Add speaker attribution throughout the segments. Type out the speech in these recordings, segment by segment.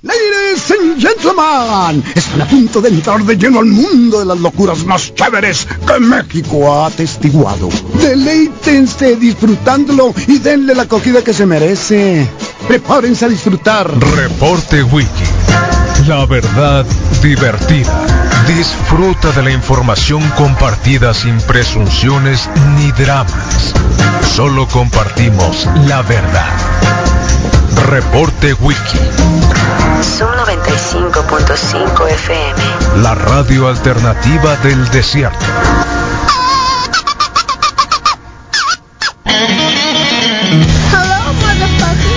Speaker 1: Ladies and gentlemen, están a punto de entrar de lleno al mundo de las locuras más chéveres que México ha atestiguado. Deleítense disfrutándolo y denle la acogida que se merece. Prepárense a disfrutar.
Speaker 2: Reporte Wiki. La verdad divertida. Disfruta de la información compartida sin presunciones ni dramas. Solo compartimos la verdad. Reporte Wiki.
Speaker 3: Son 95.5 FM.
Speaker 2: La radio alternativa del desierto.
Speaker 4: Hello, motherfucker.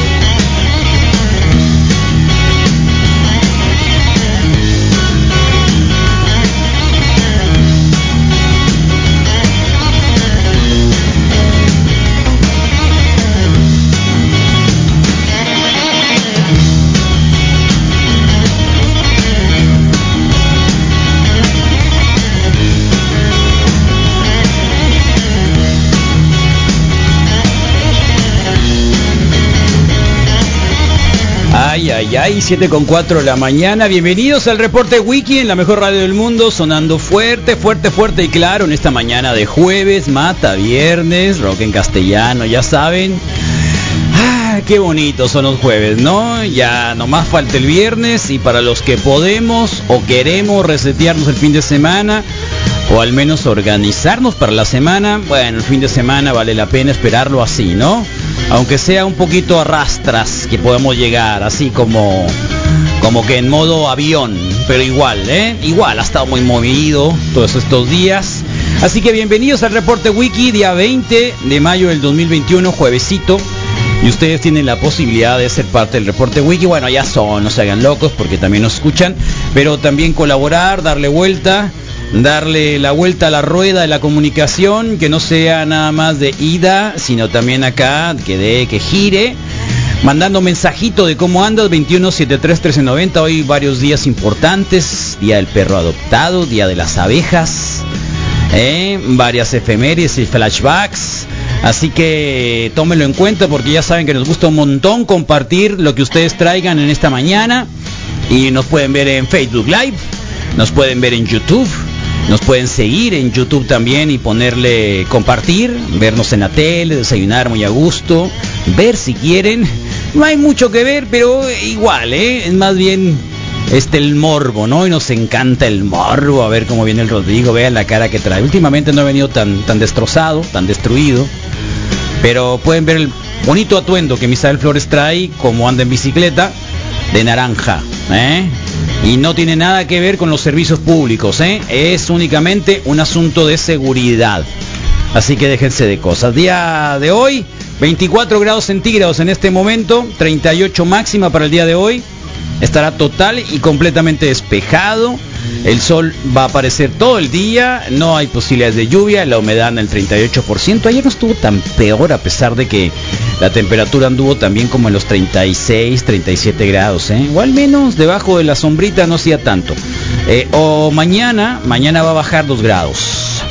Speaker 5: Ay, ay, ay, 7 con 4 de la mañana. Bienvenidos al reporte Wiki en la mejor radio del mundo, sonando fuerte, fuerte, fuerte y claro en esta mañana de jueves, mata viernes, rock en castellano, ya saben. Ah, qué bonitos son los jueves, ¿no? Ya nomás falta el viernes y para los que podemos o queremos resetearnos el fin de semana o al menos organizarnos para la semana, bueno, el fin de semana vale la pena esperarlo así, ¿no? Aunque sea un poquito a rastras que podemos llegar, así como como que en modo avión, pero igual, ¿eh? Igual, ha estado muy movido todos estos días. Así que bienvenidos al reporte Wiki, día 20 de mayo del 2021, juevesito. Y ustedes tienen la posibilidad de ser parte del reporte Wiki. Bueno, ya son, no se hagan locos porque también nos escuchan. Pero también colaborar, darle vuelta, darle la vuelta a la rueda de la comunicación, que no sea nada más de ida, sino también acá, que dé, que gire mandando mensajito de cómo andas 2173-1390. Hoy varios días importantes, día del perro adoptado, día de las abejas, ¿eh? varias efemérides y flashbacks. Así que tómenlo en cuenta porque ya saben que nos gusta un montón compartir lo que ustedes traigan en esta mañana. Y nos pueden ver en Facebook Live, nos pueden ver en YouTube. Nos pueden seguir en YouTube también y ponerle compartir, vernos en la tele, desayunar muy a gusto, ver si quieren. No hay mucho que ver, pero igual, ¿eh? Es más bien este el morbo, ¿no? Y nos encanta el morbo, a ver cómo viene el Rodrigo, vean la cara que trae. Últimamente no ha venido tan, tan destrozado, tan destruido. Pero pueden ver el bonito atuendo que Misael Flores trae, como anda en bicicleta, de naranja. ¿eh? Y no tiene nada que ver con los servicios públicos. ¿eh? Es únicamente un asunto de seguridad. Así que déjense de cosas. Día de hoy, 24 grados centígrados en este momento, 38 máxima para el día de hoy. Estará total y completamente despejado. El sol va a aparecer todo el día. No hay posibilidades de lluvia. La humedad en el 38%. Ayer no estuvo tan peor a pesar de que la temperatura anduvo también como en los 36, 37 grados. ¿eh? O al menos debajo de la sombrita no hacía tanto. Eh, o mañana, mañana va a bajar 2 grados.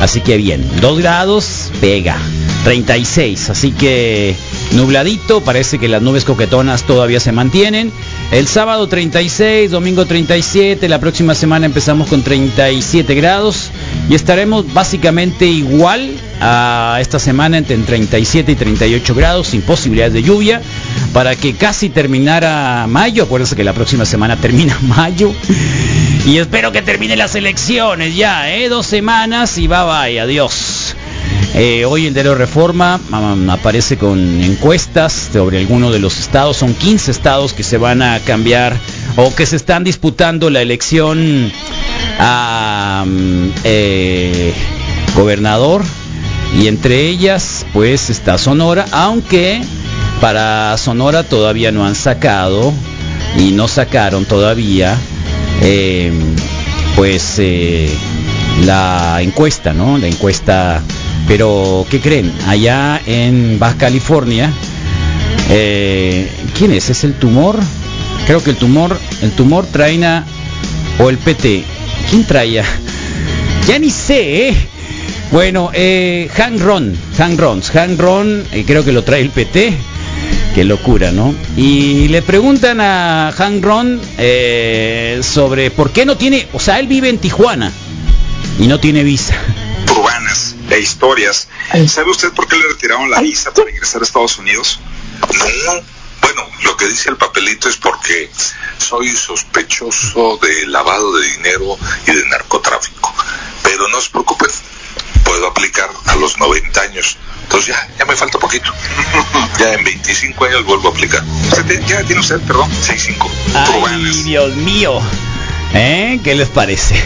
Speaker 5: Así que bien, 2 grados, pega. 36, así que nubladito, parece que las nubes coquetonas todavía se mantienen. El sábado 36, domingo 37, la próxima semana empezamos con 37 grados y estaremos básicamente igual a esta semana entre 37 y 38 grados, sin posibilidades de lluvia, para que casi terminara mayo, acuérdense que la próxima semana termina mayo. Y espero que termine las elecciones ya, ¿eh? Dos semanas y bye bye, adiós. Eh, hoy el diario Reforma am, aparece con encuestas sobre alguno de los estados. Son 15 estados que se van a cambiar o que se están disputando la elección a mm, eh, gobernador. Y entre ellas, pues está Sonora, aunque para Sonora todavía no han sacado y no sacaron todavía eh, pues eh, la encuesta, ¿no? La encuesta, pero ¿qué creen? Allá en Baja California, eh, ¿quién es? ¿Es el tumor? Creo que el tumor, el tumor traina o el PT. ¿Quién traía? Ya ni sé, ¿eh? Bueno, eh, Hank Ron, Hank Rons, Hank Ron, eh, creo que lo trae el PT. Qué locura, ¿no? Y le preguntan a Hank Ron eh, sobre por qué no tiene, o sea, él vive en Tijuana y no tiene visa.
Speaker 6: urbanas e historias. ¿Sabe usted por qué le retiraron la visa para ingresar a Estados Unidos? No. Bueno, lo que dice el papelito es porque soy sospechoso de lavado de dinero y de narcotráfico. Pero no se preocupen, puedo aplicar a los 90 años. Entonces ya, ya me falta poquito. ya en 25 años vuelvo a aplicar. Usted tiene- ¿Qué edad tiene usted? Perdón, 6'5". Urbanas.
Speaker 5: Ay, Dios mío. ¿Eh? ¿Qué les parece?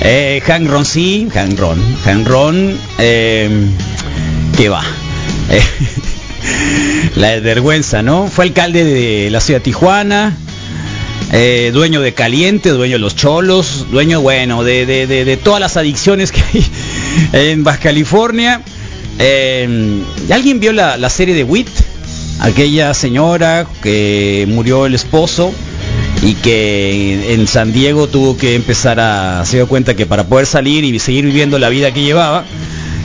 Speaker 5: eh, Hank Ron, sí, Hank Ron. Hank Ron, eh, ¿qué va? Eh, la desvergüenza, ¿no? Fue alcalde de la ciudad de Tijuana. eh, dueño de caliente, dueño de los cholos, dueño, bueno, de, de- de- de todas las adicciones que hay en Baja California. Eh, ¿Alguien vio la, la serie de Wit? Aquella señora que murió el esposo y que en San Diego tuvo que empezar a, se dio cuenta que para poder salir y seguir viviendo la vida que llevaba,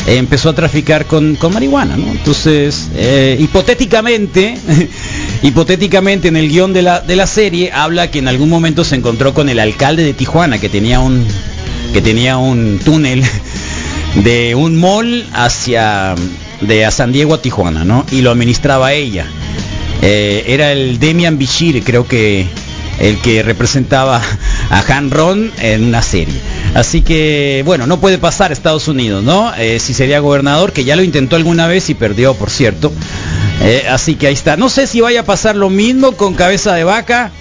Speaker 5: eh, empezó a traficar con, con marihuana, ¿no? Entonces, eh, hipotéticamente, hipotéticamente en el guión de la, de la serie habla que en algún momento se encontró con el alcalde de Tijuana, que tenía un, que tenía un túnel de un mall hacia de a San Diego a Tijuana, ¿no? Y lo administraba ella. Eh, era el Demian Bichir, creo que el que representaba a Han Ron en una serie. Así que, bueno, no puede pasar a Estados Unidos, ¿no? Eh, si sería gobernador, que ya lo intentó alguna vez y perdió, por cierto. Eh, así que ahí está. No sé si vaya a pasar lo mismo con cabeza de vaca.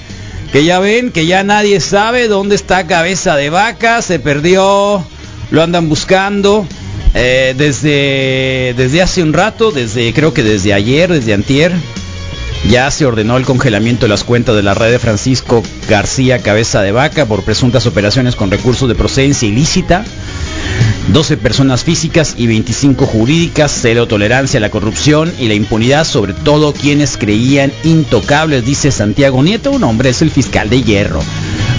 Speaker 5: Que ya ven, que ya nadie sabe dónde está cabeza de vaca. Se perdió, lo andan buscando. eh, desde, desde hace un rato, desde creo que desde ayer, desde antier, ya se ordenó el congelamiento de las cuentas de la red de Francisco García Cabeza de Vaca por presuntas operaciones con recursos de procedencia ilícita. 12 personas físicas y 25 jurídicas, cero tolerancia a la corrupción y la impunidad, sobre todo quienes creían intocables, dice Santiago Nieto, un hombre es el fiscal de hierro.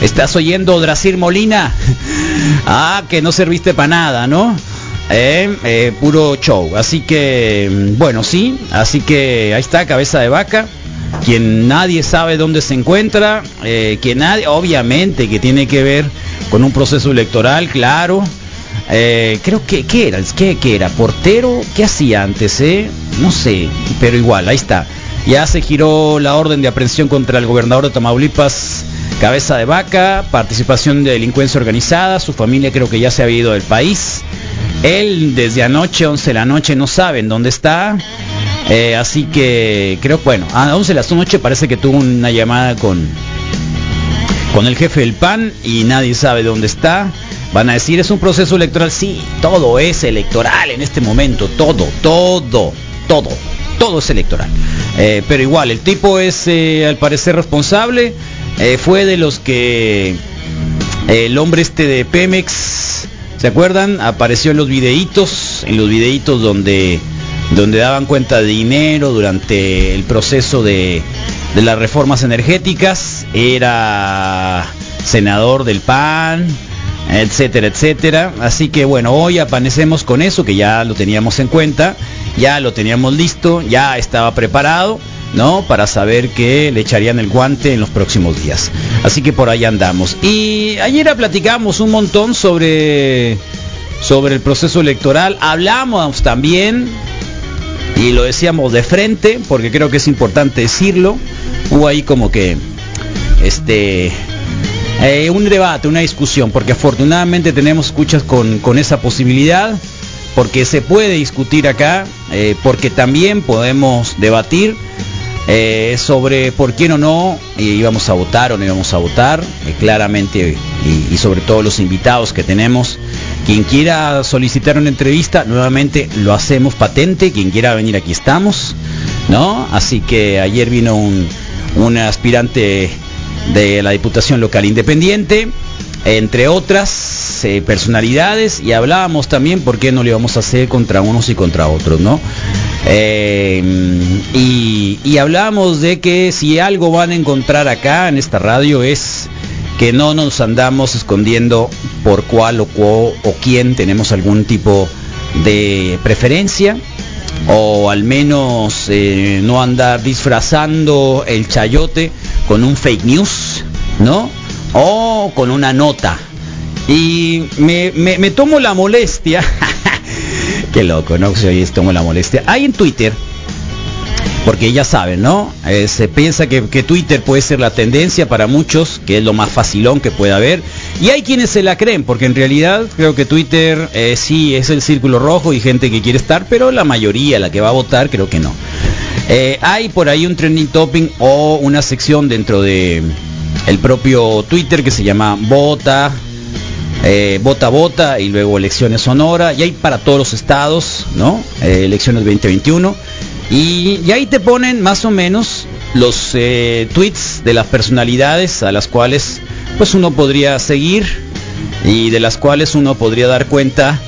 Speaker 5: ¿Estás oyendo, Dracir Molina? Ah, que no serviste para nada, ¿no? Eh, eh, puro show. Así que, mm, bueno, sí. Así que ahí está, cabeza de vaca. Quien nadie sabe dónde se encuentra. eh, que nadie, obviamente, que tiene que ver con un proceso electoral, claro. Eh, creo que, ¿qué era? ¿Qué, qué era? ¿Portero? ¿Qué hacía antes, eh? No sé, pero igual, ahí está. Ya se giró la orden de aprehensión contra el gobernador de Tamaulipas, cabeza de vaca, participación de delincuencia organizada, su familia creo que ya se ha ido del país. Él desde anoche, 11 de la noche, no saben dónde está. Eh, así que creo, bueno, a 11 de la noche parece que tuvo una llamada con, con el jefe del PAN y nadie sabe dónde está. Van a decir, es un proceso electoral. Sí, todo es electoral en este momento. Todo, todo, todo. Todo es electoral. Eh, pero igual, el tipo es eh, al parecer responsable. Eh, fue de los que el hombre este de Pemex, ¿se acuerdan? Apareció en los videitos, en los videitos donde, donde daban cuenta de dinero durante el proceso de, de las reformas energéticas. Era senador del PAN, etcétera, etcétera. Así que bueno, hoy amanecemos con eso, que ya lo teníamos en cuenta, ya lo teníamos listo, ya estaba preparado. ¿no? Para saber que le echarían el guante en los próximos días. Así que por ahí andamos. Y ayer platicamos un montón sobre, sobre el proceso electoral. Hablamos también, y lo decíamos de frente, porque creo que es importante decirlo. Hubo ahí como que, este, eh, un debate, una discusión, porque afortunadamente tenemos escuchas con, con esa posibilidad, porque se puede discutir acá, eh, porque también podemos debatir eh, sobre por quién o no eh, íbamos a votar o no íbamos a votar, eh, claramente, y, y sobre todo los invitados que tenemos. Quien quiera solicitar una entrevista, nuevamente lo hacemos patente, quien quiera venir aquí estamos, ¿no? Así que ayer vino un, un aspirante de la Diputación Local Independiente, entre otras eh, personalidades, y hablábamos también por qué no le vamos a hacer contra unos y contra otros, ¿no? Eh, y, y hablábamos de que si algo van a encontrar acá en esta radio es que no nos andamos escondiendo por cuál o, cuo- o quién tenemos algún tipo de preferencia o al menos eh, no andar disfrazando el chayote con un fake news, ¿no? O con una nota. Y me, me- me tomo la molestia. Qué loco, ¿no? Si hoy tomo la molestia. Hay en Twitter, porque ya saben, ¿no? Eh, se piensa que, que Twitter puede ser la tendencia para muchos, que es lo más facilón que puede haber. Y hay quienes se la creen, porque en realidad creo que Twitter eh, sí es el círculo rojo y gente que quiere estar, pero la mayoría, la que va a votar, creo que no. Eh, hay por ahí un trending topping o una sección dentro de el propio Twitter que se llama Vota, eh, vota vota y luego elecciones Sonora y hay para todos los estados, ¿no? Eh, elecciones 2021 y, y ahí te ponen más o menos los eh, tweets de las personalidades a las cuales pues uno podría seguir y de las cuales uno podría dar cuenta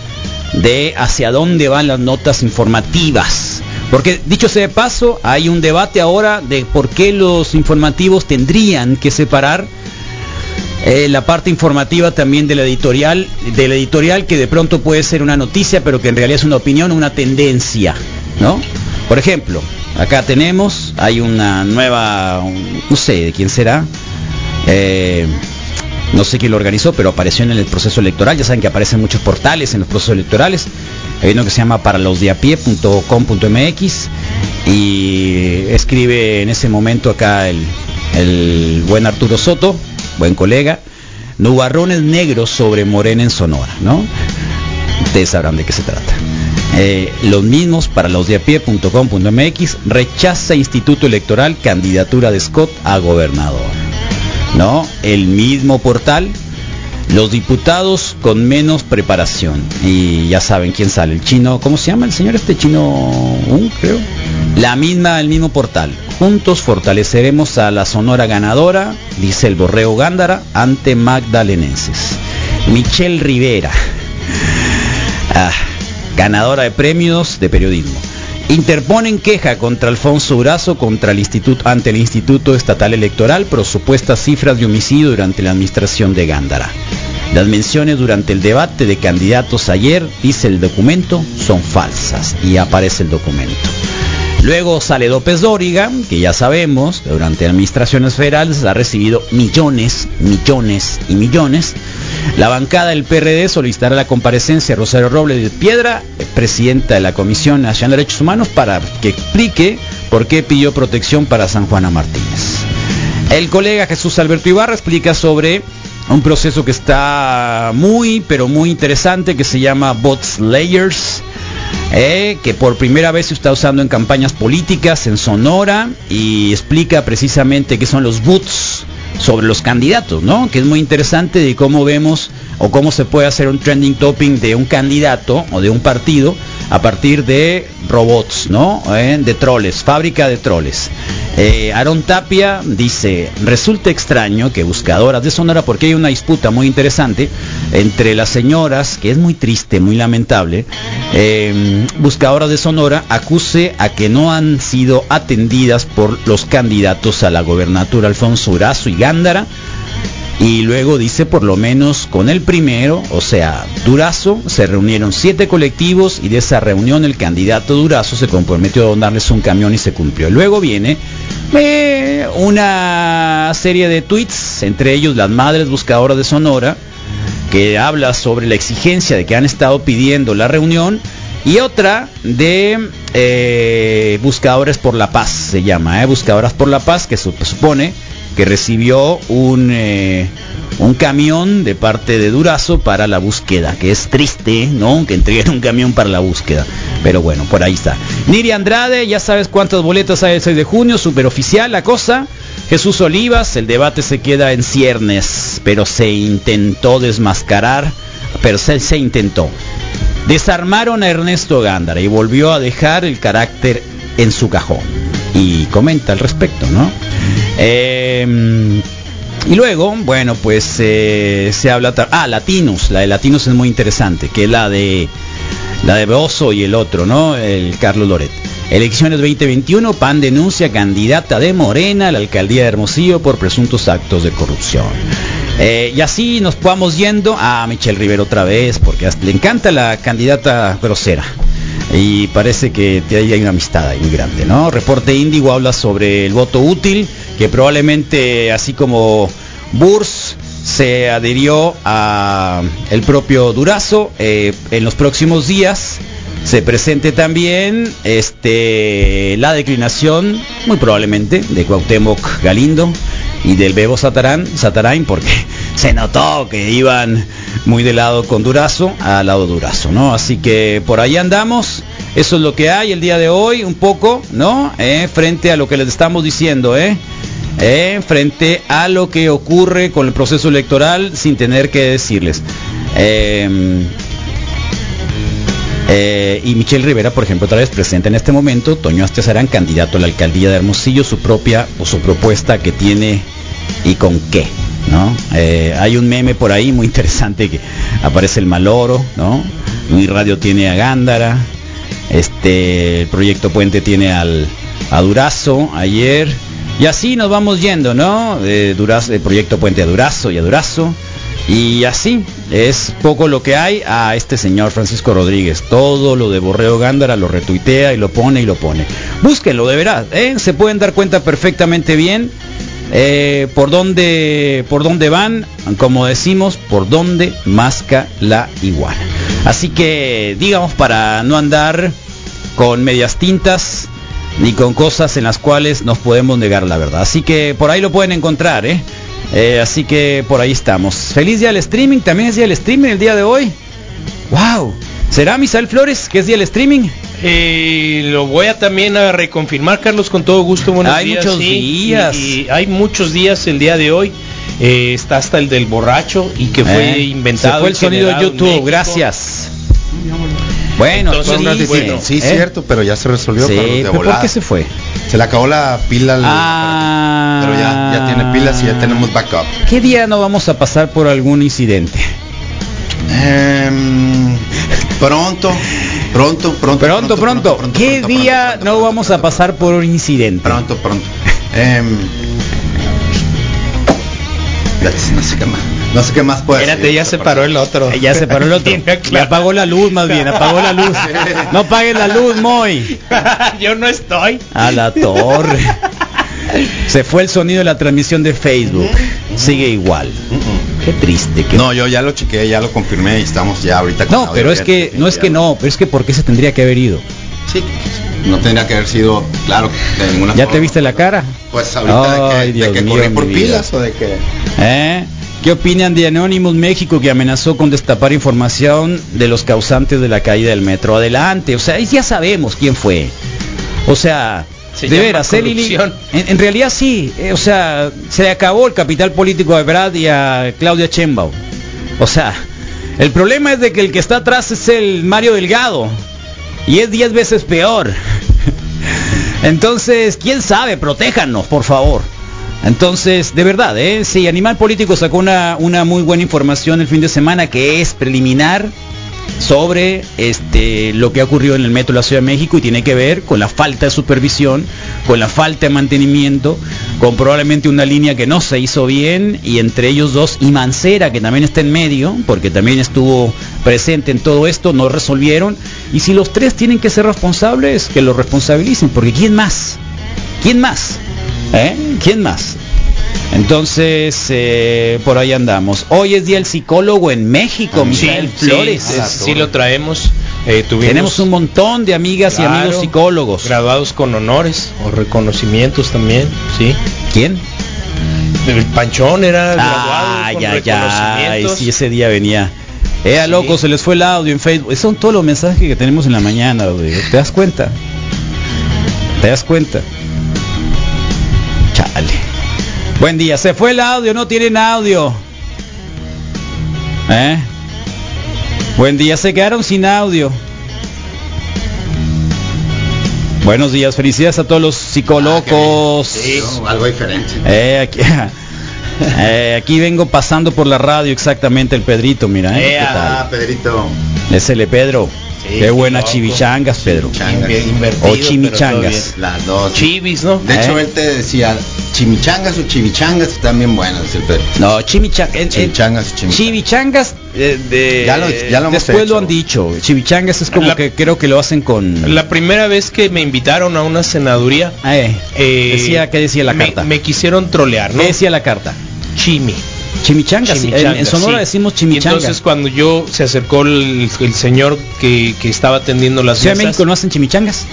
Speaker 5: de hacia dónde van las notas informativas. Porque dicho sea de paso, hay un debate ahora de por qué los informativos tendrían que separar eh, la parte informativa también de la editorial, de la editorial que de pronto puede ser una noticia, pero que en realidad es una opinión, una tendencia, ¿no? Por ejemplo, acá tenemos, hay una nueva, un- no sé de quién será, eh, no sé quién lo organizó, pero apareció en el proceso electoral, ya saben que aparecen muchos portales en los procesos electorales, hay uno que se llama para los de a pie punto com punto MX, y escribe en ese momento acá el, el buen Arturo Soto, buen colega, nubarrones negros sobre Morena en Sonora, ¿no? Ustedes sabrán de qué se trata. Eh, los mismos para los de a pie punto com punto MX rechaza Instituto Electoral candidatura de Scott a gobernador. ¿No? El mismo portal, los diputados con menos preparación. Y ya saben quién sale, el chino, ¿cómo se llama el señor este chino? Un, creo. La misma, el mismo portal. Juntos fortaleceremos a la Sonora ganadora, dice el Borreo Gándara, ante Magdalenenses. Michelle Rivera. Ah, ganadora de premios de periodismo. Interponen queja contra Alfonso Urazo contra el instituto, ante el Instituto Estatal Electoral por supuestas cifras de homicidio durante la administración de Gándara. Las menciones durante el debate de candidatos ayer, dice el documento, son falsas y aparece el documento. Luego sale López Dóriga, que ya sabemos, que durante administraciones federales ha recibido millones, millones y millones. La bancada del PRD solicitará la comparecencia de Rosario Robles de Piedra, eh, presidenta de la Comisión Nacional de Derechos Humanos, para que explique por qué pidió protección para San Juana Martínez. El colega Jesús Alberto Ibarra explica sobre un proceso que está muy, pero muy interesante, que se llama Bot Slayers eh, que por primera vez se está usando en campañas políticas en Sonora y explica precisamente qué son los boots sobre los candidatos, ¿no? Que es muy interesante de cómo vemos o cómo se puede hacer un trending topping de un candidato o de un partido a partir de robots, ¿no? Eh, de troles, fábrica de troles. Eh, Aaron Tapia dice, resulta extraño que buscadoras de Sonora, porque hay una disputa muy interesante entre las señoras, que es muy triste, muy lamentable, eh, buscadoras de Sonora acuse a que no han sido atendidas por los candidatos a la gobernatura Alfonso Urazo y Gándara, y luego dice, por lo menos con el primero, o sea, Durazo, se reunieron siete colectivos y de esa reunión el candidato Durazo se comprometió a donarles un camión y se cumplió. Luego viene eh, una serie de tweets, entre ellos las madres buscadoras de Sonora, que habla sobre la exigencia de que han estado pidiendo la reunión y otra de eh, Buscadores por la Paz, se llama, ¿eh? Buscadoras por la Paz, que se supone que recibió un, eh, un camión de parte de Durazo para la búsqueda, que es triste, ¿no? Que entreguen un camión para la búsqueda. Pero bueno, por ahí está. Niri Andrade, ya sabes cuántas boletas hay el 6 de junio, superoficial la cosa. Jesús Olivas, el debate se queda en ciernes, pero se intentó desmascarar, pero se, se intentó. Desarmaron a Ernesto Gándara y volvió a dejar el carácter en su cajón. Y comenta al respecto, ¿no? Eh, y luego, bueno, pues eh, se habla... ta- Ah, Latinos, la de Latinos es muy interesante, que es la de... La de Bozo y el otro, ¿no? El Carlos Loret. Elecciones 2021, PAN denuncia candidata de Morena a la alcaldía de Hermosillo por presuntos actos de corrupción. Eh, y así nos Ah, vamos yendo a Michelle Rivero otra vez, porque hasta- le encanta la candidata grosera. y parece que hay hay una amistad ahí muy grande, ¿no? Reporte Índigo habla sobre el voto útil, que probablemente así como Burs se adhirió a el propio Durazo, eh, en los próximos días se presente también este la declinación, muy probablemente, de Cuauhtémoc Galindo y del Bebo Satarán, Satarain, porque se notó que iban muy de lado con Durazo al lado Durazo, ¿no? Así que por ahí andamos. Eso es lo que hay el día de hoy, un poco, ¿no? Eh, frente a lo que les estamos diciendo, ¿eh? Eh, Frente a lo que ocurre con el proceso electoral sin tener que decirles. Eh, eh, y Michelle Rivera, por ejemplo, otra vez presente en este momento, Toño Astezarán, candidato a la alcaldía de Hermosillo, su propia o su propuesta que tiene y con qué, ¿no? Eh, hay un meme por ahí muy interesante que aparece el Maloro, ¿no? Mi radio tiene a Gándara, este, el proyecto Puente tiene al, a Durazo ayer, y así nos vamos yendo, ¿no? De Durazo, el proyecto Puente a Durazo y a Durazo. Y así es poco lo que hay a este señor Francisco Rodríguez. Todo lo de Borreo Gándara lo retuitea y lo pone y lo pone. Búsquenlo, de verdad. ¿eh? Se pueden dar cuenta perfectamente bien eh, por, dónde, por dónde van, como decimos, por dónde masca la iguana. Así que, digamos, para no andar con medias tintas ni con cosas en las cuales nos podemos negar la verdad. Así que por ahí lo pueden encontrar, ¿eh? Eh, así que por ahí estamos. Feliz día del streaming, también es día del streaming el día de hoy. ¡Wow! ¿Será Misael Flores que es día del streaming?
Speaker 7: Eh, lo voy a también a reconfirmar, Carlos, con todo gusto. Buenos
Speaker 5: Hay
Speaker 7: días,
Speaker 5: muchos
Speaker 7: sí,
Speaker 5: días.
Speaker 7: y- y hay muchos días el día de hoy. Eh, está hasta el del borracho y que fue
Speaker 5: Eh,
Speaker 7: inventado.
Speaker 5: se fue el
Speaker 7: y
Speaker 5: sonido de
Speaker 7: generado en
Speaker 5: YouTube,
Speaker 7: México.
Speaker 5: gracias. Bueno,
Speaker 7: Entonces,
Speaker 5: sí,
Speaker 7: unas
Speaker 5: sí,
Speaker 7: bueno,
Speaker 8: Sí,
Speaker 5: ¿eh?
Speaker 8: cierto, pero ya se resolvió.
Speaker 5: Sí,
Speaker 8: Carlos, de
Speaker 5: pero ¿por
Speaker 8: volada.
Speaker 5: qué se fue?
Speaker 8: Se le acabó la pila. al-
Speaker 5: Ah.
Speaker 8: Pero ya, ya tiene pilas y ya tenemos backup.
Speaker 5: ¿Qué día no vamos a pasar por algún incidente?
Speaker 8: Em, pronto, pronto, pronto.
Speaker 5: Pronto, pronto. ¿Qué
Speaker 8: pronto,
Speaker 5: día
Speaker 8: pronto,
Speaker 5: no
Speaker 8: pronto,
Speaker 5: vamos
Speaker 8: pronto,
Speaker 5: a pasar por un incidente?
Speaker 8: Pronto, pronto. Em, no sé qué más. No sé qué más puede
Speaker 7: Espérate, ya se paró el otro.
Speaker 5: Ya se paró el otro.
Speaker 7: Tiene aclar-
Speaker 5: Y apagó la luz más bien, apagó la luz. No pagues la luz, Moy.
Speaker 7: Yo no estoy.
Speaker 5: A la torre. Se fue el sonido de la transmisión de Facebook. Sigue igual. Qué triste que
Speaker 8: No, yo ya lo chequeé, ya lo confirmé y estamos ya ahorita con
Speaker 5: No,
Speaker 8: audio
Speaker 5: pero es
Speaker 8: bien,
Speaker 5: que no es que no, pero es que por qué se tendría que haber ido.
Speaker 8: Sí, no tendría que haber sido, claro, de ninguna
Speaker 5: ¿Ya
Speaker 8: forma.
Speaker 5: te viste la cara?
Speaker 8: Pues ahorita
Speaker 5: Ay,
Speaker 8: de que,
Speaker 5: Dios
Speaker 8: de que
Speaker 5: mío,
Speaker 8: corrí
Speaker 5: mi
Speaker 8: por
Speaker 5: vida.
Speaker 8: pilas o de que...
Speaker 5: ¿Eh? ¿Qué opinan de Anonymous México que amenazó con destapar información de los causantes de la caída del metro? Adelante, o sea, ahí ya sabemos quién fue. O sea,
Speaker 7: Se
Speaker 5: de
Speaker 7: llama
Speaker 5: veras, ¿eh, Lili? en,
Speaker 7: corrupción.
Speaker 5: en realidad sí, eh, o sea, se le acabó el capital político a Brad y a Claudia Chembao. O sea, el problema es de que el que está atrás es el Mario Delgado y es 10 veces peor. Entonces, quién sabe, protéjanos, por favor. Entonces, de verdad, ¿eh? sí, Animal Político sacó una, una muy buena información el fin de semana que es preliminar sobre este, lo que ha ocurrido en el metro de la Ciudad de México y tiene que ver con la falta de supervisión, con la falta de mantenimiento, con probablemente una línea que no se hizo bien y entre ellos dos y Mancera que también está en medio porque también estuvo presente en todo esto, no resolvieron y si los tres tienen que ser responsables, que los responsabilicen porque ¿quién más? ¿Quién más? ¿Eh? ¿Quién más? Entonces, eh, por ahí andamos. Hoy es día del psicólogo en México,
Speaker 7: Ah, Sí,
Speaker 5: Misael
Speaker 7: sí,
Speaker 5: Flores. Ah,
Speaker 7: sí, sí lo traemos. Eh, tuvimos
Speaker 5: Tenemos un montón de amigas y
Speaker 7: Claro,
Speaker 5: amigos psicólogos.
Speaker 7: graduados con honores o reconocimientos también, sí.
Speaker 5: ¿Quién?
Speaker 7: El Panchón era graduado
Speaker 5: Ay,
Speaker 7: con
Speaker 5: ay, ay,
Speaker 7: reconocimientos.
Speaker 5: Ah, sí, ese día venía. Eh, a
Speaker 7: Sí.
Speaker 5: loco, se les fue el audio en Facebook. Son todos los mensajes que tenemos en la mañana, güey. ¿Te das cuenta? ¿Te das cuenta? Chale. Buen día, se fue el audio, no tienen audio. ¿Eh? Buen día, se quedaron sin audio. Buenos días, felicidades a todos los
Speaker 7: Ah,
Speaker 5: psicólogos.
Speaker 8: No, algo diferente.
Speaker 5: Eh, aquí, eh, aquí vengo pasando por la radio exactamente el Pedrito, mira, eh, ¿qué
Speaker 8: Ah, Pedrito.
Speaker 5: tal? Es el Pedro.
Speaker 7: Sí,
Speaker 5: Qué
Speaker 7: qué
Speaker 5: buena
Speaker 7: loco.
Speaker 5: chimichangas, Pedro.
Speaker 8: Changas.
Speaker 7: Bien invertido,
Speaker 5: O
Speaker 7: pero
Speaker 5: chimichangas.
Speaker 8: Las dos.
Speaker 7: todo bien. Chivis, ¿no?
Speaker 8: De
Speaker 5: ¿Eh?
Speaker 8: hecho, él te decía, chimichangas o chimichangas están bien buenas, dice el Pedro.
Speaker 5: No, chimicha- en- en-
Speaker 8: Chimichangas o chimichangas.
Speaker 5: chimichangas
Speaker 7: eh, de
Speaker 8: Ya lo- ya lo hemos
Speaker 5: Después
Speaker 8: hecho.
Speaker 5: lo han dicho. Chivichangas es como
Speaker 7: La-
Speaker 5: que creo que lo hacen con.
Speaker 7: La primera vez que me invitaron a una senaduría,
Speaker 5: Eh,
Speaker 7: eh,
Speaker 5: decía, ¿Qué decía la
Speaker 7: me,
Speaker 5: carta?
Speaker 7: me quisieron trolear, ¿no?
Speaker 5: ¿Qué decía la carta?
Speaker 7: Chimi.
Speaker 5: Chimichangas. sí. En, en
Speaker 7: Chimichangas,
Speaker 5: Sonora
Speaker 7: sí.
Speaker 5: decimos
Speaker 7: Y
Speaker 5: chimichangas.
Speaker 7: entonces cuando yo se acercó el, el señor que, que estaba atendiendo las
Speaker 5: Ciudad de
Speaker 7: mesas,
Speaker 5: México no hacen chimichangas.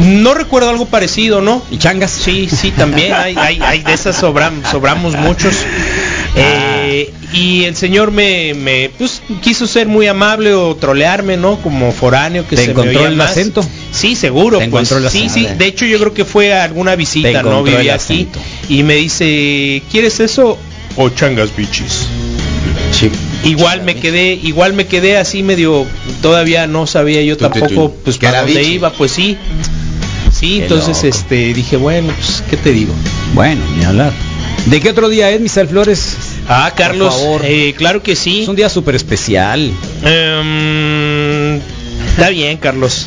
Speaker 7: no recuerdo algo parecido, ¿no?
Speaker 5: Y changas.
Speaker 7: Sí, sí, también hay, hay, hay de esas sobram- sobramos muchos.
Speaker 5: Ah.
Speaker 7: Eh, y el señor me, me, pues, quiso ser muy amable o trolearme, ¿no? Como foráneo que
Speaker 5: ¿Te
Speaker 7: se
Speaker 5: encontró
Speaker 7: me oía
Speaker 5: el
Speaker 7: más.
Speaker 5: acento?
Speaker 7: Sí, seguro.
Speaker 5: ¿Te
Speaker 7: pues,
Speaker 5: encontró el
Speaker 7: sí,
Speaker 5: acento?
Speaker 7: sí. De hecho, yo creo que fue a alguna
Speaker 5: Te
Speaker 7: visita, ¿no?
Speaker 5: encontró el
Speaker 7: Vivía aquí
Speaker 5: acento.
Speaker 7: y me dice, ¿quieres eso o changas bichis? Igual me quedé, igual me quedé así medio, todavía no sabía yo
Speaker 8: Tu, tu, tu.
Speaker 7: tampoco pues
Speaker 8: Que
Speaker 7: para
Speaker 8: era
Speaker 7: dónde
Speaker 8: bichi.
Speaker 7: iba, pues sí. Sí,
Speaker 5: Qué
Speaker 7: entonces
Speaker 5: loco.
Speaker 7: este dije, bueno, pues qué te digo.
Speaker 5: Bueno, ni hablar. ¿De qué otro día es, Misael Flores?
Speaker 7: Ah, Carlos,
Speaker 5: Por favor.
Speaker 7: eh, claro que sí.
Speaker 5: Es un día súper especial.
Speaker 7: Em, está bien, Carlos.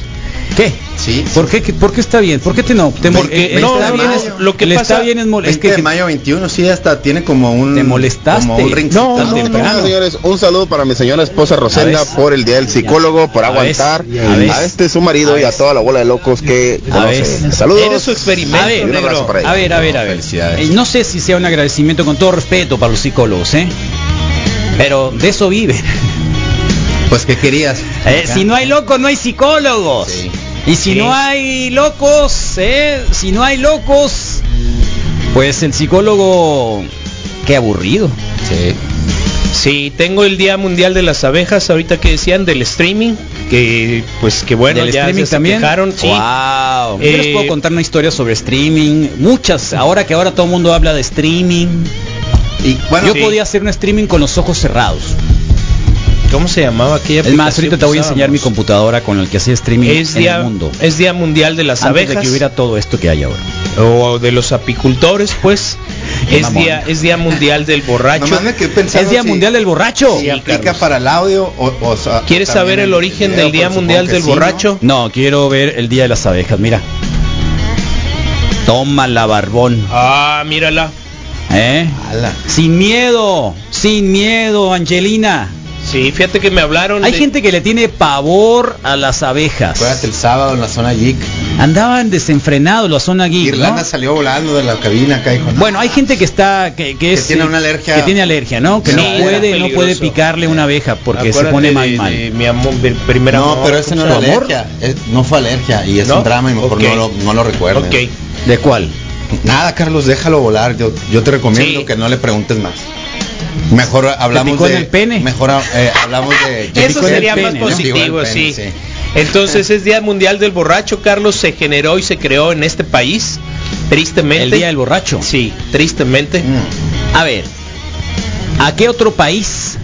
Speaker 5: ¿Qué?
Speaker 8: Sí.
Speaker 5: ¿Por qué, qué- ¿Por qué está bien? ¿Por qué te no? Te mol-
Speaker 7: Porque-
Speaker 5: eh,
Speaker 7: no,
Speaker 5: está
Speaker 7: no,
Speaker 5: bien
Speaker 7: no,
Speaker 5: es-
Speaker 7: lo que
Speaker 5: el
Speaker 7: pasa-
Speaker 5: está bien es, mol- es
Speaker 8: 20
Speaker 5: que,
Speaker 8: de mayo 21, sí, hasta tiene como un...
Speaker 5: Te molestaste.
Speaker 8: Como un rincón.
Speaker 5: No, no, no.
Speaker 9: Bueno, señores, un saludo para mi señora esposa Rosenda
Speaker 5: A ver.
Speaker 9: por el Día del Psicólogo, por
Speaker 5: A ver,
Speaker 9: aguantar
Speaker 5: a ver.
Speaker 9: a este su marido y a toda la bola de locos que
Speaker 5: A
Speaker 9: conoce.
Speaker 5: ver.
Speaker 7: Eres
Speaker 9: Saludos.
Speaker 7: su experimento,
Speaker 5: A ver,
Speaker 9: y un abrazo
Speaker 7: negro.
Speaker 9: para ella.
Speaker 5: A ver, a ver, a ver.
Speaker 8: Felicidades.
Speaker 5: Eh, No sé si sea un agradecimiento con todo respeto para los psicólogos, ¿eh? Pero de eso viven.
Speaker 8: Pues, ¿qué querías?
Speaker 5: Eh, si no hay locos, no hay psicólogos.
Speaker 8: Sí.
Speaker 5: Y si
Speaker 7: Sí.
Speaker 5: no hay locos, ¿eh? Si no hay locos, pues el psicólogo... Qué aburrido.
Speaker 8: Sí.
Speaker 7: Sí, tengo el Día Mundial de las Abejas, ahorita que decían del streaming, que pues que bueno,
Speaker 5: ¿Del
Speaker 7: ya
Speaker 5: streaming
Speaker 7: se
Speaker 5: también?
Speaker 7: quejaron, sí.
Speaker 5: Wow. Yo les
Speaker 7: Eh,
Speaker 5: puedo contar una historia sobre streaming. Muchas. Ahora que ahora todo el mundo habla de streaming.
Speaker 8: Y bueno,
Speaker 5: Yo
Speaker 7: sí.
Speaker 5: podía hacer un streaming con los ojos cerrados.
Speaker 7: ¿Cómo se llamaba aquella
Speaker 5: Es más, ahorita
Speaker 7: aplicación
Speaker 5: te voy a
Speaker 7: que
Speaker 5: enseñar mi
Speaker 7: usábamos?
Speaker 5: computadora con el que hacía streaming
Speaker 7: Es
Speaker 5: en
Speaker 7: día,
Speaker 5: el mundo.
Speaker 7: es día mundial de las
Speaker 5: Antes de
Speaker 7: abejas
Speaker 5: que hubiera todo esto que hay ahora.
Speaker 7: o de los apicultores, pues
Speaker 5: Qué
Speaker 7: es
Speaker 5: mamón.
Speaker 7: día es día mundial del borracho.
Speaker 8: nomás me quedé pensando
Speaker 5: es día
Speaker 8: si-
Speaker 5: mundial del borracho.
Speaker 8: si aplica para el audio o, o sea,
Speaker 7: ¿Quieres
Speaker 8: también
Speaker 7: saber el origen del
Speaker 8: video,
Speaker 7: Día
Speaker 8: pues,
Speaker 7: Mundial
Speaker 8: supongo que
Speaker 7: del
Speaker 8: sí, ¿no?
Speaker 7: Borracho?
Speaker 5: No, quiero ver el día de las abejas, mira. Toma la barbón.
Speaker 7: Ah, mírala.
Speaker 5: ¿eh?
Speaker 8: Ala.
Speaker 5: Sin miedo, sin miedo, Angelina.
Speaker 7: Sí, fíjate que me hablaron
Speaker 5: Hay
Speaker 7: de-
Speaker 5: gente que le tiene pavor a las
Speaker 8: Acuérdate el
Speaker 5: abejas.
Speaker 8: sábado en la zona geek.
Speaker 5: Andaban desenfrenados la zona geek, ¿no?
Speaker 8: Irlanda salió volando de la cabina acá, hijo.
Speaker 5: Bueno, hay gente que está que, que es,
Speaker 8: tiene
Speaker 5: eh,
Speaker 8: una alergia.
Speaker 5: que tiene alergia, ¿no? Que
Speaker 8: Sí,
Speaker 5: no
Speaker 8: era
Speaker 5: puede no puede
Speaker 7: peligroso.
Speaker 5: picarle una abeja porque
Speaker 7: Acuérdate
Speaker 5: se pone mal
Speaker 7: de-
Speaker 5: mal.
Speaker 7: de mi amor, del primer
Speaker 8: No,
Speaker 7: amor,
Speaker 8: pero ese no
Speaker 7: ¿cómo
Speaker 8: era
Speaker 7: se llama?
Speaker 8: alergia. es- no fue alergia y es
Speaker 7: ¿No?
Speaker 8: un drama y mejor
Speaker 7: Ok.
Speaker 8: no lo, no lo recuerden.
Speaker 7: Ok.
Speaker 5: ¿De cuál?
Speaker 8: Nada, Carlos, déjalo volar. Yo, yo te recomiendo
Speaker 7: Sí.
Speaker 8: que no le preguntes más. Mejor hablamos
Speaker 5: picó en
Speaker 8: de
Speaker 5: el pene?
Speaker 8: Mejor eh, hablamos de
Speaker 5: Te
Speaker 7: Eso
Speaker 5: picó en el
Speaker 7: sería más
Speaker 5: pene, ¿no?
Speaker 7: positivo,
Speaker 8: Picó el
Speaker 7: sí.
Speaker 8: pene, sí.
Speaker 7: Entonces es Día Mundial del Borracho, Carlos, se generó y se creó en este país, tristemente.
Speaker 5: El día del borracho.
Speaker 7: Sí, tristemente.
Speaker 8: Mm.
Speaker 5: A ver, ¿a qué otro país?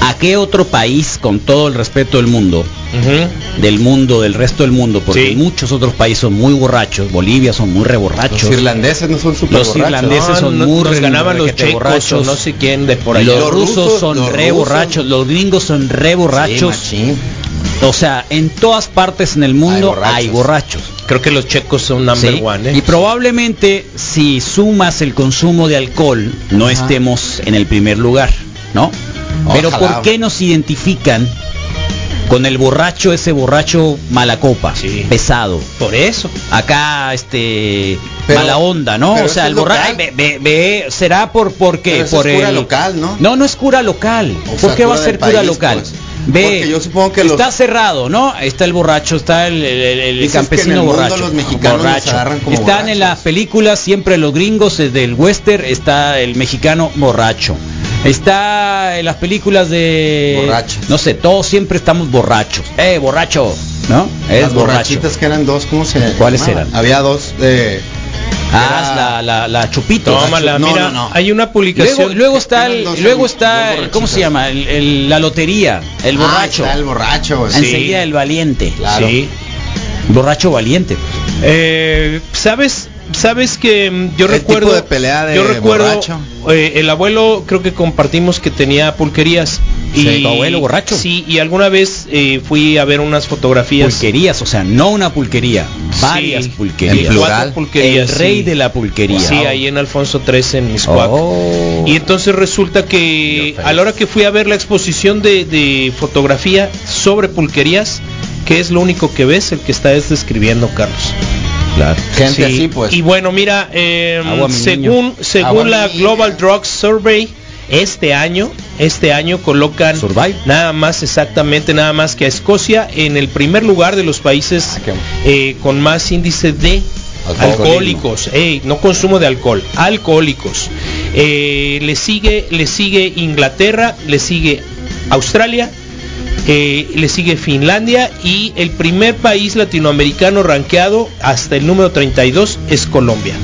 Speaker 5: ¿A qué otro país con todo el respeto del mundo?
Speaker 7: Ujú.
Speaker 5: Del mundo, del resto del mundo, porque
Speaker 7: Sí.
Speaker 5: muchos otros países son muy borrachos, Bolivia son muy
Speaker 8: Los
Speaker 5: reborrachos.
Speaker 8: irlandeses no son super
Speaker 5: Los irlandeses
Speaker 7: No,
Speaker 5: son
Speaker 7: no-
Speaker 5: muy
Speaker 7: nos
Speaker 5: re-
Speaker 7: ganaban los
Speaker 5: requete
Speaker 7: checos
Speaker 5: borrachos.
Speaker 7: o no sé quién de por ahí.
Speaker 5: los,
Speaker 8: Los
Speaker 5: rusos,
Speaker 8: rusos,
Speaker 5: son
Speaker 8: los
Speaker 5: re
Speaker 8: rusos.
Speaker 5: borrachos, los gringos son re borrachos. o sea, en todas partes en el mundo hay
Speaker 8: Hay
Speaker 5: borrachos.
Speaker 7: Creo que los checos son number
Speaker 5: ¿sí?
Speaker 7: one, ¿eh?
Speaker 5: Y probablemente si sumas el consumo de alcohol, no
Speaker 8: Ajá.
Speaker 5: estemos en el primer lugar, ¿no? Pero
Speaker 8: Ojalá.
Speaker 5: ¿por qué nos identifican con el borracho, ese borracho malacopa,
Speaker 7: Sí.
Speaker 5: pesado?
Speaker 7: Por eso.
Speaker 5: Acá, este,
Speaker 8: Pero-
Speaker 5: mala onda, ¿no?
Speaker 8: pero
Speaker 5: O
Speaker 8: eso
Speaker 5: sea,
Speaker 8: es
Speaker 5: el borracho,
Speaker 8: local.
Speaker 5: será por, por qué?
Speaker 8: Pero eso
Speaker 5: por
Speaker 8: es cura local, ¿no?
Speaker 5: No, no es cura local.
Speaker 8: O
Speaker 5: ¿Por
Speaker 8: sea,
Speaker 5: qué va a
Speaker 8: cura
Speaker 5: ser
Speaker 8: del
Speaker 5: cura
Speaker 8: país,
Speaker 5: local?
Speaker 8: pues.
Speaker 5: Ve,
Speaker 8: Porque yo supongo que los-
Speaker 5: está cerrado, ¿no? Está el borracho, está el, el- el- el
Speaker 8: Dices que
Speaker 5: campesino
Speaker 8: en el mundo
Speaker 5: borracho.
Speaker 8: los mexicanos nos
Speaker 5: Borracho.
Speaker 8: agarran como
Speaker 5: Están en
Speaker 8: borrachos.
Speaker 5: las películas siempre los gringos eh, del western está el mexicano borracho. Está en las películas de
Speaker 8: Borracho.
Speaker 5: no sé, todos siempre estamos borrachos. Eh, borracho, ¿no? Es
Speaker 8: Las
Speaker 5: borracho.
Speaker 8: borrachitas que eran dos, ¿cómo se
Speaker 5: ¿Cuáles
Speaker 8: llamaban?
Speaker 5: eran?
Speaker 8: Había dos eh,
Speaker 5: Ah,
Speaker 8: era-
Speaker 5: la, la, la chupito.
Speaker 7: Tómala,
Speaker 8: no,
Speaker 7: mira,
Speaker 8: no, no.
Speaker 7: hay una publicación.
Speaker 5: Luego, luego está el,
Speaker 8: Dos-
Speaker 5: luego
Speaker 8: dos
Speaker 5: está, el- ¿cómo
Speaker 8: borrachitos.
Speaker 5: se llama? El- el- la lotería, el
Speaker 8: Ah,
Speaker 5: borracho.
Speaker 8: está el borracho. sí.
Speaker 5: Enseguida el valiente.
Speaker 8: Claro.
Speaker 7: Sí.
Speaker 5: Borracho valiente.
Speaker 7: Eh, ¿Sabes? ¿Sabes que mm, yo
Speaker 8: El
Speaker 7: recuerdo
Speaker 8: tipo de pelea de
Speaker 7: yo recuerdo
Speaker 8: borracho.
Speaker 7: eh, el abuelo creo que compartimos que tenía pulquerías
Speaker 5: Sí, tu abuelo borracho.
Speaker 7: Sí, y alguna vez eh, fui a ver unas fotografías.
Speaker 5: Pulquerías, o sea, no una pulquería, varias
Speaker 7: Sí.
Speaker 5: pulquerías.
Speaker 7: En
Speaker 8: plural.
Speaker 7: cuatro
Speaker 5: El
Speaker 7: pulquerías,
Speaker 5: rey
Speaker 7: sí.
Speaker 5: de la pulquería.
Speaker 7: Sí, ahí en Alfonso 13 en Miscuac.
Speaker 5: Oh.
Speaker 7: Y entonces resulta que a la hora que fui a ver la exposición de, de fotografía sobre pulquerías, que es lo único que ves, el que está es describiendo Carlos.
Speaker 5: Claro.
Speaker 8: Gente
Speaker 7: Sí,
Speaker 8: así, pues.
Speaker 7: Y bueno, mira, eh,
Speaker 5: Agua, mi niño.
Speaker 7: según,
Speaker 8: Agua,
Speaker 7: según
Speaker 8: mi
Speaker 7: la
Speaker 8: niña.
Speaker 7: Global Drug Survey, este año, este año colocan
Speaker 5: Survey.
Speaker 7: nada más exactamente, nada más que a Escocia en el primer lugar de los países
Speaker 8: Ah, qué-
Speaker 7: eh, con más índice de
Speaker 8: Alcoholismo.
Speaker 7: alcohólicos, Ey, no consumo de alcohol, alcohólicos. Eh, le sigue, le sigue Inglaterra, le sigue Australia, eh, le sigue Finlandia y el primer país latinoamericano rankeado hasta el número 32 es Colombia.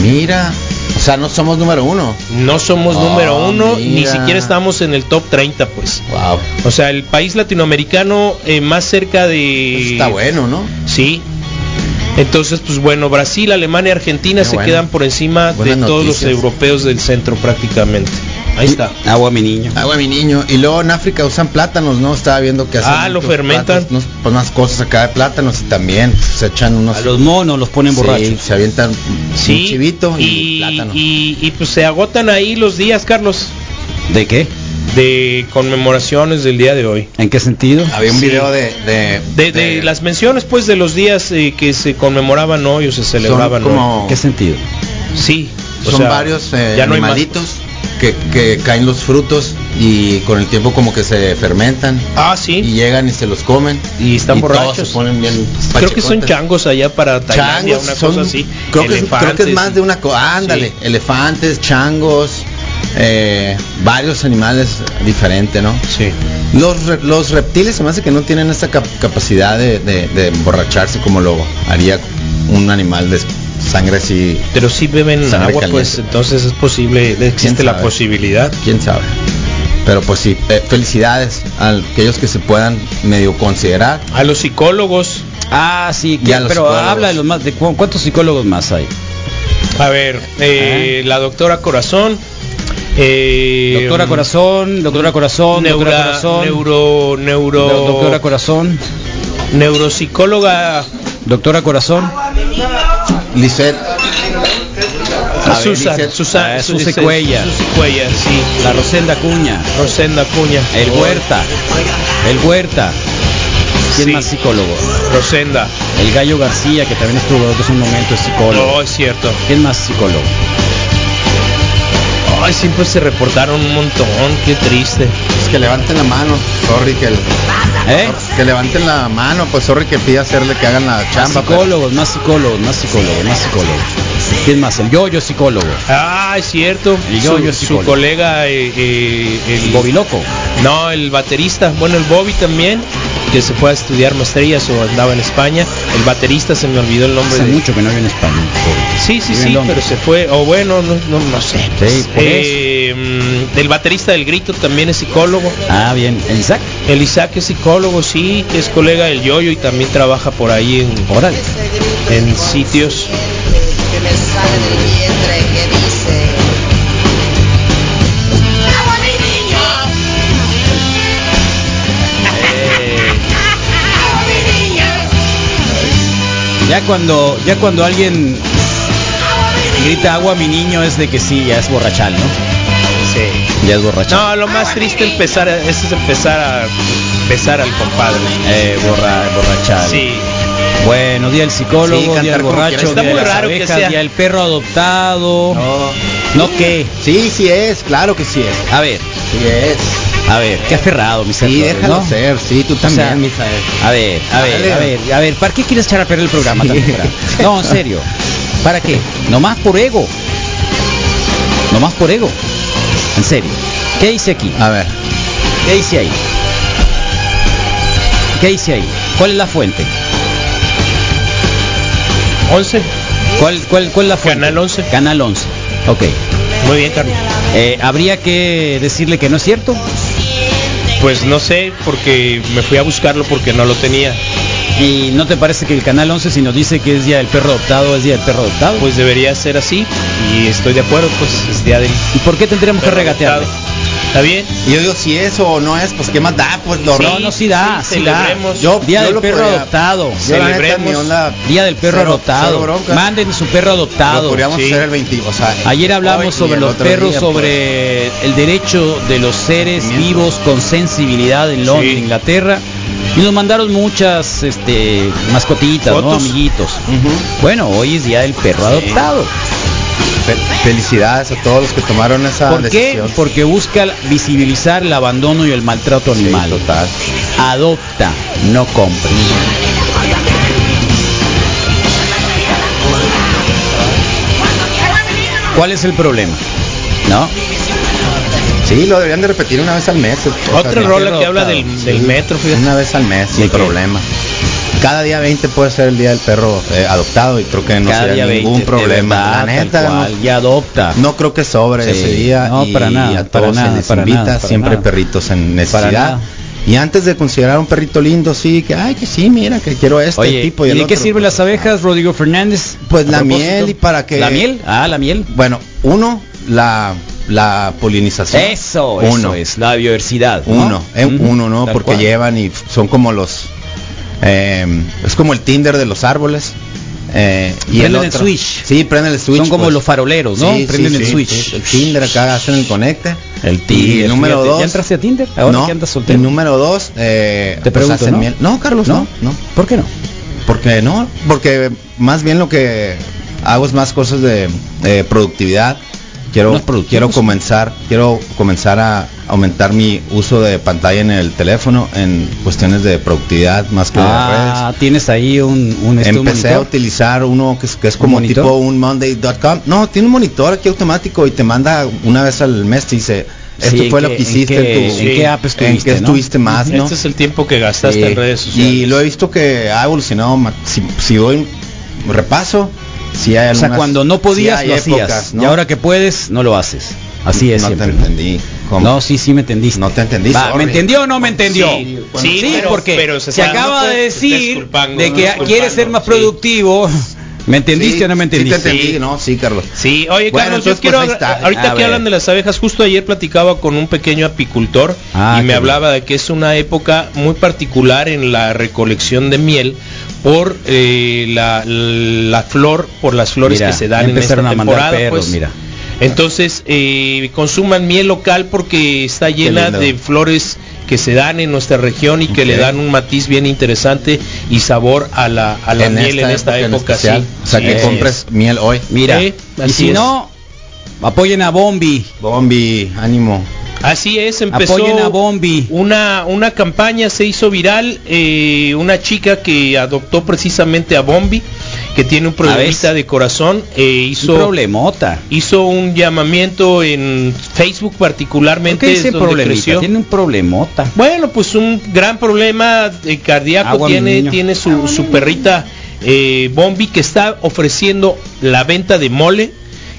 Speaker 8: Mira, o sea, no somos número uno.
Speaker 7: No somos
Speaker 8: Ah,
Speaker 7: número uno, ni
Speaker 8: mira.
Speaker 7: siquiera estamos en el top 30, pues.
Speaker 8: Wow.
Speaker 7: O sea, el país latinoamericano eh, más cerca de...
Speaker 8: Está bueno, ¿no?
Speaker 7: Sí. Entonces, pues bueno, Brasil, Alemania, Argentina
Speaker 8: Qué
Speaker 7: se
Speaker 8: bueno.
Speaker 7: quedan por encima de
Speaker 8: Buenas
Speaker 7: todos los
Speaker 8: noticias.
Speaker 7: europeos del centro prácticamente. Ahí está.
Speaker 5: Agua, mi niño.
Speaker 8: Agua, Ah, mi niño. Y luego en África usan plátanos, ¿no? Estaba viendo que hacen.
Speaker 7: Ah, lo
Speaker 8: unos
Speaker 7: fermentan.
Speaker 8: platos, unos- pues unas cosas acá de plátanos y también pues, se echan unos.
Speaker 5: A los monos los ponen
Speaker 8: Sí,
Speaker 5: borrachos.
Speaker 8: se avientan
Speaker 7: Sí.
Speaker 8: un chivito y,
Speaker 7: y,
Speaker 8: plátano.
Speaker 7: y- y, pues se agotan ahí los días, Carlos,
Speaker 5: ¿De qué?
Speaker 7: de conmemoraciones del día de hoy.
Speaker 5: ¿En qué sentido?
Speaker 8: Había un
Speaker 7: Sí.
Speaker 8: video de. De,
Speaker 7: De, de las menciones, pues, de los días eh, que se conmemoraban hoy o se
Speaker 8: son
Speaker 7: celebraban hoy.
Speaker 8: como-
Speaker 5: ¿Qué sentido?
Speaker 7: Sí. o
Speaker 8: son
Speaker 7: sea,
Speaker 8: varios eh,
Speaker 7: ya no hay más,
Speaker 8: animalitos que, que caen los frutos y con el tiempo como que se fermentan
Speaker 7: pues. Ah, sí.
Speaker 8: y llegan y se los comen
Speaker 7: Y están
Speaker 8: todos
Speaker 7: borrachos.
Speaker 8: se ponen bien
Speaker 7: Creo que son
Speaker 8: pachecotes.
Speaker 7: changos allá para Tailandia,
Speaker 8: changos
Speaker 7: una
Speaker 8: son,
Speaker 7: cosa así.
Speaker 8: creo, que, es- creo que es
Speaker 7: Elefantes,
Speaker 8: más de una cosa ándale
Speaker 7: Sí.
Speaker 8: elefantes changos eh, varios animales diferentes no
Speaker 7: Sí.
Speaker 8: los, re- los reptiles se me hace que no tienen esa cap- capacidad de, de, de emborracharse como lo haría un animal de sangre así
Speaker 7: Pero si beben
Speaker 8: Sangre
Speaker 7: agua,
Speaker 8: caliente.
Speaker 7: pues entonces es posible, existe la
Speaker 8: sabe?
Speaker 7: posibilidad.
Speaker 8: quién sabe. Pero pues sí, eh, felicidades a aquellos que se puedan medio considerar.
Speaker 7: A los psicólogos,
Speaker 5: Ah, sí,
Speaker 8: Y a
Speaker 5: que-
Speaker 8: los
Speaker 5: pero
Speaker 8: psicólogos.
Speaker 5: habla de los más. De, cu- ¿Cuántos psicólogos más hay?
Speaker 7: a ver, eh, la doctora Corazón, eh,
Speaker 5: Doctora Corazón, doctora Corazón,
Speaker 7: neura-
Speaker 5: doctora Corazón.
Speaker 7: neuro, neuro,
Speaker 5: do- Doctora Corazón,
Speaker 7: neuropsicóloga
Speaker 5: doctora Corazón,
Speaker 8: Lisette,
Speaker 5: ver,
Speaker 7: Susan,
Speaker 5: Lizeth.
Speaker 7: Susan,
Speaker 5: Ah, Susi
Speaker 7: Lizeth,
Speaker 5: Cuellar.
Speaker 7: Susi Cuellar, sí.
Speaker 5: la Rosenda Cuña,
Speaker 7: Rosenda Oh, Cuña,
Speaker 5: el Huerta, el Huerta. ¿Quién
Speaker 7: Sí.
Speaker 5: más psicólogo?
Speaker 7: Rosenda,
Speaker 5: El Gallo García, que también estuvo con nosotros un momento, es psicólogo.
Speaker 7: no Oh, es cierto.
Speaker 5: ¿Quién más psicólogo?
Speaker 7: Ay, siempre se reportaron un montón, qué triste.
Speaker 8: pues que levanten la mano, sorry que,
Speaker 5: ¿Eh?
Speaker 8: que levanten la mano, pues sorry que pida hacerle que hagan la
Speaker 5: Más
Speaker 8: chamba. pero-
Speaker 5: psicólogos, más psicólogos, más psicólogos, más psicólogos. ¿Quién más? El Yoyo psicólogo.
Speaker 7: Ah, es cierto.
Speaker 5: Y yo-
Speaker 7: su,
Speaker 5: yo es
Speaker 7: su
Speaker 5: psicólogo.
Speaker 7: colega, eh, eh, el
Speaker 5: Bobby Loco.
Speaker 7: No, el baterista, bueno, el Bobby también, que se fue a estudiar maestrías o andaba en España. El baterista se me olvidó el nombre
Speaker 8: Pues
Speaker 5: Hace
Speaker 7: de.
Speaker 5: mucho que no viene en español.
Speaker 7: Sí, sí,
Speaker 5: Vive en
Speaker 7: sí,
Speaker 5: Londres.
Speaker 7: pero se fue. O bueno, no, no, no sé.
Speaker 5: Sí, por
Speaker 7: Eh, mm, el baterista del grito también es psicólogo.
Speaker 5: Ah, bien. ¿El Isaac?
Speaker 7: El Isaac es psicólogo, sí, que es colega del Yoyo y también trabaja por ahí en,
Speaker 5: Órale.
Speaker 7: en sitios.
Speaker 4: Que me sale del vientre que dice. ¡Agua, mi niño!
Speaker 5: Eh,
Speaker 4: ¡Agua, mi niño!
Speaker 5: Ya cuando, ya cuando alguien grita agua mi niño es de que sí, ya es borrachal, ¿no?
Speaker 7: Sí.
Speaker 5: Ya es borrachal.
Speaker 7: No, lo más triste empezar a- es empezar a besar al compadre.
Speaker 5: Eh, borra, borrachal.
Speaker 7: Sí.
Speaker 5: Bueno, día el
Speaker 8: Sí,
Speaker 5: psicólogo, día
Speaker 8: cantar
Speaker 5: el
Speaker 8: como
Speaker 5: borracho,
Speaker 8: quieras. Está
Speaker 5: día de
Speaker 7: muy
Speaker 5: las
Speaker 7: raro que
Speaker 5: abejas,
Speaker 7: sea.
Speaker 5: día el perro adoptado.
Speaker 8: No.
Speaker 5: ¿No qué?
Speaker 8: Sí, sí es, claro que sí es.
Speaker 5: A ver,
Speaker 8: Sí es.
Speaker 5: a ver, qué aferrado, mi
Speaker 8: Sí,
Speaker 5: Flores,
Speaker 8: déjalo
Speaker 5: ¿no?
Speaker 8: ser, sí, tú
Speaker 5: O sea,
Speaker 8: también, Misael.
Speaker 5: A ver, a ver,
Speaker 8: Dale.
Speaker 5: a ver, a ver, ¿para qué quieres echar a perder el programa tan temprano? No, en serio. ¿Para qué? Nomás por ego. Nomás por ego. En serio. ¿Qué dice aquí?
Speaker 8: A ver,
Speaker 5: ¿Qué dice ahí? ¿Qué dice ahí? ¿Cuál es la fuente?
Speaker 7: 11.
Speaker 5: ¿Cuál, cuál, cuál es la fuente?
Speaker 7: Canal 11.
Speaker 5: Canal 11. Ok.
Speaker 7: Muy bien, Carlos.
Speaker 5: Eh, ¿Habría que decirle que no es cierto?
Speaker 7: Pues no sé, porque me fui a buscarlo porque no lo tenía.
Speaker 5: ¿Y no te parece que el Canal 11 si nos dice que es día del perro adoptado, es día del perro adoptado?
Speaker 7: Pues debería ser así y estoy de acuerdo, pues es día del
Speaker 5: ¿Y por qué tendríamos que
Speaker 7: perro
Speaker 5: regatearle?
Speaker 7: adoptado. ¿Está bien?
Speaker 8: Y yo digo, si eso o no es, pues qué más da, pues lo
Speaker 7: Sí,
Speaker 5: no, no, sí da,
Speaker 7: sí,
Speaker 5: sí da.
Speaker 7: celebremos.
Speaker 8: Yo-
Speaker 5: Día del
Speaker 8: lo
Speaker 5: perro
Speaker 8: podría-
Speaker 5: adoptado.
Speaker 8: Yo la neta, mi
Speaker 7: Celebremos.
Speaker 8: onda,
Speaker 5: Día del perro
Speaker 8: cero- cero
Speaker 5: adoptado.
Speaker 8: bronca.
Speaker 5: Manden su perro
Speaker 8: Lo
Speaker 5: adoptado.
Speaker 8: podríamos
Speaker 7: sí.
Speaker 8: hacer el 20, o sea,
Speaker 5: Ayer
Speaker 8: hoy
Speaker 5: hablamos
Speaker 8: y
Speaker 5: sobre
Speaker 8: el
Speaker 5: los
Speaker 8: otro
Speaker 5: perros,
Speaker 8: día, pues.
Speaker 5: sobre el derecho de los seres
Speaker 8: Miento.
Speaker 5: vivos con sensibilidad en Londres,
Speaker 7: Sí.
Speaker 5: Inglaterra. Y nos mandaron muchas este, mascotitas, ¿no?
Speaker 7: Fotos.
Speaker 5: amiguitos.
Speaker 8: Ujú.
Speaker 5: Bueno, hoy es día del perro adoptado.
Speaker 8: Fe- felicidades a todos los que tomaron esa
Speaker 5: ¿Por qué?
Speaker 8: decisión.
Speaker 5: Porque busca visibilizar el abandono y el maltrato
Speaker 8: Sí,
Speaker 5: animal.
Speaker 8: total.
Speaker 5: Adopta, no compres. ¿Cuál es el problema? ¿No?
Speaker 8: Sí, lo deberían de repetir una vez al mes. o sea,
Speaker 7: Otra
Speaker 8: no-
Speaker 7: rola que
Speaker 5: adoptado,
Speaker 7: habla del, del metro, fíjate.
Speaker 8: Una vez al mes, sin
Speaker 5: ¿De qué?
Speaker 8: problema. Cada día 20 puede ser el día del perro eh, adoptado y creo que no
Speaker 5: Cada
Speaker 8: sería
Speaker 5: día 20,
Speaker 8: ningún problema.
Speaker 5: de verdad,
Speaker 8: La neta,
Speaker 5: tal
Speaker 8: no-
Speaker 5: cual, y adopta.
Speaker 8: No creo que sobre
Speaker 5: Sí.
Speaker 8: ese día.
Speaker 5: No,
Speaker 8: y
Speaker 5: para nada,
Speaker 8: A todos
Speaker 5: para
Speaker 8: se
Speaker 5: nada,
Speaker 8: les
Speaker 5: para
Speaker 8: invita
Speaker 5: nada, para
Speaker 8: siempre
Speaker 5: nada.
Speaker 8: perritos en
Speaker 5: Para
Speaker 8: necesidad.
Speaker 5: nada.
Speaker 8: Y antes de considerar un perrito lindo, sí, que ay, que sí, mira, que quiero este
Speaker 5: Oye,
Speaker 8: tipo.
Speaker 5: ¿y,
Speaker 8: el
Speaker 5: de qué
Speaker 8: otro,
Speaker 5: sirven
Speaker 8: pues,
Speaker 5: las abejas, Rodrigo Fernández?
Speaker 8: Pues
Speaker 5: A
Speaker 8: la
Speaker 5: propósito.
Speaker 8: miel y para que.
Speaker 5: ¿La miel? Ah, la miel.
Speaker 8: Bueno, uno, la, la polinización.
Speaker 5: Eso,
Speaker 8: uno.
Speaker 5: eso es, la biodiversidad. ¿no?
Speaker 8: Uno, eh,
Speaker 5: Ujú,
Speaker 8: uno, ¿no?
Speaker 5: tal
Speaker 8: Porque
Speaker 5: cual.
Speaker 8: llevan y son como los. eh, es como el Tinder de los árboles. eh, y
Speaker 5: Prenden el
Speaker 8: otro-
Speaker 5: switch.
Speaker 8: Sí, prenden el switch.
Speaker 5: Son como
Speaker 8: pues.
Speaker 5: los faroleros, ¿no?
Speaker 8: Sí,
Speaker 5: Prenden
Speaker 8: sí,
Speaker 5: el
Speaker 8: sí,
Speaker 5: switch.
Speaker 8: sí, el Tinder acá hacen el conecte.
Speaker 5: El
Speaker 8: Y
Speaker 5: Tinder.
Speaker 8: el número
Speaker 5: fíjate.
Speaker 8: dos.
Speaker 5: ¿Ya entraste a Tinder? Ahora
Speaker 8: no,
Speaker 5: que andas soltero.
Speaker 8: El número dos. eh,
Speaker 5: Te
Speaker 8: pues
Speaker 5: pregunto,
Speaker 8: hacen
Speaker 5: ¿no?
Speaker 8: miel. No, Carlos, no. no.
Speaker 5: ¿Por qué no?
Speaker 8: Porque no, porque más bien lo que hago es más cosas de eh, productividad. Quiero,
Speaker 5: Más productivos.
Speaker 8: quiero comenzar, quiero comenzar a aumentar mi uso de pantalla en el teléfono en cuestiones de productividad más que de redes.
Speaker 5: Ah, tienes ahí un, un este, un
Speaker 8: Empecé a
Speaker 5: monitor.
Speaker 8: utilizar uno que es, que es como
Speaker 5: monitor?
Speaker 8: tipo un Monday.com. No, tiene un monitor aquí automático y te manda una vez al mes, te dice,
Speaker 5: Sí,
Speaker 8: esto
Speaker 5: ¿en
Speaker 8: fue
Speaker 5: qué-
Speaker 8: lo que
Speaker 5: en
Speaker 8: hiciste
Speaker 5: qué-
Speaker 8: en, tu,
Speaker 5: en qué app
Speaker 8: en
Speaker 5: estuviste,
Speaker 8: qué
Speaker 5: no?
Speaker 8: estuviste más, ¿no?
Speaker 7: Este es el tiempo que gastaste
Speaker 8: Sí,
Speaker 7: en redes sociales.
Speaker 8: Y lo he visto que ha evolucionado. ma- Si, si doy un repaso, si hay
Speaker 5: O sea,
Speaker 8: algunas-
Speaker 5: cuando no podías,
Speaker 8: sí hay
Speaker 5: lo
Speaker 8: épocas,
Speaker 5: hacías.
Speaker 8: ¿no?
Speaker 5: Y ahora que puedes, no lo haces. Así es
Speaker 8: No
Speaker 5: siempre.
Speaker 8: te entendí. ¿Cómo?
Speaker 5: No, sí, sí me entendiste.
Speaker 8: No te entendí,
Speaker 5: Va, ¿Me
Speaker 8: sorry.
Speaker 5: entendió o no me entendió?
Speaker 7: Sí, cuando- sí, pero-
Speaker 5: porque
Speaker 7: pero se
Speaker 5: se,
Speaker 7: está-
Speaker 5: acaba
Speaker 7: no te-
Speaker 5: de
Speaker 7: te estás
Speaker 5: decir
Speaker 7: culpando,
Speaker 5: de
Speaker 7: no
Speaker 5: que
Speaker 7: estás
Speaker 5: quiere ser
Speaker 7: culpando,
Speaker 5: más
Speaker 7: sí.
Speaker 5: productivo. ¿Me
Speaker 8: Sí,
Speaker 5: entendiste o no me
Speaker 8: sí te
Speaker 5: entendiste?
Speaker 8: entendí,
Speaker 7: Sí.
Speaker 8: no, sí, Carlos.
Speaker 7: Sí, oye
Speaker 8: Bueno,
Speaker 7: Carlos,
Speaker 8: entonces,
Speaker 7: yo quiero
Speaker 8: pues, ahí
Speaker 7: hablar-
Speaker 8: está.
Speaker 5: A
Speaker 7: ahorita que
Speaker 5: ver.
Speaker 7: hablan de las abejas, justo ayer platicaba con un pequeño apicultor
Speaker 5: Ah,
Speaker 7: y me
Speaker 5: qué
Speaker 7: hablaba de que es una época muy particular en la recolección de miel por eh, la, la flor, por las flores
Speaker 5: Mira,
Speaker 7: que se dan
Speaker 5: ya
Speaker 7: en esta
Speaker 5: empezaron a mandar
Speaker 7: temporada.
Speaker 5: perros,
Speaker 7: pues.
Speaker 5: mira.
Speaker 7: Entonces, eh, consuman miel local porque está llena
Speaker 8: lindo.
Speaker 7: de flores que se dan en nuestra región y que le
Speaker 8: Ok.
Speaker 7: dan un matiz bien interesante y sabor a la, a la miel en esta
Speaker 8: en
Speaker 7: época.
Speaker 8: especial.
Speaker 7: sí.
Speaker 8: O sea,
Speaker 7: Sí,
Speaker 8: que
Speaker 7: así
Speaker 8: compres miel hoy.
Speaker 5: Mira,
Speaker 7: Sí,
Speaker 5: y
Speaker 7: así
Speaker 5: si
Speaker 7: es.
Speaker 5: no, apoyen a Bombi.
Speaker 8: Bombi, ánimo.
Speaker 7: Así es, empezó
Speaker 5: Apoyen a Bombi.
Speaker 7: Una, una campaña se hizo viral, eh, una chica que adoptó precisamente a Bombi, que tiene un
Speaker 5: ¿Ah,
Speaker 7: problemita
Speaker 5: ves?
Speaker 7: de corazón, eh,
Speaker 5: Un
Speaker 7: hizo,
Speaker 5: problemota.
Speaker 7: hizo un llamamiento en Facebook
Speaker 5: ¿Por
Speaker 7: particularmente,
Speaker 5: qué
Speaker 7: es
Speaker 5: ese
Speaker 7: donde
Speaker 5: problemita?
Speaker 7: creció.
Speaker 5: Tiene un problemota.
Speaker 7: Bueno, pues un gran problema eh, cardíaco
Speaker 5: Agua, mi
Speaker 7: tiene,
Speaker 5: niño.
Speaker 7: tiene su, su perrita eh, Bombi que está ofreciendo la venta de mole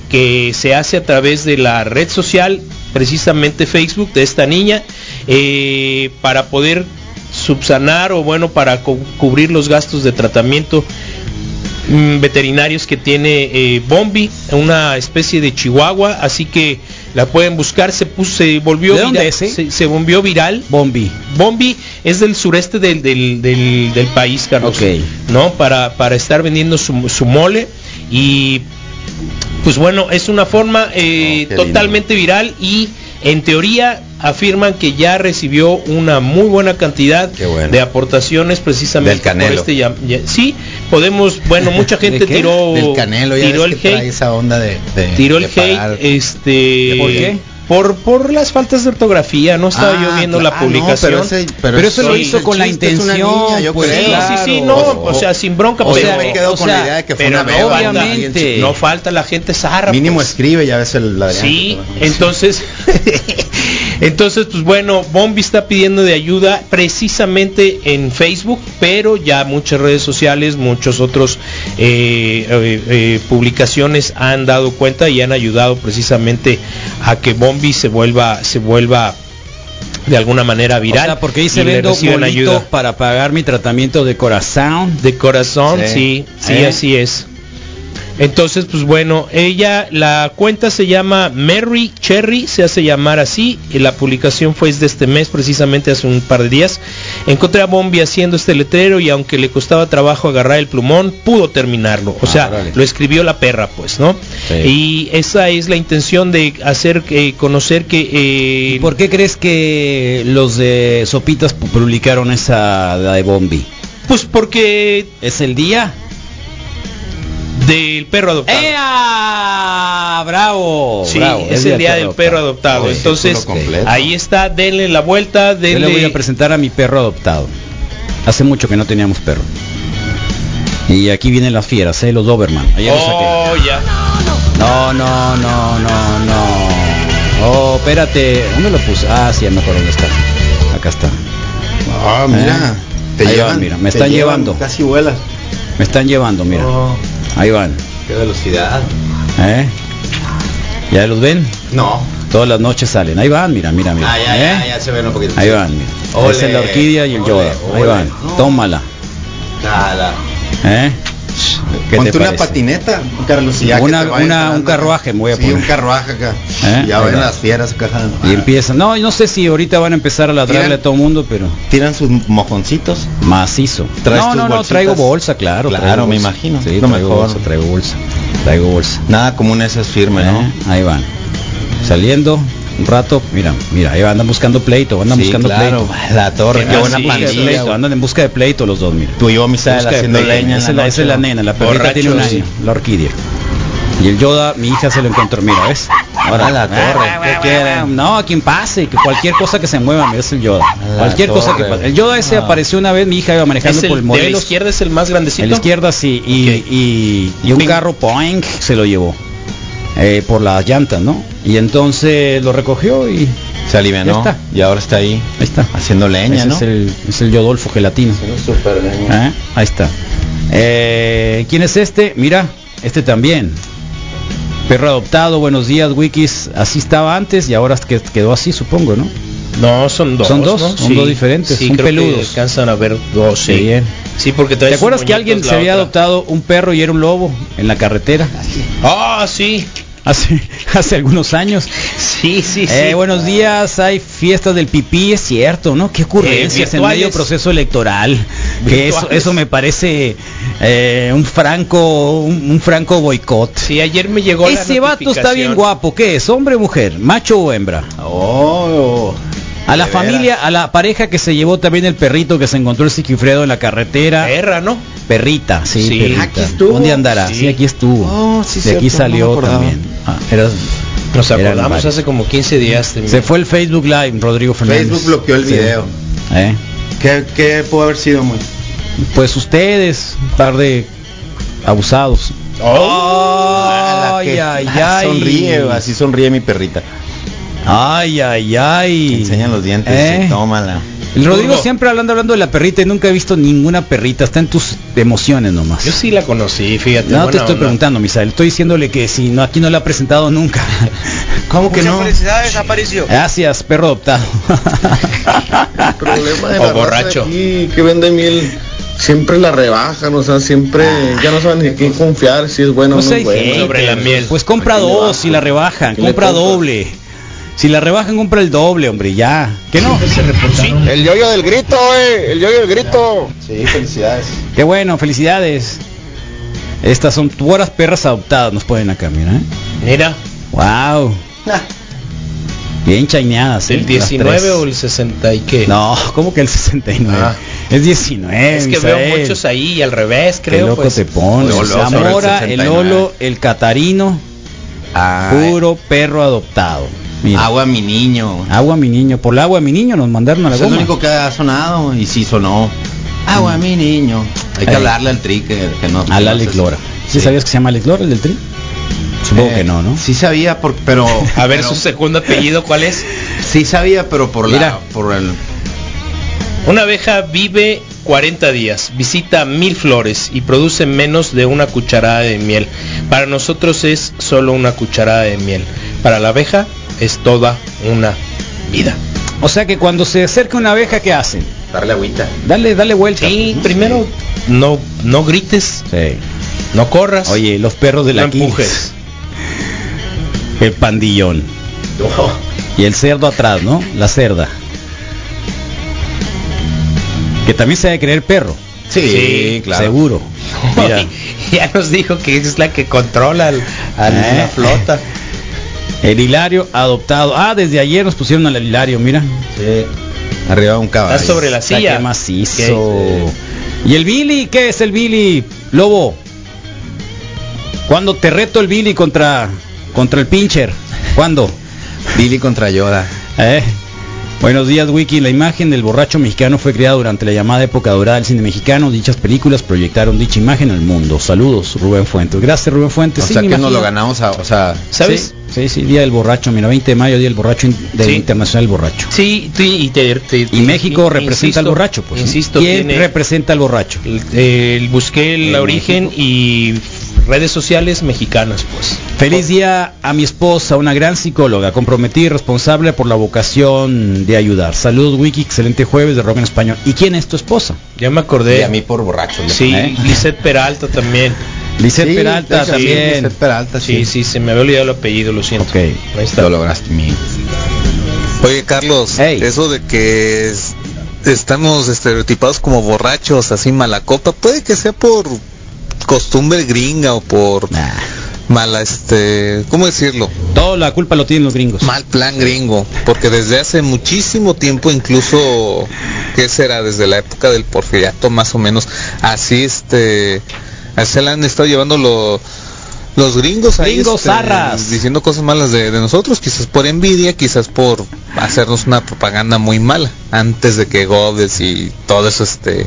Speaker 7: que se hace a través de la red social, precisamente Facebook, de esta niña, eh, para poder subsanar o bueno, para cu- cubrir los gastos de tratamiento mm, veterinarios que tiene eh, Bombi, una especie de chihuahua, así que la pueden buscar, se puso, se volvió
Speaker 5: ¿De dónde
Speaker 7: vira-
Speaker 5: es, eh?
Speaker 7: se, se volvió viral.
Speaker 5: Bombi.
Speaker 7: Bombi es del sureste del, del, del- del país, Carlos.
Speaker 5: Ok.
Speaker 7: ¿No? Para, para estar vendiendo su, su mole y pues bueno, es una forma eh,
Speaker 8: Oh, qué
Speaker 7: totalmente viral y en teoría afirman que ya recibió una muy buena cantidad
Speaker 8: Qué bueno.
Speaker 7: de aportaciones precisamente
Speaker 8: Del Canelo.
Speaker 7: por este llam- ya- sí, podemos, bueno, mucha gente
Speaker 5: ¿De qué?
Speaker 7: tiró
Speaker 8: Del canelo, ya
Speaker 7: tiró
Speaker 8: ves
Speaker 7: el
Speaker 8: que trae
Speaker 7: hate,
Speaker 8: esa onda de, de-
Speaker 7: tiró el
Speaker 8: Eh, de
Speaker 7: hate,
Speaker 8: pagar.
Speaker 7: este
Speaker 5: ¿Por qué?
Speaker 7: Por, por las faltas de ortografía, no estaba
Speaker 8: Ah,
Speaker 7: yo viendo
Speaker 8: ah,
Speaker 7: la
Speaker 8: no,
Speaker 7: publicación.
Speaker 8: pero, ese-
Speaker 5: Pero eso
Speaker 7: lo
Speaker 8: soy-
Speaker 5: hizo
Speaker 8: el
Speaker 5: con la
Speaker 8: chiste es una
Speaker 5: intención, pues,
Speaker 7: Sí,
Speaker 8: creo.
Speaker 5: claro.
Speaker 7: sí, sí, no, o, sea, sin bronca,
Speaker 8: O
Speaker 7: pero,
Speaker 8: sea, me quedo
Speaker 5: o
Speaker 8: con
Speaker 5: sea,
Speaker 8: la idea de que fue
Speaker 7: pero
Speaker 8: una
Speaker 7: no,
Speaker 8: beba,
Speaker 7: falta-
Speaker 5: obviamente.
Speaker 7: no falta la gente zarra.
Speaker 8: Mínimo
Speaker 7: pues.
Speaker 8: escribe, ya ves el la
Speaker 7: Sí, entonces, entonces, pues bueno, Bombi está pidiendo de ayuda precisamente en Facebook, pero ya muchas redes sociales, muchos otros eh, eh, eh, publicaciones han dado cuenta y han ayudado precisamente a que Bombi se vuelva, se vuelva de alguna manera
Speaker 5: O
Speaker 7: viral.
Speaker 5: sea, porque dice
Speaker 7: y le
Speaker 5: vendo
Speaker 7: reciben
Speaker 5: bolito
Speaker 7: ayuda.
Speaker 5: para pagar mi tratamiento de corazón.
Speaker 7: De corazón, sí,
Speaker 8: Sí.
Speaker 7: sí,
Speaker 8: ¿Eh?
Speaker 7: así es. Entonces, pues bueno, ella, la cuenta se llama Mary Cherry, se hace llamar así, y la publicación fue de este mes, precisamente hace un par de días. Encontré a Bombi haciendo este letrero y aunque le costaba trabajo agarrar el plumón, pudo terminarlo. O
Speaker 8: Ah,
Speaker 7: sea,
Speaker 8: órale.
Speaker 7: lo escribió la perra, pues, ¿no?
Speaker 8: Sí.
Speaker 7: Y esa es la intención de hacer eh, conocer que... eh,
Speaker 5: ¿Y por qué crees que los de Sopitas pu- publicaron esa la de Bombi?
Speaker 7: Pues porque
Speaker 5: ¿Es el día?
Speaker 7: del perro adoptado.
Speaker 5: Eh, ¡Ea! ¡Bravo!
Speaker 7: Sí,
Speaker 5: bravo,
Speaker 7: es el día del perro adoptado.
Speaker 8: Sí,
Speaker 7: Entonces,
Speaker 8: título completo.
Speaker 7: ahí está, denle la vuelta,
Speaker 5: Yo le voy
Speaker 7: denle...
Speaker 5: a presentar a mi perro adoptado. Hace mucho que no teníamos perro. Y aquí vienen las fieras, ¿eh? los Doberman. Ayer los saqué.
Speaker 7: Oh, ya.
Speaker 5: No, no, no, no, no. Oh, espérate. ¿Dónde lo puse? Ah, sí, ya me acuerdo dónde está. Acá está. ¿Eh?
Speaker 8: Ah,
Speaker 5: mira. Te llevan, me
Speaker 8: te
Speaker 5: están
Speaker 8: llevan,
Speaker 5: llevando.
Speaker 8: Casi vuelas.
Speaker 5: Me están llevando, mira.
Speaker 8: Oh,
Speaker 5: Ahí van.
Speaker 8: qué velocidad.
Speaker 5: ¿Eh? ¿Ya los ven?
Speaker 8: No.
Speaker 5: Todas las noches salen. Ahí van, mira, mira, mira.
Speaker 8: Ah, ya, ya,
Speaker 5: ¿Eh?
Speaker 8: ya se ven un poquito.
Speaker 5: Ahí van, mira. Ahí está
Speaker 8: Ole,
Speaker 5: la orquídea y el
Speaker 8: ole,
Speaker 5: yoda. Ahí
Speaker 8: ole.
Speaker 5: van.
Speaker 8: No.
Speaker 5: Tómala.
Speaker 8: Nada.
Speaker 5: ¿Eh? ¿Qué
Speaker 8: Ponte
Speaker 5: te
Speaker 8: una
Speaker 5: parece?
Speaker 8: patineta, Carlos, y ya que
Speaker 5: Una-
Speaker 8: te vayan
Speaker 5: una-
Speaker 8: jalando
Speaker 5: un
Speaker 8: acá.
Speaker 5: carruaje me voy a
Speaker 8: Sí,
Speaker 5: poner.
Speaker 8: un carruaje acá.
Speaker 5: ¿Eh?
Speaker 8: Ya
Speaker 5: Ahí
Speaker 8: ven
Speaker 5: va.
Speaker 8: las fieras acá. jalando.
Speaker 5: Y
Speaker 8: Ah.
Speaker 5: empiezan. No, no sé si ahorita van a empezar a ladrarle
Speaker 8: Tiran-
Speaker 5: a todo mundo, pero
Speaker 8: Tiran sus mojoncitos.
Speaker 5: macizo.
Speaker 8: ¿Traes
Speaker 5: no,
Speaker 8: tus
Speaker 5: no, no,
Speaker 8: bolsitas?
Speaker 5: traigo bolsa, claro.
Speaker 8: Claro,
Speaker 5: traigo
Speaker 8: me
Speaker 5: bolsa.
Speaker 8: imagino.
Speaker 5: Sí, traigo
Speaker 8: Lo mejor.
Speaker 5: bolsa, traigo bolsa. Traigo bolsa.
Speaker 8: Nada común eso es firme, ¿no?
Speaker 5: ¿Eh? Ahí van. Saliendo un rato, mira, mira, ahí andan buscando pleito, andan
Speaker 8: Sí,
Speaker 5: buscando
Speaker 8: claro.
Speaker 5: pleito.
Speaker 8: La torre,
Speaker 7: Ah,
Speaker 8: qué buena
Speaker 7: sí,
Speaker 5: Busca de
Speaker 8: pandilla.
Speaker 5: pleito,
Speaker 8: güey.
Speaker 5: andan en busca de pleito los dos, mira.
Speaker 8: Tú y yo, Misael,
Speaker 5: Busca de
Speaker 8: haciendo
Speaker 5: pleito.
Speaker 8: leña. en
Speaker 5: Esa es la, esa es la nena, la perrita tiene un año,
Speaker 8: Borrachos.
Speaker 5: la orquídea. Y el Yoda, mi hija se lo encontró, mira, ¿ves? ah,
Speaker 8: Ahora la torre, ¿qué quieren?
Speaker 5: No, quien pase, que cualquier cosa que se mueva, mira, es el Yoda.
Speaker 8: la
Speaker 5: Cualquier cosa que
Speaker 8: torre.
Speaker 5: pase. El Yoda ese
Speaker 8: Ah.
Speaker 5: apareció una vez, mi hija iba manejando
Speaker 7: Es el,
Speaker 5: por el
Speaker 7: de la
Speaker 5: modelo.
Speaker 7: izquierda es el más grandecito.
Speaker 5: El izquierda sí, y, y- y un
Speaker 7: Ping.
Speaker 5: carro Poink se lo llevó. eh, por las llantas, ¿no? Y entonces lo recogió y ahí
Speaker 8: Se alivianó
Speaker 5: Ya está.
Speaker 8: y ahora está ahí
Speaker 5: está.
Speaker 8: haciendo leña,
Speaker 5: Ese
Speaker 8: ¿no?
Speaker 5: es, el, es el Yodolfo Gelatino.
Speaker 8: Super leña.
Speaker 5: ¿Eh? Ahí está. Eh, ¿Quién es este? Mira, este también. Perro adoptado, buenos días, Wikis. Así estaba antes y ahora es que quedó así, supongo, ¿no?
Speaker 7: No, son dos.
Speaker 5: Son dos,
Speaker 7: ¿no?
Speaker 5: son dos diferentes,
Speaker 7: Sí,
Speaker 5: son
Speaker 7: creo que
Speaker 5: peludos.
Speaker 7: alcanzan a ver dos, sí.
Speaker 5: Bien.
Speaker 7: Sí, porque
Speaker 5: ¿Te acuerdas que alguien se había adoptado un perro y era un lobo en la carretera?
Speaker 7: Ah, sí.
Speaker 5: Hace, hace algunos años.
Speaker 7: Sí, sí, sí.
Speaker 5: Eh, buenos días, hay fiestas del pipí, es cierto, ¿no? Qué ocurrencias en
Speaker 7: Eh, virtuales.
Speaker 5: medio proceso electoral. Que eso,
Speaker 7: Virtuales.
Speaker 5: eso me parece eh, un franco, un, un franco boicot.
Speaker 7: Sí, ayer me llegó la
Speaker 5: Ese vato está bien
Speaker 7: notificación.
Speaker 5: guapo, ¿qué es? ¿Hombre o mujer? ¿Macho o hembra?
Speaker 8: Oh,
Speaker 5: A la
Speaker 8: De
Speaker 5: familia, a la pareja que se llevó también el perrito que se encontró el Siquifredo en la carretera.
Speaker 7: Perra, ¿no?
Speaker 5: Perrita, sí,
Speaker 7: Eh. Sí.
Speaker 5: perrita.
Speaker 8: Aquí estuvo.
Speaker 5: ¿Dónde andará? Sí.
Speaker 7: Sí.
Speaker 5: aquí estuvo.
Speaker 8: Oh, sí,
Speaker 5: De aquí
Speaker 8: cierto, no me
Speaker 5: salió
Speaker 8: acordaba.
Speaker 5: también. Ah, era-
Speaker 7: Nos
Speaker 5: eran
Speaker 7: acordamos
Speaker 5: varios.
Speaker 7: hace como 15 días. de-
Speaker 5: Se fue el Facebook Live, Rodrigo Fernández.
Speaker 8: Facebook bloqueó el
Speaker 5: Sí.
Speaker 8: video.
Speaker 5: ¿Eh?
Speaker 8: ¿Qué, qué pudo haber sido, muy?
Speaker 5: Pues ustedes, tarde abusados.
Speaker 7: Oh.
Speaker 8: Ah, la
Speaker 5: ay,
Speaker 8: que-
Speaker 5: ay,
Speaker 8: ah,
Speaker 5: ay.
Speaker 8: Sonríe, así sonríe mi perrita.
Speaker 5: Ay, ay, ay.
Speaker 8: Enseñan los dientes,
Speaker 5: ¿Eh?
Speaker 8: sí, tómala.
Speaker 5: El Rodrigo
Speaker 7: Turbo.
Speaker 5: siempre hablando, hablando de la perrita y nunca he visto ninguna perrita. Está en tus emociones nomás.
Speaker 7: Yo sí la conocí, fíjate.
Speaker 5: no te
Speaker 7: buena
Speaker 5: estoy
Speaker 7: onda.
Speaker 5: preguntando, Misael. Estoy diciéndole que si no, aquí no la ha presentado nunca. Pues
Speaker 8: ¿Cómo que no?
Speaker 9: felicidades, Aparicio.
Speaker 5: Gracias, perro adoptado.
Speaker 9: problema de la
Speaker 7: O
Speaker 9: raza
Speaker 7: borracho.
Speaker 9: de aquí, que vende miel siempre la rebajan o sea siempre
Speaker 8: Ah.
Speaker 9: ya no saben ni quién confiar si es bueno o
Speaker 5: No
Speaker 9: no
Speaker 5: sé,
Speaker 9: es bueno
Speaker 5: gente.
Speaker 7: Sobre la miel.
Speaker 5: Pues compra
Speaker 9: ¿A quién le
Speaker 5: dos
Speaker 9: baja?
Speaker 5: si la rebajan,
Speaker 9: ¿A quién le
Speaker 5: compra
Speaker 9: compra?
Speaker 5: doble. Si la rebajan, compra el doble, hombre, ya. ¿Qué no?
Speaker 9: el yoyo del grito eh el yoyo del grito
Speaker 8: Sí, felicidades.
Speaker 5: Qué bueno, felicidades. Estas son puras perras adoptadas, nos ponen acá, mira. ¿eh?
Speaker 7: Mira,
Speaker 5: Wow. Bien chaineadas. ¿eh?
Speaker 7: Ah. ¿el
Speaker 5: Las
Speaker 7: 19
Speaker 5: tres.
Speaker 7: o el 60 y qué?
Speaker 5: No, ¿cómo que el 69?
Speaker 7: Ah.
Speaker 5: Es 19.
Speaker 7: Es que
Speaker 5: Misael.
Speaker 7: veo muchos ahí y al revés,
Speaker 5: Qué
Speaker 7: creo.
Speaker 5: loco
Speaker 7: pues.
Speaker 5: te pones.
Speaker 8: Lolo, sobre el
Speaker 5: Zamora, el,
Speaker 8: 69.
Speaker 5: Lolo, el Catarino, puro perro adoptado. Mira. Agua.
Speaker 8: Ah, Agua mi niño.
Speaker 5: mi niño, por el agua mi niño nos mandaron a la
Speaker 8: Es lo
Speaker 5: goma.
Speaker 8: único que ha sonado y sí sonó. Agua mi niño. Hay que
Speaker 5: Ey.
Speaker 8: hablarle al tri que, que no.
Speaker 5: Al
Speaker 8: no
Speaker 5: Alex
Speaker 8: sé-
Speaker 5: Lora. ¿Sí,
Speaker 8: Sí.
Speaker 5: sabías que se llama Alex Lora el del tri? Supongo
Speaker 8: Eh,
Speaker 5: que no, ¿no?
Speaker 8: Sí sabía, por- pero
Speaker 7: A ver
Speaker 8: pero-
Speaker 7: su segundo apellido, ¿cuál es?
Speaker 8: sí sabía, pero por
Speaker 5: Mira.
Speaker 8: la por el
Speaker 7: Una abeja vive 40 días, visita mil flores y produce menos de una cucharada de miel. Para nosotros es solo una cucharada de miel. Para la abeja es toda una vida.
Speaker 5: O sea que cuando se acerca una abeja, ¿qué hacen?
Speaker 8: darle agüita.
Speaker 5: Dale, dale vuelta.
Speaker 7: Sí,
Speaker 5: ¿no?
Speaker 7: primero no no grites,
Speaker 5: Sí.
Speaker 7: No corras.
Speaker 5: Oye, los perros de
Speaker 7: no
Speaker 5: la
Speaker 7: empujes.
Speaker 5: Quince, El pandillón. Y el cerdo atrás, ¿no? La cerda. Que también se ha de creer perro.
Speaker 8: Sí,
Speaker 7: Sí,
Speaker 5: Seguro. Mira,
Speaker 7: Ya nos dijo que es la que controla al- a
Speaker 5: Eh.
Speaker 7: la flota.
Speaker 5: el Hilario adoptado. Ah, desde ayer nos pusieron al Hilario, mira.
Speaker 8: Sí. Arriba un caballo.
Speaker 7: Está sobre la
Speaker 5: O sea,
Speaker 7: silla.
Speaker 5: qué macizo.
Speaker 7: Ok.
Speaker 5: ¿Y el Billy? ¿Qué es el Billy? Lobo. ¿Cuándo te reto el Billy contra contra el pincher? ¿Cuándo?
Speaker 8: Billy contra Yoda.
Speaker 5: Eh. Buenos días, Wiki. La imagen del borracho mexicano fue creada durante la llamada época dorada del cine mexicano. Dichas películas proyectaron dicha imagen al mundo. Saludos, Rubén Fuentes. Gracias, Rubén Fuentes.
Speaker 8: O
Speaker 5: Sí,
Speaker 8: sea
Speaker 5: me
Speaker 8: que no
Speaker 5: imagino.
Speaker 8: lo ganamos a, o sea,
Speaker 7: ¿Sabes?
Speaker 5: Sí, sí, sí, Día del Borracho. Mira, 20 de mayo, Día del Borracho in- del
Speaker 7: Sí.
Speaker 5: Internacional del Borracho.
Speaker 7: Sí, sí, y, te- te- te-
Speaker 5: Y México
Speaker 7: in-
Speaker 5: representa
Speaker 7: insisto,
Speaker 5: al borracho, pues.
Speaker 7: Insisto,
Speaker 5: ¿Quién
Speaker 7: tiene-
Speaker 5: representa al borracho?
Speaker 7: el, el- busqué el,
Speaker 5: El
Speaker 7: origen
Speaker 5: México.
Speaker 7: y redes sociales mexicanas, pues.
Speaker 5: Feliz día a mi esposa, una gran psicóloga, comprometida y responsable por la vocación de ayudar. Salud, Wiki, excelente jueves de rock en español. ¿Y quién es tu esposa?
Speaker 7: Ya me
Speaker 8: y
Speaker 7: acordé.
Speaker 8: a mí por borracho. le-
Speaker 7: Sí,
Speaker 5: ¿eh?
Speaker 7: Lisette Peralta también.
Speaker 5: Lisette
Speaker 8: Sí, de
Speaker 5: Peralta
Speaker 8: hecho,
Speaker 5: también.
Speaker 8: Lisette Peralta,
Speaker 7: Sí, sí, se me había olvidado el apellido, lo siento.
Speaker 5: Ok.
Speaker 7: Ahí está.
Speaker 8: Lo lograste, mi.
Speaker 10: Oye, Carlos,
Speaker 5: Hey.
Speaker 10: eso de que es- estamos estereotipados como borrachos, así mala copa, puede que sea por costumbre gringa o por
Speaker 5: Nah,
Speaker 10: mala, este, ¿cómo decirlo?
Speaker 5: toda la culpa lo tienen los gringos.
Speaker 10: Mal plan gringo, porque desde hace muchísimo tiempo, incluso, ¿qué será? Desde la época del porfiriato, más o menos, así, este, así se la han estado llevando lo- los gringos ahí,
Speaker 5: Gringos
Speaker 10: este,
Speaker 5: zarras.
Speaker 10: diciendo cosas malas de, de nosotros, quizás por envidia, quizás por hacernos una propaganda muy mala, antes de que Goebbels y todo eso, este,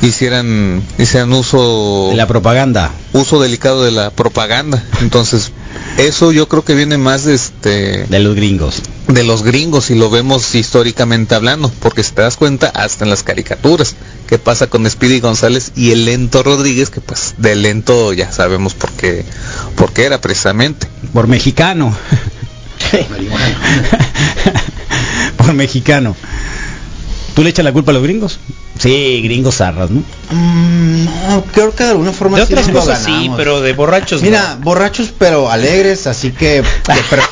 Speaker 10: hicieran, hicieran uso
Speaker 5: De La propaganda.
Speaker 10: uso delicado de la propaganda. Entonces, eso yo creo que viene más de este
Speaker 5: de los gringos.
Speaker 10: de los gringos y lo vemos históricamente hablando, porque si te das cuenta hasta en las caricaturas, qué pasa con Speedy González y el lento Rodríguez, que pues de lento ya sabemos por qué, por qué era precisamente.
Speaker 5: Por mexicano. Por mexicano. ¿Tú le echas la culpa a los gringos? Sí, gringos zarras, ¿no?
Speaker 8: Mm, no, creo que de alguna forma
Speaker 7: De
Speaker 8: sí
Speaker 7: otras
Speaker 8: nos lo
Speaker 7: cosas sí,
Speaker 8: ganamos.
Speaker 7: pero de borrachos
Speaker 8: Mira,
Speaker 7: no.
Speaker 8: borrachos pero alegres, así que, que pre-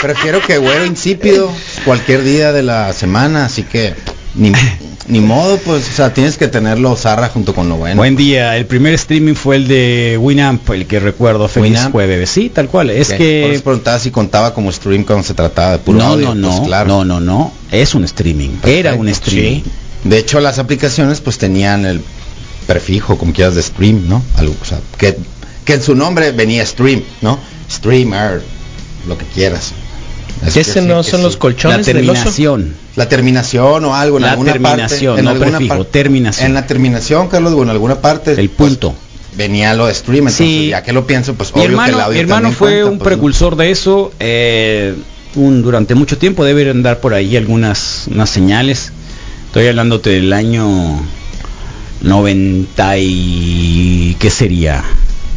Speaker 8: prefiero que güero insípido cualquier día de la semana, así que ni, ni modo, pues, o sea, tienes que tenerlo zarra junto con lo bueno.
Speaker 5: Buen día. El primer streaming fue el de Winamp, el que recuerdo. Feliz
Speaker 8: Winamp.
Speaker 5: jueves. Sí, tal cual. Es
Speaker 8: Ok, por
Speaker 5: que...
Speaker 8: eso preguntaba si contaba como stream cuando se trataba de puro
Speaker 5: no,
Speaker 8: audio,
Speaker 5: no, no,
Speaker 8: pues, claro.
Speaker 5: no, no, no. Es un streaming. Era un
Speaker 8: Perfecto,
Speaker 5: streaming.
Speaker 8: sí. De hecho, las aplicaciones pues tenían el prefijo, como quieras, de stream, ¿no? Algo, o sea, que, que en su nombre venía stream, ¿no? Streamer, lo que quieras. Es
Speaker 7: Ese
Speaker 8: que sí,
Speaker 7: no
Speaker 8: que
Speaker 7: son
Speaker 8: sí.
Speaker 7: los colchones
Speaker 5: La
Speaker 7: del oso?
Speaker 5: terminación.
Speaker 8: La terminación o algo, en
Speaker 5: La
Speaker 8: alguna
Speaker 5: terminación,
Speaker 8: parte. en
Speaker 5: no
Speaker 8: alguna
Speaker 5: prefijo,
Speaker 8: parte-
Speaker 5: terminación.
Speaker 8: En la terminación, Carlos, o en alguna parte.
Speaker 5: El
Speaker 8: pues,
Speaker 5: punto.
Speaker 8: venía lo de stream, entonces
Speaker 5: Sí.
Speaker 8: ya que lo pienso, pues
Speaker 5: Mi
Speaker 8: obvio que el
Speaker 5: hermano,
Speaker 8: audio
Speaker 5: mi hermano
Speaker 8: también
Speaker 5: fue
Speaker 8: cuenta,
Speaker 5: un
Speaker 8: pues, ¿no?
Speaker 5: precursor de eso. eh, un, durante mucho tiempo deben andar por ahí algunas unas señales. Estoy hablándote del año 90 y... ¿qué sería?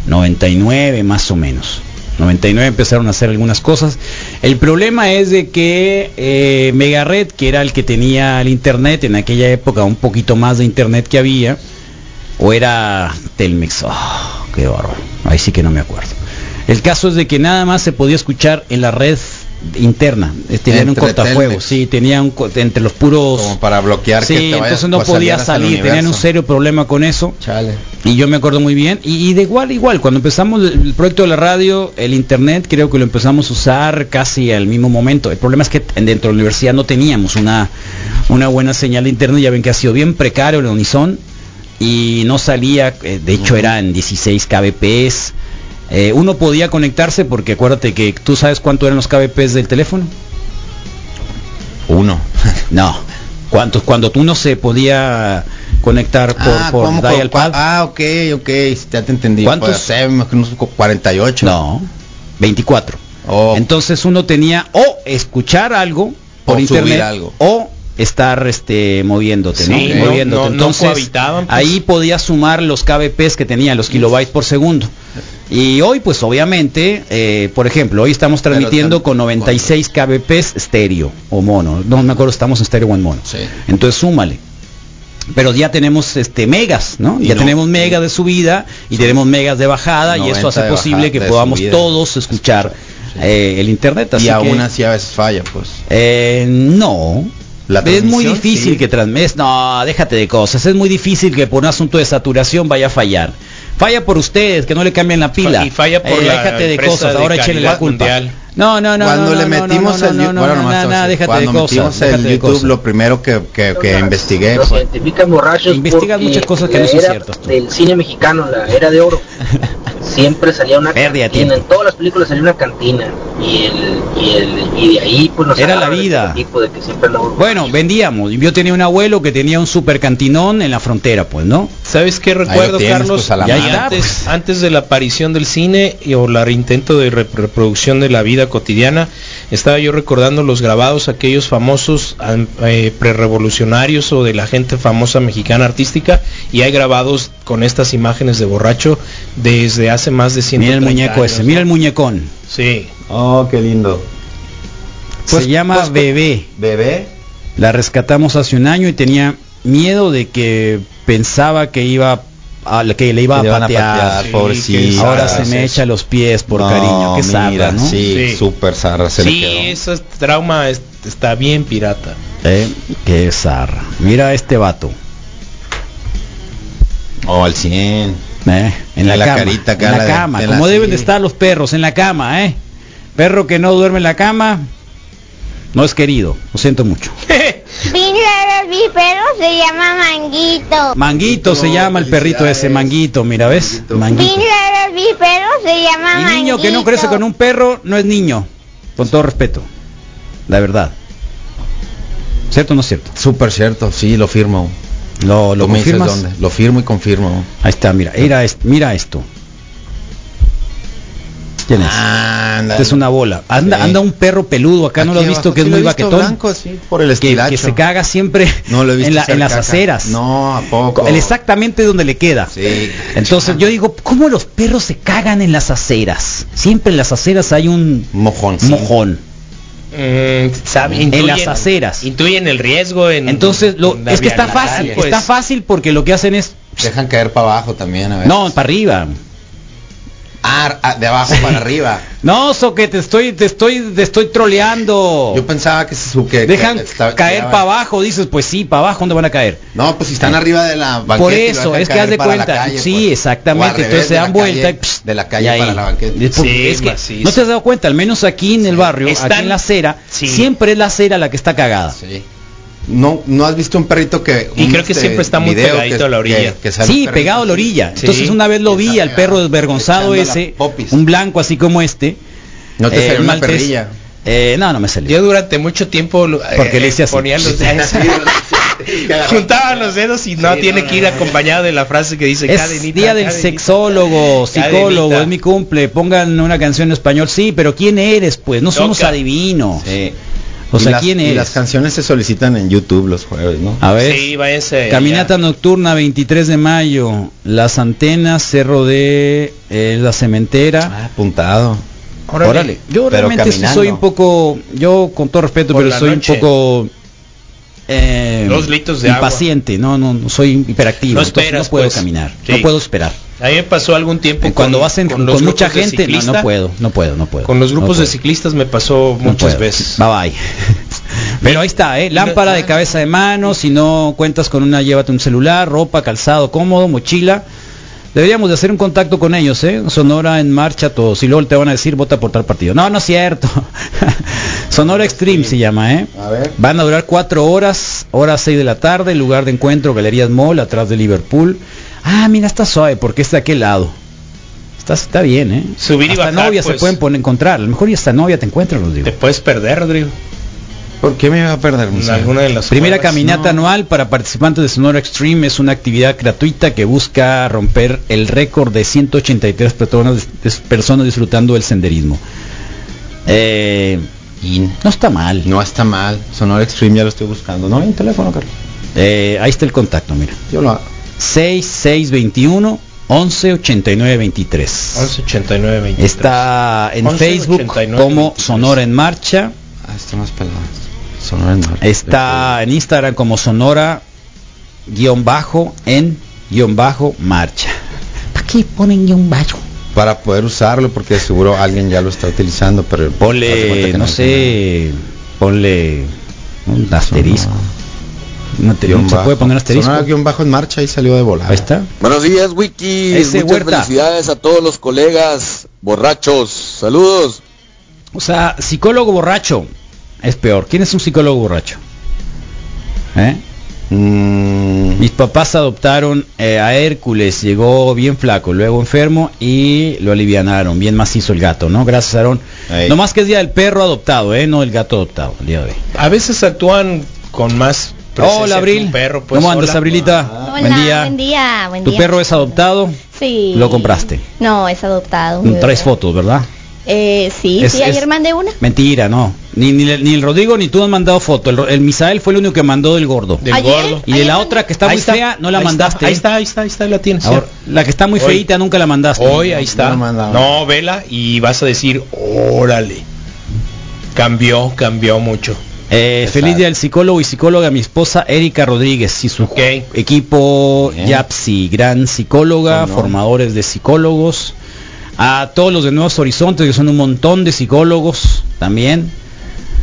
Speaker 5: 99 más o menos. 99 empezaron a hacer algunas cosas. El problema es de que eh, Megared, que era el que tenía el internet en aquella época, un poquito más de internet que había, o era Telmex. Oh, qué bárbaro. Ahí sí que no me acuerdo. El caso es de que nada más se podía escuchar en la red interna. Eh, Tenían un
Speaker 8: Entre
Speaker 5: cortafuegos,
Speaker 8: Telmex.
Speaker 5: sí, tenían un co- entre los puros.
Speaker 8: Como para bloquear
Speaker 5: sí,
Speaker 8: que te vayas,
Speaker 5: entonces no
Speaker 8: pues,
Speaker 5: podía
Speaker 8: salieras al
Speaker 5: salir, tenían un
Speaker 8: universo.
Speaker 5: serio problema con eso.
Speaker 8: Chale.
Speaker 5: Y yo me acuerdo muy bien. Y, y de igual, igual, cuando empezamos el el proyecto de la radio, el internet, creo que lo empezamos a usar casi al mismo momento. El problema es que t- dentro de la universidad no teníamos una, una buena señal de internet. Ya ven que ha sido bien precario el Unison. Y no salía, eh, de hecho eran 16 kbps. Eh, uno podía conectarse porque acuérdate que tú sabes cuánto eran los kbps del teléfono.
Speaker 8: Uno.
Speaker 5: No. ¿Cuántos? Cuando tú no se podía conectar por,
Speaker 8: ah,
Speaker 5: por
Speaker 8: ¿cómo,
Speaker 5: dial
Speaker 8: cómo,
Speaker 5: pad.
Speaker 8: cua- ah, ok, ok, ya te entendí.
Speaker 5: ¿Cuántos?
Speaker 8: Pues, sé, me imagino unos cu- 48.
Speaker 5: No, 24.
Speaker 8: Oh.
Speaker 5: Entonces uno tenía o escuchar algo por
Speaker 8: O subir
Speaker 5: internet
Speaker 8: algo.
Speaker 5: o estar este moviéndote,
Speaker 7: Sí,
Speaker 5: ¿no?
Speaker 7: no,
Speaker 5: moviéndote.
Speaker 7: no, no
Speaker 5: Entonces
Speaker 7: cohabitaban, pues.
Speaker 5: ahí podía sumar los kbps que tenía, los kilobytes por segundo. Y hoy pues obviamente, eh, por ejemplo, hoy estamos
Speaker 8: Pero
Speaker 5: transmitiendo
Speaker 8: tan-
Speaker 5: con 96 kbps estéreo o mono, no me acuerdo, estamos en estéreo o en mono.
Speaker 8: Sí.
Speaker 5: Entonces súmale. pero ya tenemos este megas, ¿no?
Speaker 8: Y
Speaker 5: ya
Speaker 8: no.
Speaker 5: tenemos mega de subida y tenemos megas de bajada y
Speaker 8: 90
Speaker 5: eso hace
Speaker 8: de
Speaker 5: posible
Speaker 8: bajada,
Speaker 5: que
Speaker 8: de
Speaker 5: podamos
Speaker 8: subida.
Speaker 5: todos escuchar eh, el internet. Así
Speaker 8: y
Speaker 5: que,
Speaker 8: aún así a veces falla, pues.
Speaker 5: eh, no.
Speaker 8: La
Speaker 5: es muy
Speaker 8: transmisión,
Speaker 5: difícil
Speaker 8: sí.
Speaker 5: que transmes. No, déjate de cosas. Es muy difícil que por un asunto de saturación vaya a fallar. Falla por ustedes, que no le cambien la pila. Eh,
Speaker 7: y falla por la
Speaker 5: déjate de
Speaker 7: empresa
Speaker 5: cosas.
Speaker 7: de
Speaker 5: ahora échenle la
Speaker 7: calidad
Speaker 5: culpa.
Speaker 7: mundial.
Speaker 5: No, no, no.
Speaker 8: cuando
Speaker 5: no, no,
Speaker 8: le
Speaker 5: no,
Speaker 8: metimos
Speaker 5: no,
Speaker 8: el
Speaker 5: no,
Speaker 8: you-
Speaker 5: no,
Speaker 8: bueno,
Speaker 5: no,
Speaker 8: nomás
Speaker 5: no,
Speaker 8: te voy a
Speaker 5: no,
Speaker 8: decir,
Speaker 5: déjate de
Speaker 8: cuando metimos
Speaker 5: cosas.
Speaker 8: el
Speaker 5: déjate de
Speaker 8: YouTube
Speaker 5: cosas.
Speaker 8: lo primero que, que, que investigué
Speaker 11: Los
Speaker 8: fue
Speaker 11: identifican borrachos.
Speaker 5: Investigan
Speaker 11: porque
Speaker 5: muchas cosas que
Speaker 11: la
Speaker 5: no son
Speaker 11: era
Speaker 5: ciertas, tú.
Speaker 11: Del cine mexicano, la era de oro. Siempre salía una
Speaker 5: Pérdida de
Speaker 11: cantina.
Speaker 5: tiempo.
Speaker 11: En todas las películas salía una cantina. Y, el, y, el, y de ahí, pues nos
Speaker 5: Era
Speaker 11: agarra
Speaker 5: la
Speaker 11: de
Speaker 5: vida.
Speaker 11: este tipo de que siempre andaba borracho.
Speaker 5: Bueno, vendíamos. Yo tenía un abuelo que tenía un super cantinón en la frontera, pues, ¿no?
Speaker 7: ¿Sabes qué
Speaker 8: lo
Speaker 7: recuerdo,
Speaker 8: tienes,
Speaker 7: Carlos?
Speaker 8: pues, a la
Speaker 7: Y
Speaker 5: mano.
Speaker 7: antes, antes de la aparición del cine y- o la intento de re- reproducción de la vida cotidiana, estaba yo recordando los grabados, aquellos famosos an- eh, prerevolucionarios o de la gente famosa mexicana artística, y hay grabados con estas imágenes de borracho desde hace más de 100
Speaker 5: Mira el muñeco ese, mira el muñecón.
Speaker 7: Sí.
Speaker 8: Oh, qué lindo. Pues,
Speaker 5: Se llama Bebé.
Speaker 8: Bebé.
Speaker 5: La rescatamos hace un año y tenía miedo de que pensaba que iba a, que le iba a
Speaker 8: Que le iban a
Speaker 5: patear.
Speaker 8: patear,
Speaker 7: Sí,
Speaker 8: pobrecita.
Speaker 7: qué
Speaker 5: Ahora
Speaker 7: zarra,
Speaker 5: se me
Speaker 7: sí.
Speaker 5: echa los pies por
Speaker 8: No,
Speaker 5: cariño. Qué
Speaker 8: mira,
Speaker 5: zarra, ¿no?
Speaker 8: Sí,
Speaker 7: Sí.
Speaker 8: súper zarra se le
Speaker 7: sí,
Speaker 8: quedó.
Speaker 7: ese trauma es- está bien pirata.
Speaker 5: Eh, Qué zarra. Mira a este vato.
Speaker 8: Oh, al 100.
Speaker 5: eh, En
Speaker 8: Y
Speaker 5: la,
Speaker 8: la
Speaker 5: cama.
Speaker 8: carita acá,
Speaker 5: en la
Speaker 8: la de-
Speaker 5: cama.
Speaker 8: de la-
Speaker 5: como deben de
Speaker 8: sí.
Speaker 5: estar los perros, en la cama, ¿eh? Perro que no duerme en la cama. No es querido, lo siento mucho.
Speaker 12: mi perro se llama Manguito.
Speaker 5: Manguito se llama el perrito ese, Manguito, mira, ¿ves? Manguito.
Speaker 12: mi perro se llama
Speaker 5: Y niño que no crece con un perro no es niño. Con todo respeto. La verdad. ¿Cierto o no es cierto?
Speaker 8: Súper cierto, sí, lo firmo.
Speaker 5: Lo, lo
Speaker 8: Tú me dices
Speaker 5: confirmas.
Speaker 8: dónde. Lo firmo y confirmo.
Speaker 5: Ahí está, mira, mira, es- mira esto. ¿Quién es?
Speaker 8: Anda.
Speaker 5: Esta es una bola. Anda,
Speaker 8: Sí.
Speaker 5: anda un perro peludo acá, Ah, ¿no lo has
Speaker 8: Aquí
Speaker 5: visto?
Speaker 8: abajo,
Speaker 5: Que es
Speaker 8: sí lo
Speaker 5: muy
Speaker 8: he visto,
Speaker 5: baquetón.
Speaker 8: blanco, sí, por el
Speaker 5: que,
Speaker 8: estilacho.
Speaker 5: que se caga siempre
Speaker 8: No lo he visto
Speaker 5: en, la-
Speaker 8: hacer
Speaker 5: en las
Speaker 8: caca.
Speaker 5: aceras.
Speaker 8: No, a poco.
Speaker 5: El exactamente donde le queda.
Speaker 8: Sí.
Speaker 5: Entonces yo digo, ¿cómo los perros se cagan en las aceras? Siempre en las aceras hay un
Speaker 8: Mojón. sí.
Speaker 5: mojón.
Speaker 7: Mm, sabe,
Speaker 5: En las aceras.
Speaker 7: Intuyen el riesgo
Speaker 8: Mm.
Speaker 7: en
Speaker 5: Entonces, lo,
Speaker 7: en la
Speaker 5: es que está
Speaker 7: vialidad,
Speaker 5: fácil,
Speaker 7: pues.
Speaker 5: está fácil porque lo que hacen es...
Speaker 8: Dejan caer para abajo también a veces.
Speaker 5: No, para arriba.
Speaker 8: Ah, ah, de abajo para arriba.
Speaker 5: No, so que te estoy, te estoy, te estoy troleando.
Speaker 8: Yo pensaba que se su- que-
Speaker 5: Dejan
Speaker 8: que está-
Speaker 5: caer
Speaker 8: que-
Speaker 5: para abajo, dices, pues sí, para abajo, ¿dónde van a caer?
Speaker 8: No, pues si están arriba de la banqueta.
Speaker 5: Por
Speaker 8: y lo
Speaker 5: eso,
Speaker 8: dejan
Speaker 5: es que
Speaker 8: caer
Speaker 5: haz de
Speaker 8: para la
Speaker 5: cuenta.
Speaker 8: calle,
Speaker 5: sí,
Speaker 8: pues. O al
Speaker 5: exactamente.
Speaker 8: revés,
Speaker 5: Entonces se
Speaker 8: de la
Speaker 5: dan vuelta
Speaker 8: calle-
Speaker 5: y, pss,
Speaker 8: de la
Speaker 5: y
Speaker 8: calle
Speaker 5: ahí.
Speaker 8: para la
Speaker 5: Es
Speaker 8: banqueta.
Speaker 5: porque
Speaker 7: Sí,
Speaker 5: es que
Speaker 7: macizo.
Speaker 5: no te has dado cuenta, al menos aquí en el barrio, aquí
Speaker 7: Están-
Speaker 5: en la acera,
Speaker 7: Sí.
Speaker 5: siempre es la acera la que está cagada.
Speaker 8: Sí. No, no has visto un perrito que.
Speaker 7: Y
Speaker 8: un, este,
Speaker 7: creo que siempre está muy
Speaker 8: video
Speaker 7: pegadito a la orilla.
Speaker 8: que- que sale un
Speaker 5: Sí,
Speaker 8: perrito
Speaker 5: pegado a la
Speaker 8: así.
Speaker 5: orilla.
Speaker 7: Sí.
Speaker 5: Entonces una vez lo
Speaker 8: Está
Speaker 5: vi al
Speaker 8: pegado,
Speaker 5: perro desvergonzado
Speaker 8: echando las
Speaker 5: ese,
Speaker 8: popis.
Speaker 5: un blanco así como este.
Speaker 8: No te
Speaker 5: eh,
Speaker 8: salió
Speaker 5: un
Speaker 8: una
Speaker 5: maltés.
Speaker 8: perrilla.
Speaker 5: Eh, no, no me salió.
Speaker 7: Yo durante mucho tiempo lo- eh,
Speaker 5: Porque le hice así.
Speaker 7: ponía los dedos. Juntaba los dedos y no tiene que ir acompañado de la frase que dice
Speaker 5: Es
Speaker 7: "Cadenita,
Speaker 5: día del
Speaker 7: cadenita".
Speaker 5: sexólogo, psicólogo,
Speaker 7: Cadenita.
Speaker 5: es mi cumple, pongan una canción en español, sí, pero ¿quién eres? Pues no somos
Speaker 7: Toca.
Speaker 5: adivinos.
Speaker 8: Sí.
Speaker 5: O
Speaker 8: Y
Speaker 5: sea,
Speaker 8: las-
Speaker 5: ¿quién
Speaker 8: Y las
Speaker 5: eres?
Speaker 8: canciones se solicitan en YouTube los jueves, ¿no?
Speaker 5: A ver,
Speaker 7: Sí, váyanse.
Speaker 5: caminata
Speaker 7: ya.
Speaker 5: nocturna 23 de mayo, Las Antenas, Cerro de eh, la Cementera.
Speaker 8: Ah, apuntado.
Speaker 7: Órale.
Speaker 5: Yo
Speaker 8: Pero
Speaker 5: realmente sí
Speaker 8: caminando.
Speaker 5: soy un poco, yo con todo respeto,
Speaker 7: Por
Speaker 5: pero
Speaker 7: la
Speaker 5: soy
Speaker 7: noche.
Speaker 5: un poco... eh,
Speaker 7: Dos litros de agua.
Speaker 5: impaciente, no, no, no, soy hiperactivo,
Speaker 7: No
Speaker 5: entonces
Speaker 7: esperas,
Speaker 5: no puedo
Speaker 7: pues.
Speaker 5: caminar,
Speaker 7: Sí.
Speaker 5: no puedo esperar.
Speaker 7: A mí me pasó algún tiempo
Speaker 5: Eh, cuando vas en, con,
Speaker 7: los grupos
Speaker 5: mucha
Speaker 7: de
Speaker 5: gente, no, no
Speaker 7: ciclista,
Speaker 5: puedo, no puedo, no puedo.
Speaker 7: Con los
Speaker 5: no
Speaker 7: grupos de
Speaker 5: puedo,
Speaker 7: ciclistas me pasó
Speaker 5: no
Speaker 7: muchas
Speaker 5: puedo.
Speaker 7: veces.
Speaker 5: Bye bye. Pero ahí está, ¿eh? lámpara de cabeza de mano, si no cuentas con una, llévate un celular, ropa, calzado cómodo, mochila. Deberíamos de hacer un contacto con ellos, ¿eh? Sonora en marcha todos. Y luego te van a decir, vota por tal partido. No, no es cierto. Sonora Extreme se llama, ¿eh?
Speaker 8: A ver.
Speaker 5: Van a durar cuatro horas, hora seis de la tarde, lugar de encuentro, Galerías Mall, atrás de Liverpool. Ah, mira, está suave porque es de aquel lado. Está, está bien, ¿eh?
Speaker 7: Subir y
Speaker 5: hasta
Speaker 7: bajar,
Speaker 5: novia se
Speaker 7: pues.
Speaker 5: pueden poner, encontrar. A lo mejor y hasta novia te encuentran, los digo.
Speaker 7: Te puedes perder, Rodrigo.
Speaker 8: ¿Por qué me iba a perder?
Speaker 7: En
Speaker 8: Museo?
Speaker 7: alguna de las
Speaker 5: Primera
Speaker 7: cuevas.
Speaker 5: caminata anual para participantes de Sonora Extreme es una actividad gratuita que busca romper el récord de 183 personas, des- personas disfrutando del senderismo. Eh,
Speaker 8: Y
Speaker 5: no está mal.
Speaker 8: no está mal. Sonora Extreme ya lo estoy buscando. No hay un teléfono, Carlos.
Speaker 5: Eh, ahí está el contacto, mira.
Speaker 8: Yo lo hago.
Speaker 5: 6621 118923.
Speaker 7: 11.89, 23.
Speaker 5: Está en
Speaker 7: 11
Speaker 5: Facebook
Speaker 7: 89
Speaker 5: como
Speaker 7: 23.
Speaker 5: Sonora en Marcha.
Speaker 8: Ah, está más pelado. Sonora en marcha.
Speaker 5: Está en Instagram como Sonora
Speaker 8: guión bajo en guión bajo marcha.
Speaker 5: ¿Para qué ponen guión bajo?
Speaker 8: Para poder usarlo, porque seguro alguien ya lo está utilizando, pero... hace falta
Speaker 5: Ponle,
Speaker 8: que
Speaker 5: no sé, ponle un asterisco. No te,
Speaker 8: Guión
Speaker 5: ¿Se
Speaker 8: bajo.
Speaker 5: puede poner asterisco?
Speaker 8: Sonaba guión bajo en marcha y salió de bola.
Speaker 5: Ahí está.
Speaker 13: Buenos días, Wiki.
Speaker 5: Ese
Speaker 13: Muchas
Speaker 5: Huerta.
Speaker 13: felicidades a todos los colegas borrachos. Saludos.
Speaker 5: O sea, psicólogo borracho es peor. ¿Quién es un psicólogo borracho? ¿Eh?
Speaker 8: Mm.
Speaker 5: Mis papás adoptaron eh, a Hércules, llegó bien flaco, luego enfermo y lo alivianaron. Bien macizo el gato, ¿no? Gracias, Aarón. No más que es día del perro adoptado, ¿eh? No del gato adoptado, el día de hoy.
Speaker 7: A veces actúan con más presencia
Speaker 5: Hola,
Speaker 7: que
Speaker 5: Abril.
Speaker 7: Pues un perro, pues,
Speaker 5: ¿Cómo andas,
Speaker 7: hola.
Speaker 5: Abrilita?
Speaker 14: Hola,
Speaker 5: buen día.
Speaker 14: buen día, buen
Speaker 5: ¿Tu
Speaker 14: día.
Speaker 5: perro es adoptado?
Speaker 14: Sí.
Speaker 5: Lo compraste.
Speaker 14: No, es adoptado. mi
Speaker 5: Mm, Traes
Speaker 14: bebé.
Speaker 5: fotos, ¿verdad?
Speaker 14: Eh, sí,
Speaker 5: Es-
Speaker 14: sí,
Speaker 5: es-
Speaker 14: ayer mandé una.
Speaker 5: Mentira, no. Ni, ni, el- ni el Rodrigo ni tú han mandado foto. El, Ro- el Misael fue el único que mandó del gordo.
Speaker 7: Del Ayer, gordo.
Speaker 5: Y de la otra que está
Speaker 7: Ahí
Speaker 5: muy fea, no la
Speaker 7: ahí está,
Speaker 5: mandaste.
Speaker 7: ahí está, ahí está, ahí está, la tienes.
Speaker 5: Ahora, la que está muy
Speaker 7: Hoy.
Speaker 5: feita nunca la mandaste.
Speaker 7: Hoy ahí está. No, vela y vas a decir, órale. Cambió, cambió mucho.
Speaker 5: Eh, feliz día del psicólogo y psicóloga, mi esposa Erika Rodríguez y su equipo Yapsi, gran psicóloga, formadores de psicólogos. A todos los de Nuevos Horizontes, que son un montón de psicólogos también.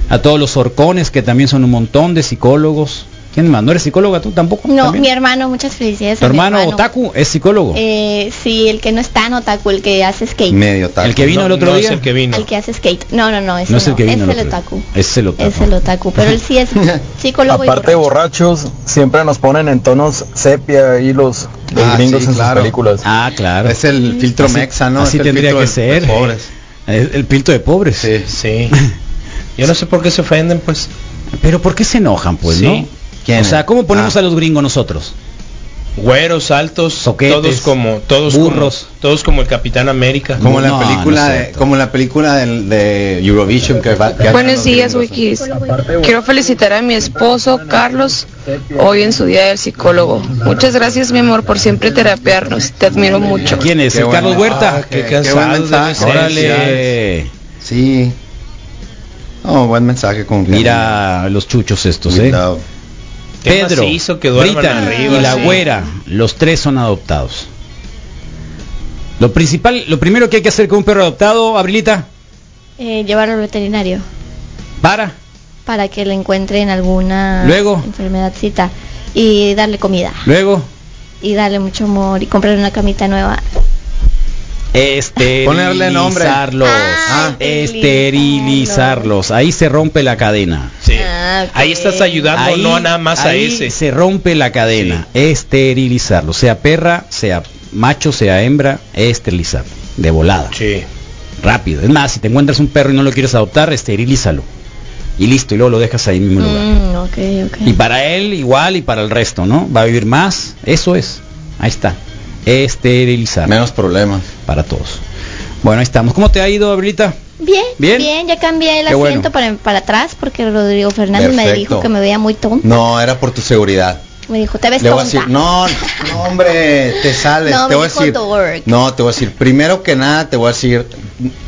Speaker 5: A todos los orcones, que también son un montón de psicólogos. ¿Quién más? ¿No eres psicóloga tú tampoco?
Speaker 14: No,
Speaker 5: ¿También?
Speaker 14: mi hermano, muchas felicidades.
Speaker 5: ¿Tu
Speaker 14: a mi
Speaker 5: hermano, Otaku es psicólogo?
Speaker 14: Eh, sí, el que no está en otaku, el que hace skate.
Speaker 5: Medio otaku. El que vino
Speaker 7: No,
Speaker 5: el otro
Speaker 7: no
Speaker 5: día.
Speaker 7: es el que vino.
Speaker 14: El que hace skate. No, no, no, ese
Speaker 5: No es el que vino
Speaker 14: es
Speaker 5: el
Speaker 14: el
Speaker 5: otro día.
Speaker 14: otaku.
Speaker 5: Es el otaku.
Speaker 14: Es el otaku, pero él sí es psicólogo y
Speaker 15: Aparte
Speaker 14: borracho.
Speaker 15: borrachos, siempre nos ponen en tonos sepia y los, los
Speaker 8: Ah,
Speaker 15: gringos
Speaker 8: sí,
Speaker 15: en
Speaker 8: claro.
Speaker 15: sus películas.
Speaker 5: Ah, claro.
Speaker 8: Es el filtro
Speaker 5: Así-
Speaker 8: mexa, ¿no?
Speaker 5: Así
Speaker 8: Es el
Speaker 5: tendría
Speaker 8: filtro
Speaker 5: que
Speaker 8: de- de
Speaker 5: ser.
Speaker 8: pobres.
Speaker 5: El, el filtro de pobres.
Speaker 8: Sí.
Speaker 7: Sí. Yo no sé por qué se ofenden, pues.
Speaker 5: Pero ¿por qué se enojan, pues,
Speaker 7: Sí.
Speaker 5: no? O
Speaker 7: ¿Quiénes?
Speaker 5: sea, ¿cómo
Speaker 8: Ah.
Speaker 5: ponemos a los gringos nosotros?
Speaker 7: Güeros, altos,
Speaker 5: Soquetes,
Speaker 7: todos como, todos
Speaker 5: burros.
Speaker 7: como, todos como el Capitán América.
Speaker 8: Como la película de, como la película del- de, Eurovision que va que hacen
Speaker 16: Buenos
Speaker 8: los
Speaker 16: días,
Speaker 8: gringos.
Speaker 16: Wikis. Quiero felicitar a mi esposo Carlos hoy en su día del psicólogo. Muchas gracias, mi amor, por siempre terapearnos. Te admiro mucho.
Speaker 5: ¿Quién es? ¿El Carlos Huerta?
Speaker 8: Ah, qué buen mensaje.
Speaker 5: Órale.
Speaker 8: Sí. No, buen mensaje con
Speaker 5: Mira los chuchos estos, ¿eh?
Speaker 8: Cuidado.
Speaker 7: Qué
Speaker 5: Pedro,
Speaker 7: macizo que duerman
Speaker 5: Brittany
Speaker 7: arriba,
Speaker 5: y la
Speaker 7: sí.
Speaker 5: güera, los tres son adoptados. Lo principal, lo primero que hay que hacer con un perro adoptado, Abrilita,
Speaker 14: Eh, llevarlo al veterinario
Speaker 5: para.
Speaker 14: para que le encuentren alguna
Speaker 5: Luego.
Speaker 14: enfermedadcita y darle comida
Speaker 5: Luego,
Speaker 14: y darle mucho amor y comprarle una camita nueva.
Speaker 5: este
Speaker 8: Ponerle nombre.
Speaker 5: esterilizarlos,
Speaker 14: Ah,
Speaker 5: esterilizarlos. Ahí se rompe la cadena.
Speaker 7: Sí.
Speaker 14: Ah,
Speaker 7: Ahí estás ayudando
Speaker 5: Ahí-
Speaker 7: no a nada más a
Speaker 5: ahí
Speaker 7: ese.
Speaker 5: se rompe la cadena. Esterilizarlo. Sea perra, sea macho, sea hembra, esterilizarlo. De volada. Rápido. Es más, si te encuentras un perro y no lo quieres adoptar, esterilízalo. Y listo, y luego lo dejas ahí en el mismo lugar.
Speaker 14: Mm, ok, ok.
Speaker 5: Y para él igual y para el resto, ¿no? Va a vivir más. Eso es. Ahí está. Esterilizar. Menos problemas. Para todos. Bueno, ahí estamos. ¿Cómo te ha ido, Abrilita?
Speaker 14: Bien,
Speaker 5: Bien.
Speaker 14: bien, ya cambié el
Speaker 5: Qué bueno.
Speaker 14: asiento para, para atrás porque Rodrigo Fernández me
Speaker 8: Perfecto.
Speaker 14: dijo que me veía muy tonto.
Speaker 8: No, era por tu seguridad.
Speaker 14: Me dijo, te ves
Speaker 8: Le voy a
Speaker 14: tonta.
Speaker 8: decir, no, no, hombre, te sales,
Speaker 14: No,
Speaker 8: te
Speaker 14: me
Speaker 8: voy a
Speaker 14: dijo
Speaker 8: decir.
Speaker 14: dork.
Speaker 8: No, te voy a decir, primero que nada te voy a decir,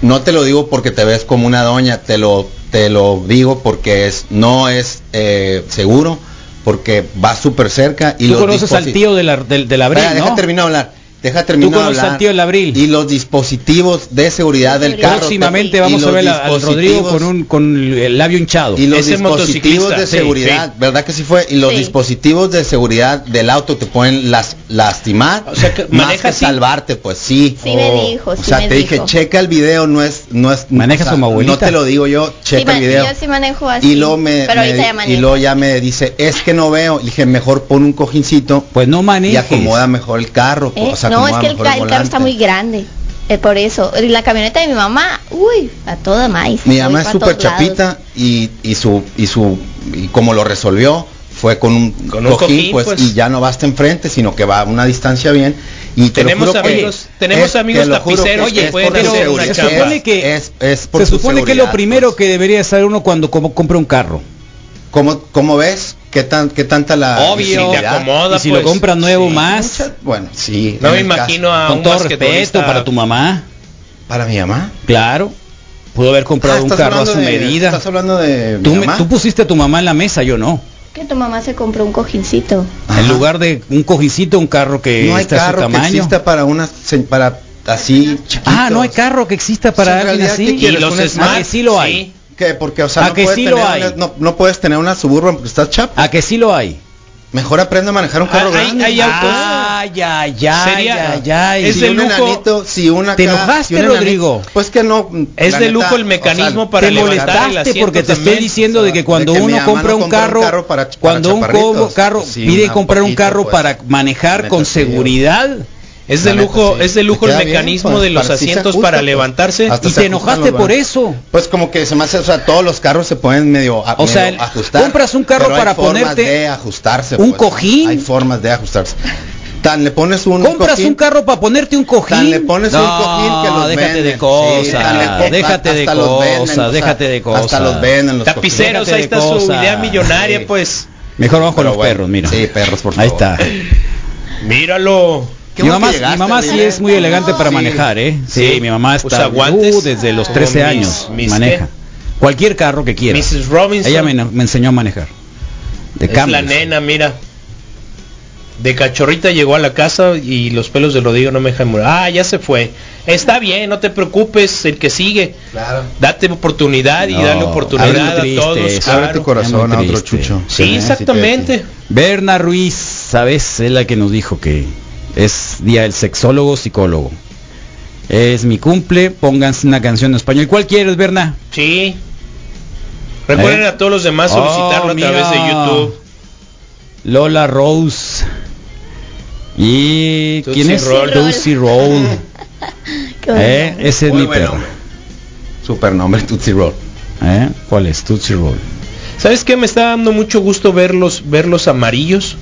Speaker 8: no te lo digo porque te ves como una doña, te lo te lo digo porque es no es eh, seguro porque va súper cerca y
Speaker 5: Tú
Speaker 8: los
Speaker 5: conoces al
Speaker 8: disposi-
Speaker 5: tío de la, del, del abril,
Speaker 8: Espera,
Speaker 5: ¿no?
Speaker 8: Deja terminar de hablar. Deja terminar de
Speaker 5: conoces
Speaker 8: hablar.
Speaker 5: al tío del abril.
Speaker 8: Y los dispositivos de seguridad del carro.
Speaker 5: Próximamente
Speaker 8: y
Speaker 5: vamos a
Speaker 8: los
Speaker 5: ver a- al Rodrigo
Speaker 8: dispositivos-
Speaker 5: con un con el labio hinchado.
Speaker 8: y los dispositivos de seguridad, ¿verdad que sí fue? Y los dispositivos de seguridad del auto te pueden las lastimar, más
Speaker 7: maneja
Speaker 8: que
Speaker 7: así.
Speaker 8: salvarte, pues sí.
Speaker 14: Sí me dijo,
Speaker 8: O
Speaker 14: sí
Speaker 8: sea,
Speaker 14: me
Speaker 8: te dije,
Speaker 14: dijo.
Speaker 8: checa el video, no es, no es, manejas
Speaker 5: como abuelita.
Speaker 8: No te lo digo yo,
Speaker 14: Sí,
Speaker 8: checa
Speaker 14: ma-
Speaker 8: el video.
Speaker 14: Yo sí manejo así.
Speaker 8: Y luego me,
Speaker 14: pero
Speaker 8: me-
Speaker 14: ahorita ya
Speaker 8: y
Speaker 14: manejo.
Speaker 8: luego ya me dice, es que no veo. Le dije, mejor pon un cojincito.
Speaker 5: Pues no
Speaker 8: Y acomoda mejor el carro.
Speaker 14: Eh,
Speaker 8: pues, o sea,
Speaker 14: no, es
Speaker 8: acomoda
Speaker 14: que el,
Speaker 8: mejor
Speaker 14: ca- el carro
Speaker 8: volante.
Speaker 14: está muy grande. eh, por eso. Y la camioneta de mi mamá, uy, a toda maíz.
Speaker 8: Mi
Speaker 14: voy
Speaker 8: mamá es
Speaker 14: pa'
Speaker 8: súper
Speaker 14: todos lados.
Speaker 8: chapita y, y su y su y como lo resolvió fue con un,
Speaker 7: un
Speaker 8: cojín,
Speaker 7: cojín,
Speaker 8: pues,
Speaker 7: pues.
Speaker 8: y ya no basta enfrente, sino que va a una distancia bien y te lo
Speaker 7: Tenemos
Speaker 8: juro que
Speaker 7: amigos-
Speaker 8: es-
Speaker 7: tenemos
Speaker 8: te
Speaker 7: amigos
Speaker 8: lo juro
Speaker 7: tapiceros
Speaker 8: que
Speaker 7: que
Speaker 8: es
Speaker 7: pueden
Speaker 8: por
Speaker 7: hacer
Speaker 8: tu
Speaker 7: una
Speaker 8: seguridad,
Speaker 7: chamba.
Speaker 8: es-
Speaker 5: Se supone que-
Speaker 8: es, es por
Speaker 5: Se
Speaker 8: tu
Speaker 5: supone que es lo
Speaker 8: seguridad. pues.
Speaker 5: primero que debería saber uno cuando como- compra un carro.
Speaker 8: ¿Cómo, cómo ves? ¿Qué tan qué tanta la
Speaker 7: Obvio. Y si te acomoda,
Speaker 5: Y si
Speaker 7: pues,
Speaker 5: lo compra nuevo
Speaker 7: sí.
Speaker 5: más.
Speaker 8: Bueno, sí.
Speaker 7: No
Speaker 8: en
Speaker 7: me
Speaker 8: el caso-
Speaker 7: imagino a
Speaker 5: con
Speaker 7: un
Speaker 5: todo
Speaker 7: basquetbolista-
Speaker 5: respeto para tu mamá.
Speaker 8: Para mi mamá.
Speaker 5: Claro. Pudo haber comprado
Speaker 8: Ah,
Speaker 5: un
Speaker 8: estás
Speaker 5: carro a
Speaker 8: hablando
Speaker 5: su
Speaker 8: de-
Speaker 5: medida.
Speaker 8: Estás hablando de mi
Speaker 5: Tú, me-
Speaker 8: mamá.
Speaker 5: tú pusiste a tu mamá en la mesa, yo no.
Speaker 14: Que tu mamá se compró un cojincito.
Speaker 5: En lugar de un cojincito, un carro que
Speaker 8: No hay
Speaker 5: está a su
Speaker 8: carro que
Speaker 5: tamaño.
Speaker 8: exista para una se- para así chiquito.
Speaker 5: Ah, no hay carro que exista para
Speaker 8: En
Speaker 5: alguien
Speaker 8: realidad,
Speaker 5: así.
Speaker 8: ¿qué quieres?
Speaker 5: los
Speaker 8: ¿Un
Speaker 5: Smart,
Speaker 8: Smart?
Speaker 5: que sí lo hay.
Speaker 8: ¿Qué? Porque, o sea,
Speaker 5: ¿A
Speaker 8: no
Speaker 5: que
Speaker 8: puedes,
Speaker 5: sí lo
Speaker 8: tener
Speaker 5: hay? Ah,
Speaker 8: Una, no, no puedes tener una Suburban porque estás chapa.
Speaker 5: ¿A que sí lo hay?
Speaker 8: Mejor aprende a manejar un carro
Speaker 5: Ah, hay-
Speaker 8: grande.
Speaker 5: hay autos. Ay, ay, Ah, ay,
Speaker 8: Sería-
Speaker 5: ay, ay.
Speaker 8: si un enanito, si una
Speaker 5: Te
Speaker 8: acá,
Speaker 5: enojaste,
Speaker 8: si un enanito-
Speaker 5: Rodrigo.
Speaker 8: Pues que no.
Speaker 5: Es
Speaker 8: la
Speaker 5: de
Speaker 8: neta,
Speaker 5: lujo el
Speaker 8: o
Speaker 5: mecanismo
Speaker 8: sea,
Speaker 5: para
Speaker 8: te
Speaker 5: levantar el
Speaker 8: molestaste
Speaker 5: asiento porque te estoy
Speaker 8: también.
Speaker 5: diciendo de que cuando
Speaker 8: de que mi
Speaker 5: uno
Speaker 8: mamá
Speaker 5: compra
Speaker 8: no
Speaker 5: un
Speaker 8: compra un
Speaker 5: carro,
Speaker 8: carro para ch-
Speaker 5: cuando un
Speaker 8: para
Speaker 5: co-
Speaker 8: chaparritos.
Speaker 5: carro
Speaker 8: Sí,
Speaker 5: pide
Speaker 8: una
Speaker 5: comprar un
Speaker 8: poquito,
Speaker 5: carro
Speaker 8: pues.
Speaker 5: para manejar con seguridad.
Speaker 7: Es de
Speaker 8: La neta,
Speaker 7: lujo,
Speaker 8: sí.
Speaker 7: es de lujo el
Speaker 8: Queda bien,
Speaker 7: mecanismo
Speaker 8: pues,
Speaker 7: de los
Speaker 8: para- sí se
Speaker 7: asientos
Speaker 8: ajusta,
Speaker 7: para
Speaker 8: pues.
Speaker 7: levantarse.
Speaker 8: Hasta
Speaker 5: Y
Speaker 8: se
Speaker 5: te
Speaker 8: ajustan
Speaker 5: enojaste
Speaker 8: los
Speaker 5: por
Speaker 8: bancos.
Speaker 5: eso.
Speaker 8: Pues como que se me hace, o sea, todos los carros se pueden medio, a-
Speaker 5: O sea,
Speaker 8: medio
Speaker 5: el- compras un carro
Speaker 8: pero hay
Speaker 5: para
Speaker 8: formas
Speaker 5: ponerte
Speaker 8: de ajustarse,
Speaker 5: un
Speaker 8: pues.
Speaker 5: cojín.
Speaker 8: Hay formas de ajustarse. Tan le pones un
Speaker 5: Compras
Speaker 8: cojín,
Speaker 5: un carro para ponerte un cojín.
Speaker 8: Tan le pones un
Speaker 5: No,
Speaker 8: cojín que los
Speaker 5: déjate
Speaker 8: venden.
Speaker 5: de cosas,
Speaker 8: Sí, tan le compran-
Speaker 5: déjate de
Speaker 8: hasta los venden,
Speaker 5: cosas,
Speaker 8: o sea,
Speaker 5: déjate de cosas.
Speaker 8: Hasta los venden los
Speaker 7: Tapiceros,
Speaker 5: Déjate
Speaker 7: ahí
Speaker 5: de
Speaker 7: está su
Speaker 5: cosas.
Speaker 7: idea millonaria, pues.
Speaker 5: Mejor vamos con
Speaker 8: Pero
Speaker 5: los
Speaker 8: bueno,
Speaker 5: perros, mira.
Speaker 8: Sí, perros, por
Speaker 5: Ahí
Speaker 8: favor.
Speaker 5: está.
Speaker 7: Míralo.
Speaker 8: Qué
Speaker 5: mi
Speaker 8: bueno
Speaker 5: mamá,
Speaker 8: que llegaste,
Speaker 5: mi mamá sí
Speaker 8: Rodrigo.
Speaker 5: es muy elegante para
Speaker 8: Sí.
Speaker 5: manejar, ¿eh? Sí, mi mamá está
Speaker 7: Usa guantes.
Speaker 5: uh, desde los 13
Speaker 7: Mis-
Speaker 5: años
Speaker 7: mis
Speaker 5: maneja. Cualquier carro que quiera.
Speaker 7: Mrs. Robinson.
Speaker 5: Ella me, me enseñó a manejar. De
Speaker 7: es la
Speaker 5: cambios.
Speaker 7: nena, mira. De cachorrita llegó a la casa y los pelos de Rodrigo no me dejan morir. Ah, ya se fue. Está bien, no te preocupes, el que sigue.
Speaker 8: Claro.
Speaker 7: Date oportunidad y
Speaker 5: No,
Speaker 7: dale
Speaker 5: abre
Speaker 7: oportunidad
Speaker 5: tu
Speaker 7: a
Speaker 5: triste,
Speaker 7: todos.
Speaker 5: eso.
Speaker 8: Abre tu corazón
Speaker 5: Es
Speaker 8: a
Speaker 5: muy
Speaker 8: otro
Speaker 5: triste.
Speaker 8: chucho.
Speaker 7: Sí, exactamente.
Speaker 5: Berna Ruiz, ¿sabes? Es la que nos dijo que es día del sexólogo psicólogo. Es mi cumple, pónganse una canción en español. ¿Cuál quieres, Berna?
Speaker 7: Sí. Recuerden
Speaker 5: ¿Eh?
Speaker 7: a todos los demás solicitarlo
Speaker 5: Oh,
Speaker 7: a través de
Speaker 5: mira.
Speaker 7: YouTube.
Speaker 5: Lola Rose. ¿Y quién es?
Speaker 7: Roll.
Speaker 5: Tootsie Roll.
Speaker 14: Qué
Speaker 5: ¿Eh? Ese es
Speaker 8: Muy
Speaker 5: mi
Speaker 8: buen
Speaker 5: perro.
Speaker 8: nombre. Supernombre Tootsie Roll.
Speaker 5: ¿Eh? ¿Cuál es? Tootsie Roll.
Speaker 7: ¿Sabes qué? Me está dando mucho gusto verlos, verlos amarillos.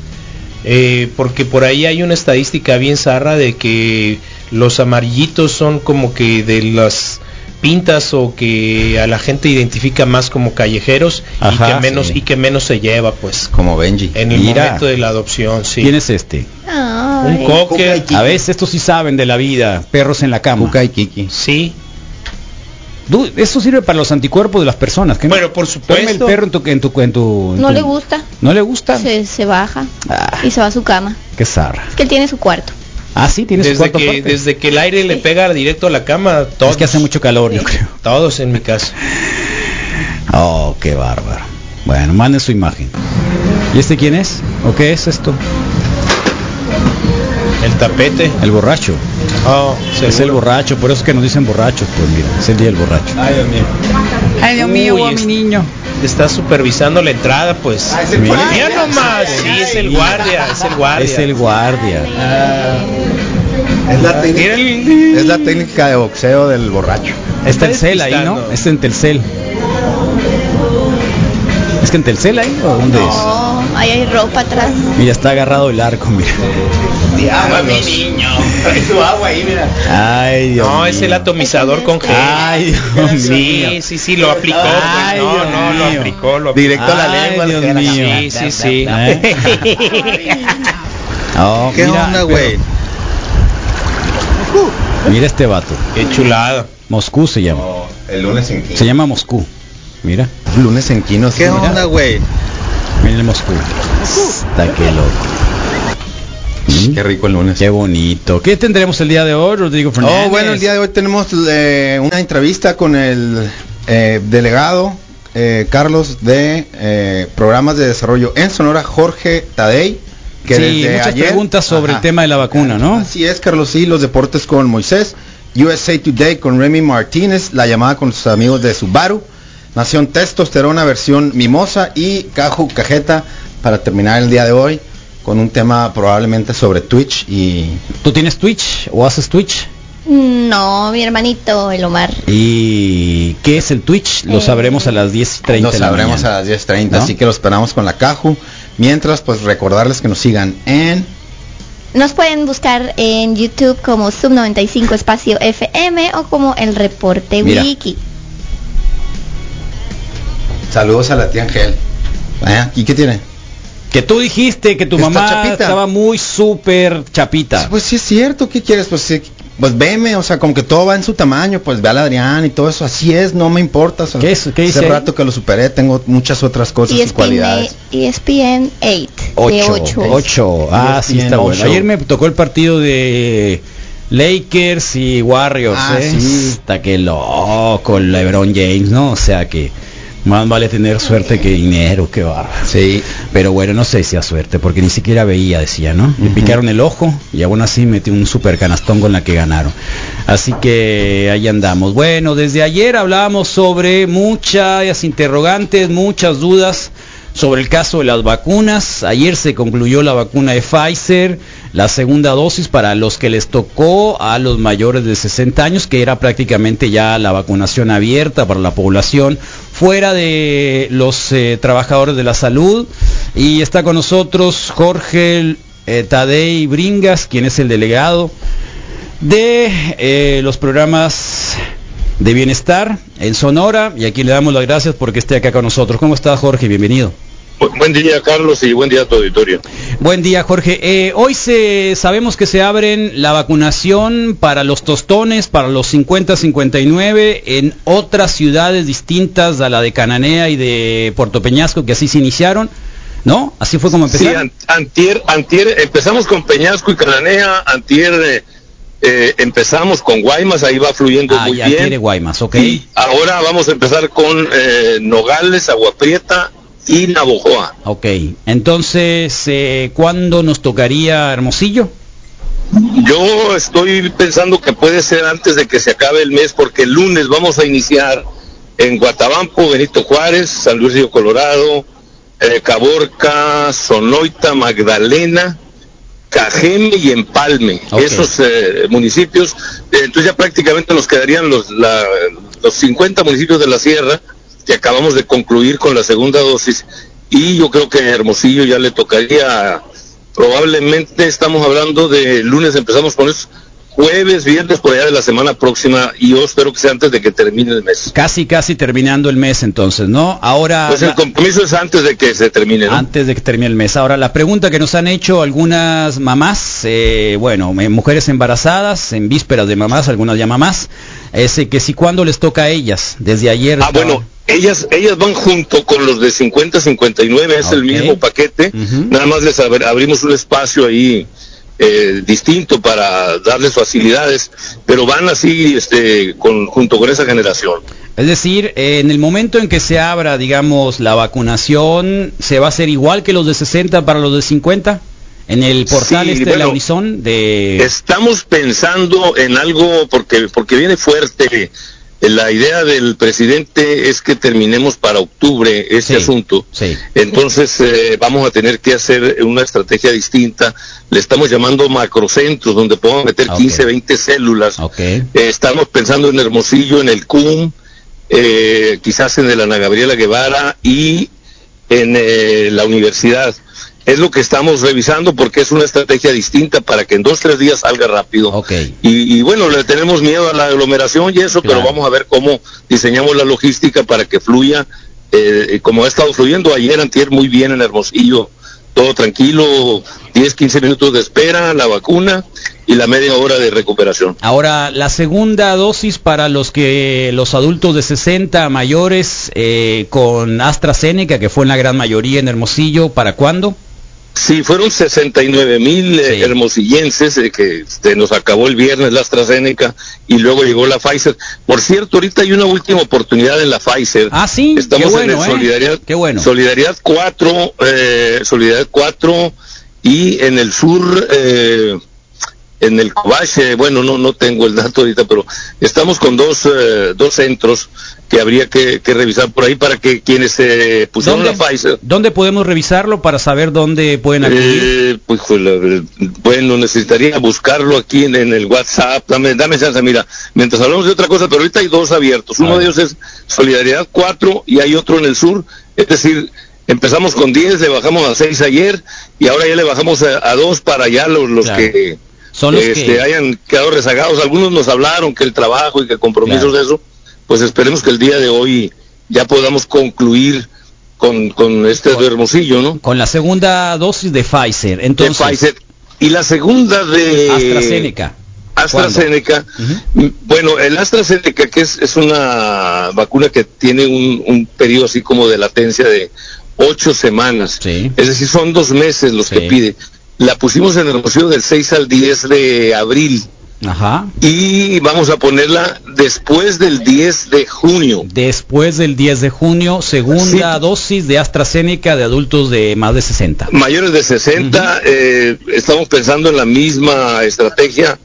Speaker 7: eh, porque por ahí hay una estadística bien zarra de que los amarillitos son como que de las pintas o que a la gente identifica más como callejeros
Speaker 5: Ajá,
Speaker 7: y que menos
Speaker 5: sí.
Speaker 7: y que menos se lleva pues
Speaker 8: Como Benji.
Speaker 7: en el
Speaker 5: Mira.
Speaker 7: momento de la adopción sí
Speaker 5: ¿Quién es este?
Speaker 7: un cocker
Speaker 5: A veces estos sí saben de la vida. Perros en la cama.
Speaker 8: Cuca y Kiki.
Speaker 7: sí
Speaker 5: Du- Eso sirve para los anticuerpos de las personas. que no-
Speaker 7: bueno por
Speaker 5: Duerme el
Speaker 7: supuesto
Speaker 5: perro en tu... En tu, en tu- en
Speaker 14: No
Speaker 5: tu-
Speaker 14: le gusta.
Speaker 5: ¿No le gusta?
Speaker 14: Se, se baja
Speaker 5: Ah,
Speaker 14: y se va a su cama.
Speaker 5: qué zarra.
Speaker 14: Es que él tiene su cuarto.
Speaker 5: Ah, sí, tienes
Speaker 7: desde
Speaker 5: cuarto
Speaker 7: que
Speaker 5: aparte.
Speaker 7: desde que el aire le pega directo a la cama todos
Speaker 5: Es que hace mucho calor, yo creo.
Speaker 7: todos en mi casa
Speaker 5: Oh, qué bárbaro. Bueno, manden su imagen. ¿Y este quién es? ¿O qué es esto?
Speaker 7: el tapete
Speaker 5: El borracho.
Speaker 7: Oh,
Speaker 5: Es el
Speaker 7: seguro.
Speaker 5: borracho, por eso es que nos dicen borrachos, pues mira, es el día del borracho.
Speaker 8: Ay, Dios mío.
Speaker 5: Ay,
Speaker 7: Dios mío, guau, mi
Speaker 5: niño.
Speaker 7: Está supervisando la entrada, pues.
Speaker 8: Ah, es el
Speaker 7: Mira
Speaker 8: guardia.
Speaker 7: nomás. Sí, es el guardia, es el guardia. Ah.
Speaker 5: Es el guardia.
Speaker 8: Es la
Speaker 7: Mira
Speaker 8: técnica.
Speaker 7: el-
Speaker 8: Es la técnica de boxeo del borracho.
Speaker 5: Está en Telcel ahí, ¿no?
Speaker 7: despistando.
Speaker 5: Es en Telcel. ¿Es que en Telcel ahí o dónde es?
Speaker 14: Oh, ahí hay ropa atrás.
Speaker 5: Mira, está agarrado el arco, mira.
Speaker 7: Ah,
Speaker 8: niño. su agua ahí, mira.
Speaker 5: Ay, Dios
Speaker 7: No, es el
Speaker 5: mío.
Speaker 7: atomizador con gel.
Speaker 5: Ay, Dios mío.
Speaker 7: sí, sí, sí, lo aplicó. pues.
Speaker 5: Ay,
Speaker 7: no,
Speaker 5: Dios
Speaker 7: no, lo
Speaker 5: mío.
Speaker 7: aplicó, lo aplicó.
Speaker 8: Directo a la
Speaker 5: Ay,
Speaker 8: lengua.
Speaker 5: Dios
Speaker 8: la-
Speaker 5: mío.
Speaker 7: Sí, sí, sí.
Speaker 5: ¿Eh? Oh,
Speaker 8: ¿Qué
Speaker 5: mira,
Speaker 8: onda, güey?
Speaker 5: pero- Mira este vato.
Speaker 7: Qué chulada.
Speaker 5: Moscú se llama.
Speaker 8: Oh, El lunes en
Speaker 5: Se
Speaker 8: Quino.
Speaker 5: llama Moscú. Mira,
Speaker 8: Lunes en Quino.
Speaker 13: ¿Qué
Speaker 8: mira.
Speaker 13: onda, güey?
Speaker 5: mira el Moscú. Está que loco. ¿Mm?
Speaker 8: Qué rico el lunes.
Speaker 5: Qué bonito. ¿Qué tendremos el día de hoy, Rodrigo Fernández?
Speaker 8: Oh, bueno, el día de hoy tenemos eh, una entrevista con el eh, delegado eh, Carlos de eh, Programas de Desarrollo en Sonora, Jorge Tadei. Que
Speaker 5: Sí,
Speaker 8: desde
Speaker 5: muchas
Speaker 8: ayer-
Speaker 5: preguntas sobre
Speaker 8: Ajá.
Speaker 5: el tema de la vacuna, ¿no?
Speaker 8: Así es, Carlos, sí, los deportes con Moisés, USA Today con Remy Martínez, la llamada con sus amigos de Subaru, Nación Testosterona versión Mimosa y Caju Cajeta para terminar el día de hoy con un tema probablemente sobre Twitch y
Speaker 5: ¿Tú tienes Twitch o haces Twitch?
Speaker 14: No, mi hermanito, el Omar.
Speaker 5: ¿Y qué es el Twitch? Lo
Speaker 14: Eh,
Speaker 5: sabremos a las 10.30
Speaker 8: Lo
Speaker 5: de la
Speaker 8: sabremos
Speaker 5: mañana.
Speaker 8: a las 10.30,
Speaker 5: ¿No?
Speaker 8: así que lo esperamos con la Caju. Mientras, pues recordarles que nos sigan en...
Speaker 14: Nos pueden buscar en YouTube como Sub95 Espacio FM o como El Reporte
Speaker 8: Mira.
Speaker 14: Wiki.
Speaker 8: Saludos a la tía Angel. ¿Eh? ¿Y qué tiene?
Speaker 5: Que tú dijiste que tu
Speaker 8: Está
Speaker 5: mamá
Speaker 8: chapita.
Speaker 5: estaba muy súper chapita.
Speaker 8: Ah, Pues sí es cierto, ¿qué quieres? Pues sí, pues veme, o sea, como que todo va en su tamaño, pues ve al Adrián y todo eso, así es, no me importa. o sea,
Speaker 5: ¿Qué es- qué dice
Speaker 8: hace
Speaker 5: ahí?
Speaker 8: rato que lo superé, tengo muchas otras cosas y cualidades.
Speaker 14: ESPN 8. De 8.
Speaker 5: 8. Ah, sí, está
Speaker 8: ESPN,
Speaker 5: bueno.
Speaker 8: ocho.
Speaker 5: Ayer me tocó el partido de Lakers y Warriors.
Speaker 8: Ah,
Speaker 5: ¿eh?
Speaker 8: sí.
Speaker 5: Está que loco el LeBron James, ¿no? O sea que más vale tener suerte que dinero, qué va. Sí. Pero bueno, no sé si a suerte, porque ni siquiera veía, decía, ¿no? Me picaron el ojo y aún así metí un super canastón con la que ganaron. Así que ahí andamos. Bueno, desde ayer hablábamos sobre muchas interrogantes, muchas dudas sobre el caso de las vacunas. Ayer se concluyó la vacuna de Pfizer, la segunda dosis para los que les tocó a los mayores de 60 años, que era prácticamente ya la vacunación abierta para la población, fuera de los eh, trabajadores de la salud. Y está con nosotros Jorge eh, Tadei Bringas, quien es el delegado de eh, los programas de bienestar en Sonora y aquí le damos las gracias porque esté acá con nosotros. ¿Cómo está Jorge? Bienvenido.
Speaker 7: Bu- Buen día, Carlos, y buen día a tu auditorio.
Speaker 5: Buen día Jorge. Eh, hoy se, sabemos que se abren la vacunación para los tostones, para los 50-59 en otras ciudades distintas a la de Cananea y de Puerto Peñasco que así se iniciaron, ¿no? Así fue como
Speaker 7: Sí,
Speaker 5: empezaron.
Speaker 7: an- antier, antier, empezamos con Peñasco y Cananea, antier eh, eh, empezamos con Guaymas, ahí va fluyendo
Speaker 5: Ah,
Speaker 7: muy
Speaker 5: ya
Speaker 7: bien.
Speaker 5: tiene Guaymas, ok.
Speaker 7: Ahora vamos a empezar con eh, Nogales, Aguaprieta y Navojoa.
Speaker 5: Ok, entonces, eh, ¿cuándo nos tocaría Hermosillo?
Speaker 7: Yo estoy pensando que puede ser antes de que se acabe el mes, porque el lunes vamos a iniciar en Guatabampo, Benito Juárez, San Luis Río Colorado, eh, Caborca, Sonoita, Magdalena, Cajeme y Empalme. Esos eh, municipios, eh, entonces ya prácticamente nos quedarían los, la- los 50 municipios de la sierra que acabamos de concluir con la segunda dosis y yo creo que Hermosillo ya le tocaría probablemente estamos hablando de lunes empezamos con eso jueves viernes por allá de la semana próxima y yo espero que sea antes de que termine el mes
Speaker 5: Casi, casi terminando el mes entonces, ¿no? Ahora...
Speaker 7: pues el
Speaker 5: la-
Speaker 7: compromiso es antes de que se termine ¿no?
Speaker 5: Antes de que termine el mes. Ahora, la pregunta que nos han hecho algunas mamás, eh, bueno, me- mujeres embarazadas, en vísperas de mamás, algunas ya mamás, es eh, que si cuándo les toca a ellas, desde ayer.
Speaker 7: ah
Speaker 5: estaba-
Speaker 7: bueno ellas ellas van junto con los de 50 59 es el
Speaker 5: Ok.
Speaker 7: mismo paquete nada más les abr- abrimos un espacio ahí eh, distinto para darles facilidades pero van así este con junto con esa generación
Speaker 5: Es decir, eh, en el momento en que se abra, digamos, la vacunación, ¿se va a hacer igual que los de 60 para los de 50? En el portal
Speaker 7: Sí,
Speaker 5: este de la
Speaker 7: bueno,
Speaker 5: Unison de...
Speaker 7: Estamos pensando en algo porque porque viene fuerte. La idea del presidente es que terminemos para octubre este asunto. Entonces eh, vamos a tener que hacer una estrategia distinta. Le estamos llamando macrocentros donde podamos meter
Speaker 5: Ah,
Speaker 7: 15, 20 células.
Speaker 5: Eh,
Speaker 7: estamos pensando en Hermosillo, en el CUM, eh, quizás en el Ana Gabriela Guevara y en eh, la universidad. Es lo que estamos revisando porque es una estrategia distinta para que en dos, tres días salga rápido. Y, y bueno, le tenemos miedo a la aglomeración y eso, pero vamos a ver cómo diseñamos la logística para que fluya eh, como ha estado fluyendo ayer, antier, muy bien en Hermosillo. Todo tranquilo, 10, 15 minutos de espera, la vacuna y la media hora de recuperación.
Speaker 5: Ahora, la segunda dosis para los que los adultos de 60 mayores eh, con AstraZeneca, que fue en la gran mayoría en Hermosillo, ¿para cuándo?
Speaker 7: Sí, fueron 69 mil eh, hermosillenses eh, que se nos acabó el viernes la AstraZeneca y luego llegó la Pfizer. Por cierto, ahorita hay una última oportunidad en la Pfizer.
Speaker 5: Ah, sí,
Speaker 7: Estamos
Speaker 5: qué bueno,
Speaker 7: en el
Speaker 5: ¿eh?
Speaker 7: Solidaridad,
Speaker 5: Qué bueno.
Speaker 7: Solidaridad 4, eh, Solidaridad 4 y en el sur, eh, en el Covache, bueno, no, no tengo el dato ahorita, pero estamos con dos, eh, dos centros que habría que, que revisar por ahí para que quienes se pusieron la Pfizer
Speaker 5: ¿Dónde podemos revisarlo para saber dónde pueden acudir?
Speaker 7: eh, pues, joder, eh, bueno, necesitaría buscarlo aquí en, en el WhatsApp. Dame, dame chance, mira. Mientras hablamos de otra cosa, pero ahorita hay dos abiertos. Uno de ellos es Solidaridad 4 y hay otro en el sur. Es decir, empezamos con 10, le bajamos a 6 ayer y ahora ya le bajamos a, a 2 para allá los, los que,
Speaker 5: Son los
Speaker 7: este,
Speaker 5: que-
Speaker 7: hayan quedado rezagados. Algunos nos hablaron que el trabajo y que compromisos de eso. Pues esperemos que el día de hoy ya podamos concluir con, con este de Hermosillo, ¿no?
Speaker 5: Con la segunda dosis de Pfizer.
Speaker 7: de
Speaker 5: Entonces,
Speaker 7: Pfizer. Y la segunda de
Speaker 5: AstraZeneca.
Speaker 14: AstraZeneca, m- bueno, el AstraZeneca que es, es una vacuna que tiene un, un periodo así como de latencia de ocho semanas, es decir, son dos meses los que pide. La pusimos en el museo del 6 al 10 de abril.
Speaker 5: Ajá.
Speaker 14: Y vamos a ponerla después del 10 de junio.
Speaker 5: Después del 10 de junio, segunda dosis de AstraZeneca de adultos de más de 60.
Speaker 14: Mayores de 60, eh, estamos pensando en la misma estrategia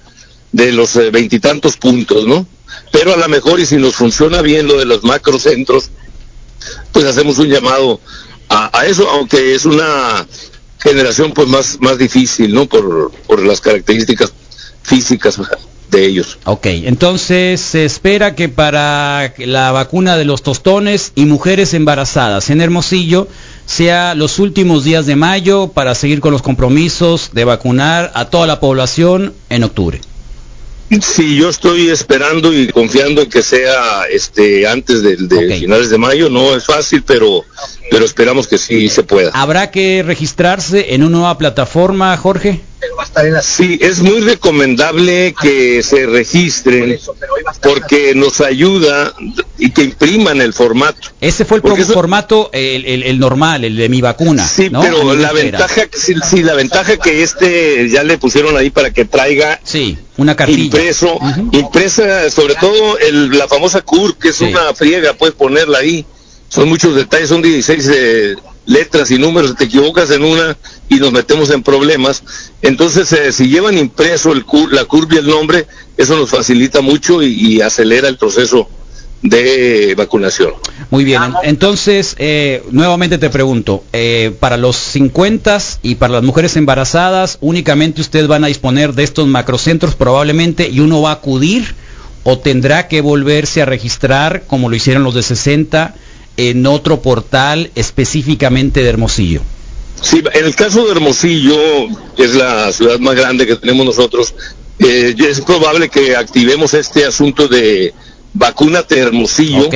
Speaker 14: de los eh, veintitantos puntos, ¿no? Pero a lo mejor, y si nos funciona bien lo de los macrocentros, pues hacemos un llamado a, a eso, aunque es una generación pues más, más difícil, ¿no? Por, por las características físicas de ellos.
Speaker 5: Ok, entonces se espera que para la vacuna de los tostones y mujeres embarazadas en Hermosillo sea los últimos días de mayo para seguir con los compromisos de vacunar a toda la población en octubre.
Speaker 14: Sí, yo estoy esperando y confiando en que sea este antes del- de, finales de mayo. No es fácil, pero pero esperamos que sí se pueda.
Speaker 5: ¿Habrá que registrarse en una nueva plataforma, Jorge?
Speaker 14: Sí, es muy recomendable que se registren porque nos ayuda y que impriman el formato.
Speaker 5: Ese fue el
Speaker 14: Porque eso-
Speaker 5: formato, el, el- el normal, el de mi vacuna.
Speaker 14: Sí,
Speaker 5: ¿no? A
Speaker 14: pero
Speaker 5: nivel
Speaker 14: la
Speaker 5: federal.
Speaker 14: ventaja, que- sí, sí, la ventaja que este ya le pusieron ahí para que traiga
Speaker 5: sí, una cartilla.
Speaker 14: impreso, impresa sobre todo el- la famosa CUR, que es una friega, puedes ponerla ahí. Son muchos detalles, son 16 eh, letras y números, te equivocas en una y nos metemos en problemas. Entonces, eh, si llevan impreso el CUR, la CUR y el nombre, eso nos facilita mucho y- y acelera el proceso de vacunación.
Speaker 5: Muy bien, en- entonces eh, nuevamente te pregunto, eh, para los 50 y para las mujeres embarazadas, únicamente ustedes van a disponer de estos macrocentros probablemente y uno va a acudir o tendrá que volverse a registrar como lo hicieron los de 60 en otro portal específicamente de Hermosillo.
Speaker 14: Sí, en el caso de Hermosillo, que es la ciudad más grande que tenemos nosotros, eh, ya es probable que activemos este asunto de vacúnate Hermosillo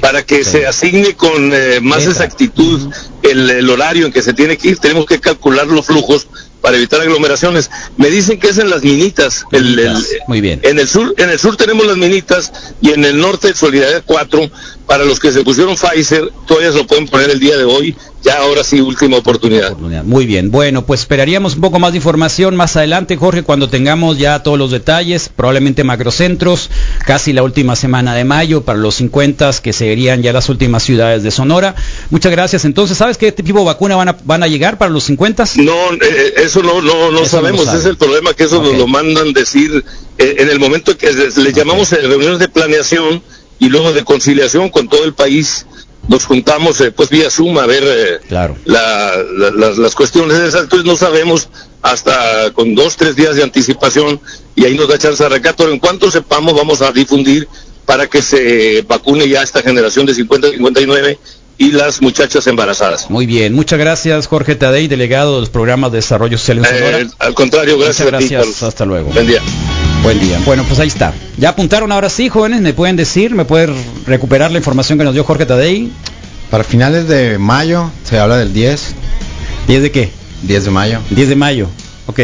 Speaker 14: para que se asigne con eh, más exactitud el, el horario en que se tiene que ir. Tenemos que calcular los flujos para evitar aglomeraciones. Me dicen que es en las minitas. el- el-
Speaker 5: Muy bien.
Speaker 14: en el sur, en el sur tenemos las minitas y en el norte Solidaridad 4. Para los que se pusieron Pfizer, todavía se lo pueden poner el día de hoy. Ya ahora sí, última oportunidad.
Speaker 5: Muy bien, bueno, pues esperaríamos un poco más de información más adelante, Jorge, cuando tengamos ya todos los detalles, probablemente macrocentros, casi la última semana de mayo para los 50 que serían ya las últimas ciudades de Sonora. Muchas gracias. Entonces, ¿sabes qué tipo de vacuna van a, van a llegar para los 50?
Speaker 14: No, eh, eso no, no, no
Speaker 5: Eso no lo
Speaker 14: sabemos.
Speaker 5: saben.
Speaker 14: es el problema que eso nos lo mandan decir eh, en el momento que les, les llamamos eh, reuniones de planeación y luego de conciliación con todo el país. Nos juntamos eh, pues vía Zoom a ver eh, la- la- las, las cuestiones esas. Entonces no sabemos hasta con dos, tres días de anticipación y ahí nos da chance de recato. En cuanto sepamos vamos a difundir para que se vacune ya esta generación de 50-59 y las muchachas embarazadas.
Speaker 5: Muy bien, muchas gracias, Jorge Tadei, delegado de los programas de desarrollo social en Sonora.
Speaker 14: Eh, al contrario, gracias,
Speaker 5: Muchas
Speaker 14: a ti,
Speaker 5: gracias,
Speaker 14: Carlos.
Speaker 5: hasta luego.
Speaker 14: Buen día.
Speaker 5: Buen día. Bueno, pues ahí está. ¿Ya apuntaron ahora sí, jóvenes? ¿Me pueden decir? ¿Me pueden recuperar la información que nos dio Jorge Tadei?
Speaker 8: Para finales de mayo se habla del 10.
Speaker 5: ¿10 de qué?
Speaker 8: 10 de mayo.
Speaker 5: 10 de mayo, ok.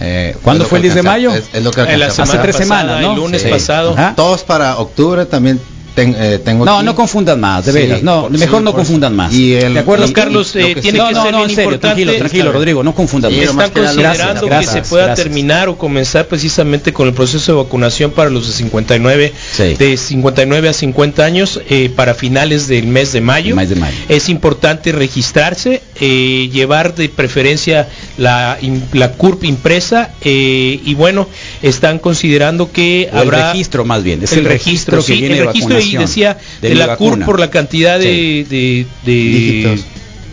Speaker 5: Eh, ¿Cuándo fue el 10 de mayo?
Speaker 8: Es, es lo que
Speaker 5: En la
Speaker 8: alcanzamos.
Speaker 5: semana Hace tres pasada, semanas, ¿no? Ah, el lunes pasado. Ajá.
Speaker 8: Todos para octubre también ten- eh, tengo
Speaker 5: No,
Speaker 8: aquí.
Speaker 5: no confundan más, de
Speaker 8: Sí,
Speaker 5: veras. No,
Speaker 8: por-
Speaker 5: mejor
Speaker 8: sí,
Speaker 5: no
Speaker 8: por-
Speaker 5: confundan más.
Speaker 8: Y el-
Speaker 5: ¿De acuerdo?
Speaker 8: y- Carlos, y lo eh, que tiene
Speaker 5: no,
Speaker 8: sí- que
Speaker 5: no,
Speaker 8: ser
Speaker 5: no,
Speaker 8: bien
Speaker 5: en serio,
Speaker 8: importante-
Speaker 5: tranquilo, tranquilo, Rodrigo, no confundan
Speaker 7: Y
Speaker 5: más.
Speaker 7: están considerando que se pueda
Speaker 5: gracias.
Speaker 7: terminar o comenzar precisamente con el proceso de vacunación para los de 59, de 59 a 50 años eh, para finales del mes de mayo. Es importante registrarse, eh, llevar de preferencia la, im- la CURP impresa eh, y bueno, están considerando que
Speaker 5: O el
Speaker 7: habrá
Speaker 5: registro, más bien, es
Speaker 7: el,
Speaker 5: el registro
Speaker 7: registro,
Speaker 5: que
Speaker 7: sí,
Speaker 5: viene de
Speaker 7: el registro y
Speaker 5: vacunación,
Speaker 7: decía
Speaker 5: de
Speaker 7: de,
Speaker 5: mi
Speaker 7: la
Speaker 5: vacuna.
Speaker 7: CURP por la cantidad de, de- de-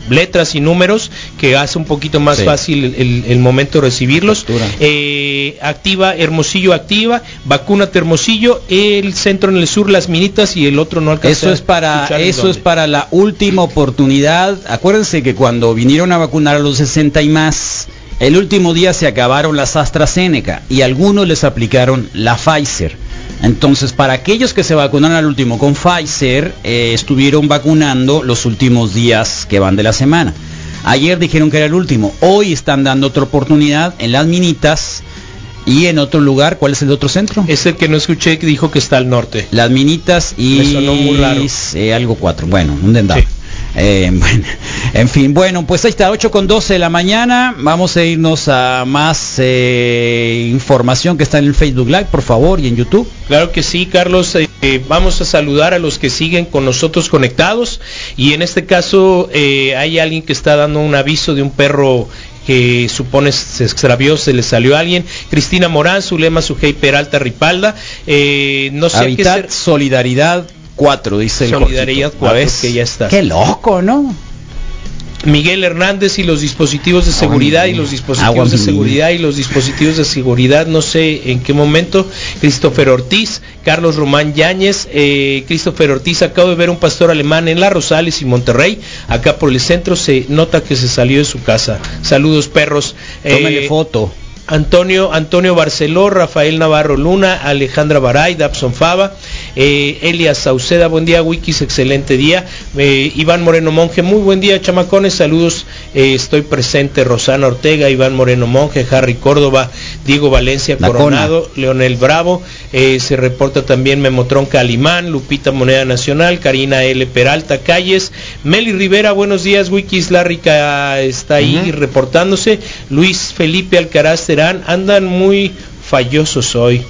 Speaker 7: letras y números que hace un poquito más
Speaker 5: Sí.
Speaker 7: fácil el, el- el momento de recibirlos. Eh, activa Hermosillo activa, vacúnate Hermosillo, el centro en el sur las minitas y el otro no alcanza.
Speaker 5: Eso es para eso es para la última oportunidad. Acuérdense que cuando vinieron a vacunar a los 60 y más, el último día se acabaron las AstraZeneca y algunos les aplicaron la Pfizer. Entonces, para aquellos que se vacunaron al último con Pfizer, eh, estuvieron vacunando los últimos días que van de la semana. Ayer dijeron que era el último. Hoy están dando otra oportunidad en las minitas Y en otro lugar, ¿cuál es el otro centro?
Speaker 7: Es el que no escuché que dijo que está al norte.
Speaker 5: Las minitas y
Speaker 7: Me sonó muy raro.
Speaker 5: eh, algo 4. Bueno, un dendado.
Speaker 7: Sí.
Speaker 5: Eh, bueno, en fin, bueno, pues ahí está, 8 con 12 de la mañana. Vamos a irnos a más eh, información que está en el Facebook Live, por favor, y en YouTube.
Speaker 7: Claro que sí, Carlos. eh, eh, vamos a saludar a los que siguen con nosotros conectados. Y en este caso eh, hay alguien que está dando un aviso de un perro que supone se extravió, se le salió a alguien. Cristina Morán, Zulema Sujei Peralta Ripalda. eh, no sé a qué
Speaker 5: Habitat
Speaker 7: ser-
Speaker 5: Solidaridad 4, dice el
Speaker 7: Solidaridad
Speaker 5: Jorgito.
Speaker 7: cuatro,
Speaker 5: ¿Ya ves?
Speaker 7: que ya está.
Speaker 5: Qué loco, ¿no?
Speaker 7: Miguel Hernández y los dispositivos de seguridad y los
Speaker 5: Agua,
Speaker 7: dispositivos de
Speaker 5: mi
Speaker 7: seguridad y los dispositivos de seguridad, no sé en qué momento, Christopher Ortiz, Carlos Román Yáñez, eh, Christopher Ortiz, acabo de ver un pastor alemán en La Rosales y Monterrey, acá por el centro se nota que se salió de su casa. Saludos perros. Eh,
Speaker 5: Tómale foto.
Speaker 7: Antonio, Antonio Barceló, Rafael Navarro Luna, Alejandra Baray, Dabson Fava, eh, Elias Sauceda, buen día, Wikis, excelente día, eh, Iván Moreno Monje, muy buen día, chamacones, saludos, eh, estoy presente, Rosana Ortega, Iván Moreno Monje, Harry Córdoba, Diego Valencia
Speaker 5: La
Speaker 7: Coronado, Leonel Bravo, eh, se reporta también Memotron Calimán, Lupita Moneda Nacional, Karina L. Peralta Calles, Meli Rivera, buenos días, Wikis, Larrica está ahí reportándose, Luis Felipe Alcaraz Terán, andan muy fallosos hoy,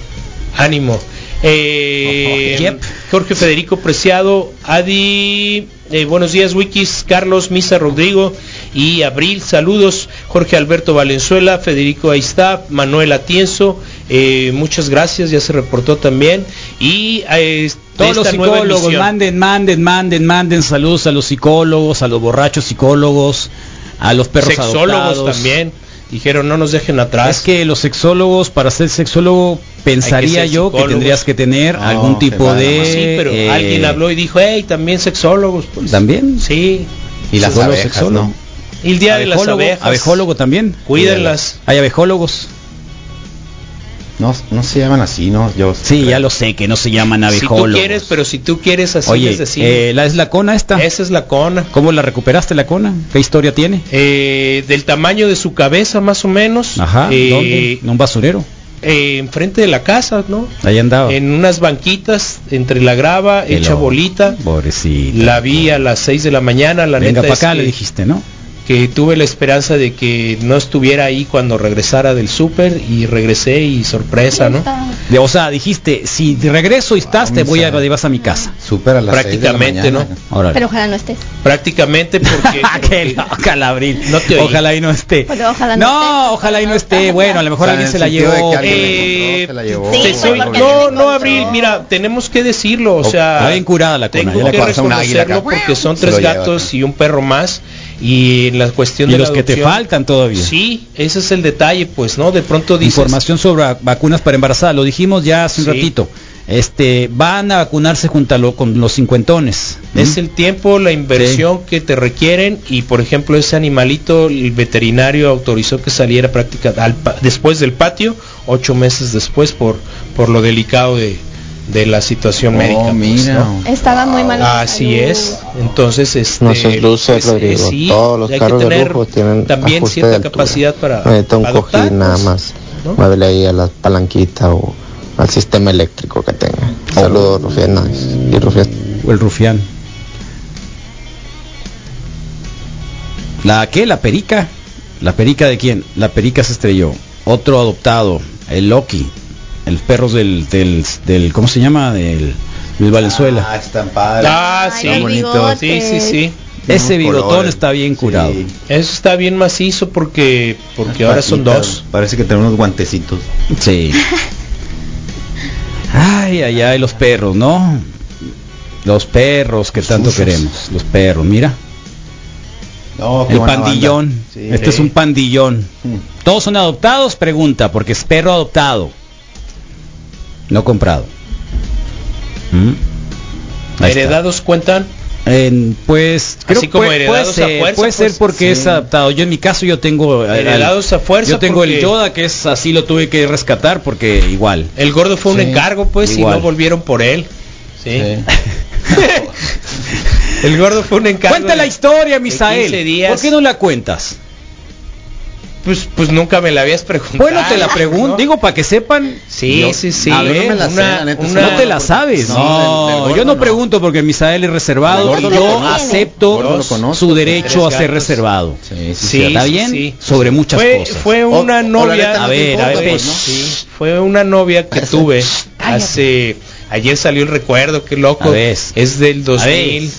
Speaker 7: ánimo. Eh,
Speaker 5: Yep.
Speaker 7: Jorge Federico Preciado, Adi, eh, buenos días Wikis, Carlos Misa Rodrigo y Abril, saludos, Jorge Alberto Valenzuela, Federico ahí está, Manuel Atienzo, eh, muchas gracias, ya se reportó también. Y eh, de
Speaker 5: Todos los
Speaker 7: esta nueva
Speaker 5: psicólogos,
Speaker 7: emisión.
Speaker 5: manden, manden, manden, manden saludos a los psicólogos, a los borrachos psicólogos, a los perros
Speaker 7: sexólogos
Speaker 5: adoptados.
Speaker 7: también, dijeron no nos dejen atrás.
Speaker 5: Es que los sexólogos, para ser sexólogo, pensaría
Speaker 7: ser
Speaker 5: yo que
Speaker 7: psicólogos.
Speaker 5: tendrías que tener
Speaker 8: No,
Speaker 5: algún
Speaker 8: te
Speaker 5: tipo
Speaker 8: va de
Speaker 5: de...
Speaker 8: más.
Speaker 7: Ah, sí, pero
Speaker 5: eh,
Speaker 7: alguien habló y dijo, hey, también sexólogos. pues".
Speaker 5: ¿También?
Speaker 7: Sí,
Speaker 8: Y las
Speaker 5: Solo
Speaker 8: abejas,
Speaker 5: sexólogo.
Speaker 8: ¿no?
Speaker 7: el día de las
Speaker 5: Abejólogo,
Speaker 7: abejas.
Speaker 5: abejólogo también.
Speaker 7: Cuídenlas.
Speaker 5: Hay abejólogos.
Speaker 8: No, no se llaman así, ¿no? Yo
Speaker 5: Sí, ya lo sé, que no se llaman
Speaker 7: Si tú
Speaker 5: abejólogos.
Speaker 7: quieres, pero si tú quieres así
Speaker 5: Oye,
Speaker 7: les decimos.
Speaker 5: eh, la es la cona esta.
Speaker 7: Esa es la cona.
Speaker 5: ¿Cómo la recuperaste la cona? ¿Qué historia tiene?
Speaker 7: Eh, del tamaño de su cabeza más o menos.
Speaker 5: Ajá,
Speaker 7: Eh,
Speaker 5: ¿dónde? En un basurero.
Speaker 7: eh, enfrente de la casa, ¿no?
Speaker 5: Ahí andaba.
Speaker 7: En unas banquitas entre la grava,
Speaker 5: Qué
Speaker 7: hecha
Speaker 5: loco.
Speaker 7: bolita.
Speaker 5: Pobrecita.
Speaker 7: La vi a las 6 de la mañana, la
Speaker 5: Venga
Speaker 7: neta
Speaker 5: para
Speaker 7: es
Speaker 5: acá,
Speaker 7: que-
Speaker 5: le dijiste, ¿no?
Speaker 7: que tuve la esperanza de que no estuviera ahí cuando regresara del súper y regresé y sorpresa, ¿no?
Speaker 5: De- o sea, dijiste, si de regreso y estás, te voy a te vas a mi casa.
Speaker 8: Súper a las seis de la
Speaker 7: Prácticamente,
Speaker 8: mañana.
Speaker 7: ¿no?
Speaker 5: Órale.
Speaker 14: Pero ojalá no estés.
Speaker 7: Prácticamente porque
Speaker 5: Qué loca la abril.
Speaker 7: No te oí.
Speaker 5: Ojalá y no esté.
Speaker 14: Pero ojalá no
Speaker 5: no,
Speaker 14: esté.
Speaker 5: ojalá y no esté. Bueno, a lo mejor
Speaker 8: O sea,
Speaker 5: alguien
Speaker 8: en
Speaker 5: se
Speaker 8: el
Speaker 5: la
Speaker 8: sentido de
Speaker 5: llevó.
Speaker 8: que alguien la
Speaker 5: Eh,
Speaker 7: Eh,
Speaker 8: encontró, se la llevó.
Speaker 7: te
Speaker 14: Sí, fue
Speaker 7: soy-
Speaker 14: porque
Speaker 7: no,
Speaker 14: alguien
Speaker 7: no,
Speaker 14: encontró.
Speaker 7: Abril, mira, tenemos que decirlo, o sea,
Speaker 5: está bien curada la cuna, ya
Speaker 7: tengo
Speaker 5: la
Speaker 7: que
Speaker 8: pasa un águila acá.
Speaker 7: reconocerlo porque son
Speaker 8: Se
Speaker 7: tres
Speaker 8: lo lleva
Speaker 7: gatos
Speaker 8: acá.
Speaker 7: y un perro más y en la cuestión
Speaker 5: y
Speaker 7: de la
Speaker 5: los que te
Speaker 7: adopción,
Speaker 5: faltan todavía.
Speaker 7: Sí, ese es el detalle, pues, ¿no? De pronto dices,
Speaker 5: Información sobre vac- vacunas para embarazadas, lo dijimos ya hace un
Speaker 7: Sí.
Speaker 5: ratito. Este, van a vacunarse junto a lo- con los cincuentones.
Speaker 7: Es
Speaker 5: ¿Mm?
Speaker 7: el tiempo, la inversión que te requieren y por ejemplo ese animalito, el veterinario autorizó que saliera práctica al pa- después del patio, ocho meses después por, por lo delicado de, de la situación médica.
Speaker 8: Oh,
Speaker 7: pues,
Speaker 8: mira.
Speaker 7: ¿no?
Speaker 14: Estaba muy mal. de
Speaker 7: Así
Speaker 14: salud.
Speaker 7: es, entonces este,
Speaker 9: No seas loser,
Speaker 7: eh,
Speaker 9: Rodrigo.
Speaker 7: sí,
Speaker 9: Todos los
Speaker 7: hay que
Speaker 9: carros de
Speaker 7: tener
Speaker 9: lujo tienen
Speaker 7: también
Speaker 9: ajuste
Speaker 7: cierta
Speaker 9: de altura.
Speaker 7: capacidad para,
Speaker 9: Necesita un
Speaker 7: para adoptar,
Speaker 9: cojín nada
Speaker 7: pues,
Speaker 9: más.
Speaker 7: ¿no?
Speaker 9: Muévele ahí a la palanquita o al sistema eléctrico que tenga. Saludos,
Speaker 8: Oh.
Speaker 9: Rufianes y Rufián.
Speaker 5: O el rufián. ¿La qué? ¿La perica? ¿La perica de quién? La perica se estrelló. Otro adoptado, el Loki. El perro del, del, del- ¿cómo se llama? Del, del Valenzuela.
Speaker 8: Ah, están padres.
Speaker 7: Ah,
Speaker 14: Ay,
Speaker 7: sí,
Speaker 14: los bigotes.
Speaker 7: sí, sí, sí.
Speaker 5: Ese
Speaker 8: unos
Speaker 5: bigotón
Speaker 8: colores.
Speaker 5: está bien curado.
Speaker 8: Sí.
Speaker 7: Eso está bien macizo porque porque ahora son
Speaker 8: Patitas,
Speaker 7: dos.
Speaker 8: Parece que tenemos unos guantecitos.
Speaker 5: Sí. Ay, ay, ay, los perros, ¿no? Los perros que tanto
Speaker 8: Sus, sus.
Speaker 5: queremos. Los perros, mira.
Speaker 8: No, Oh, qué
Speaker 5: El
Speaker 8: buena
Speaker 5: pandillón.
Speaker 8: banda. Sí.
Speaker 5: Este es un pandillón. ¿Todos son adoptados? Pregunta, porque es perro adoptado. No comprado. ¿Mm? Ahí está.
Speaker 7: Heredados cuentan.
Speaker 5: En, pues creo
Speaker 7: Así como
Speaker 5: que puede- puede
Speaker 7: heredados a
Speaker 5: ser,
Speaker 7: fuerza,
Speaker 5: puede ser
Speaker 7: pues.
Speaker 5: porque es
Speaker 7: Sí.
Speaker 5: adaptado. Yo en mi caso yo tengo eh,
Speaker 7: Heredados a fuerza
Speaker 5: Yo tengo el
Speaker 7: porque-
Speaker 5: Yoda que es así lo tuve que rescatar porque igual.
Speaker 7: El gordo fue un encargo, pues,
Speaker 5: igual.
Speaker 7: y no volvieron por él. Sí.
Speaker 8: Sí.
Speaker 7: El gordo fue un encargo.
Speaker 5: Cuenta la historia, Misael.
Speaker 7: de 15 días.
Speaker 5: ¿Por qué no la cuentas?
Speaker 7: Pues, pues nunca me la habías preguntado.
Speaker 5: Bueno, te la pregunto, digo, para que sepan.
Speaker 7: Sí,
Speaker 5: Yo-
Speaker 7: sí, sí.
Speaker 5: A ver,
Speaker 7: no me la sé,
Speaker 5: una-
Speaker 7: la neta,
Speaker 5: una-
Speaker 7: sí.
Speaker 5: no te la sabes.
Speaker 7: No,
Speaker 5: No,
Speaker 7: del- del
Speaker 5: yo
Speaker 7: gordo
Speaker 5: no,
Speaker 7: no.
Speaker 5: pregunto porque Misael es reservado.
Speaker 7: El gordo lo
Speaker 5: Yo
Speaker 7: conoce. Gordo
Speaker 5: acepto
Speaker 7: lo conozco.
Speaker 5: su derecho a
Speaker 7: Tres
Speaker 5: ser
Speaker 7: gatos.
Speaker 5: reservado.
Speaker 8: Sí,
Speaker 7: sí,
Speaker 5: ¿Está
Speaker 7: sí,
Speaker 5: bien?
Speaker 7: sí.
Speaker 5: Sobre muchas
Speaker 7: fue,
Speaker 5: cosas.
Speaker 7: Fue una novia.
Speaker 5: a ver, a ver.
Speaker 7: pues, sí, fue una novia que tuve hace. Ayer salió el recuerdo, qué
Speaker 5: A
Speaker 7: loco.
Speaker 5: ver.
Speaker 7: Es del 2000,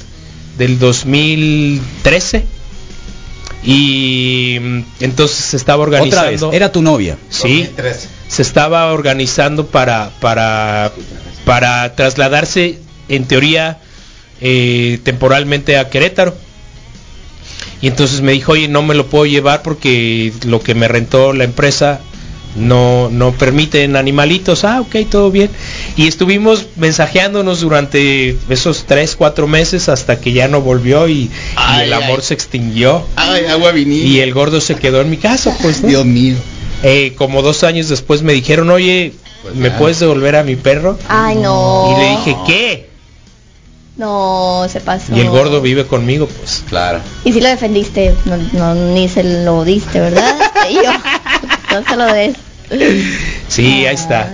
Speaker 7: del 2013. Y mm, entonces se estaba
Speaker 5: Otra vez,
Speaker 7: organizando.
Speaker 5: era tu novia.
Speaker 7: Sí, se estaba organizando para para para trasladarse en teoría eh, temporalmente a Querétaro. Y entonces me dijo, oye, no me lo puedo llevar porque lo que me rentó la empresa no, no permiten animalitos. Ah, ok, todo bien. Y estuvimos mensajeándonos durante esos 3, 4 meses hasta que ya no volvió y, y el amor se extinguió. Y el gordo se quedó en mi casa, pues. Dios mío. Eh, como dos años después me dijeron, oye,
Speaker 5: Pues
Speaker 7: ¿me puedes devolver a mi perro?
Speaker 14: Ay, no.
Speaker 7: Y le dije, ¿qué?
Speaker 14: No, se pasó.
Speaker 7: Y el gordo vive conmigo, pues. Claro.
Speaker 14: Y si lo defendiste, no, no, ni se lo diste, ¿verdad? Y yo, no se lo des.
Speaker 7: Sí, ahí está.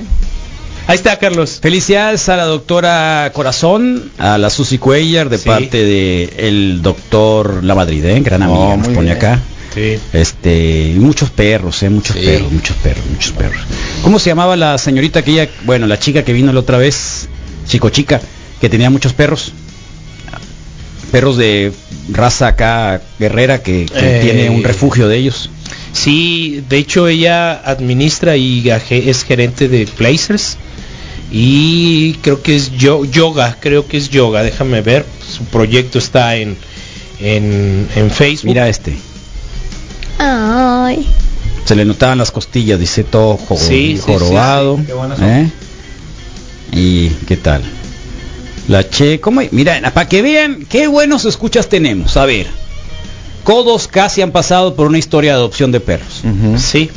Speaker 7: Ahí está, Carlos.
Speaker 5: Felicidades a la doctora Corazón, a la Susi Cuellar, de parte de el doctor La Madrid, ¿eh? gran amiga, nos pone acá.
Speaker 7: Sí.
Speaker 5: Este, y muchos perros, ¿eh? muchos perros, muchos perros, muchos perros. ¿Cómo se llamaba la señorita aquella, bueno, la chica que vino la otra vez, chico chica, que tenía muchos perros? Perros de raza acá guerrera que, que
Speaker 7: Eh,
Speaker 5: tiene un refugio de ellos.
Speaker 7: Sí, de hecho ella administra y aje- es gerente de Placers. Y creo que es yo, yoga, creo que es yoga, déjame ver. Su proyecto está en, en, en Facebook.
Speaker 5: Mira este,
Speaker 14: Ay.
Speaker 5: se le notaban las costillas, dice todo jor-
Speaker 7: Sí, sí, sí,
Speaker 5: jorobado.
Speaker 7: sí, qué buenas
Speaker 5: ¿eh? ¿Y qué tal? La Che, ¿cómo? hay? Mira, para que vean qué buenos escuchas tenemos. A ver, todos casi han pasado por una historia de adopción de perros.
Speaker 7: Mm. Sí.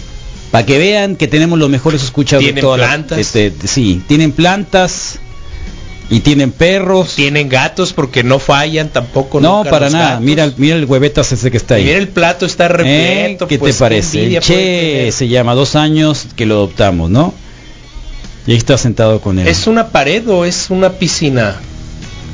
Speaker 5: Para que vean que tenemos los mejores escuchas de
Speaker 7: Tienen
Speaker 5: todas las-
Speaker 7: plantas.
Speaker 5: este, t- sí, tienen plantas y tienen perros.
Speaker 7: Tienen gatos porque no fallan tampoco.
Speaker 5: No,
Speaker 7: nunca
Speaker 5: para
Speaker 7: los
Speaker 5: nada.
Speaker 7: gatos.
Speaker 5: Mira, el- mira el huevetas ese que está ahí.
Speaker 7: Mira, el plato está
Speaker 5: ¿Eh?
Speaker 7: repleto.
Speaker 5: ¿Qué
Speaker 7: pues, eh,
Speaker 5: te parece?
Speaker 7: envidia
Speaker 5: El
Speaker 7: puede
Speaker 5: Che
Speaker 7: tener.
Speaker 5: se llama, dos años que lo adoptamos, ¿no? Y ahí está sentado con él.
Speaker 7: ¿Es una pared o es una piscina?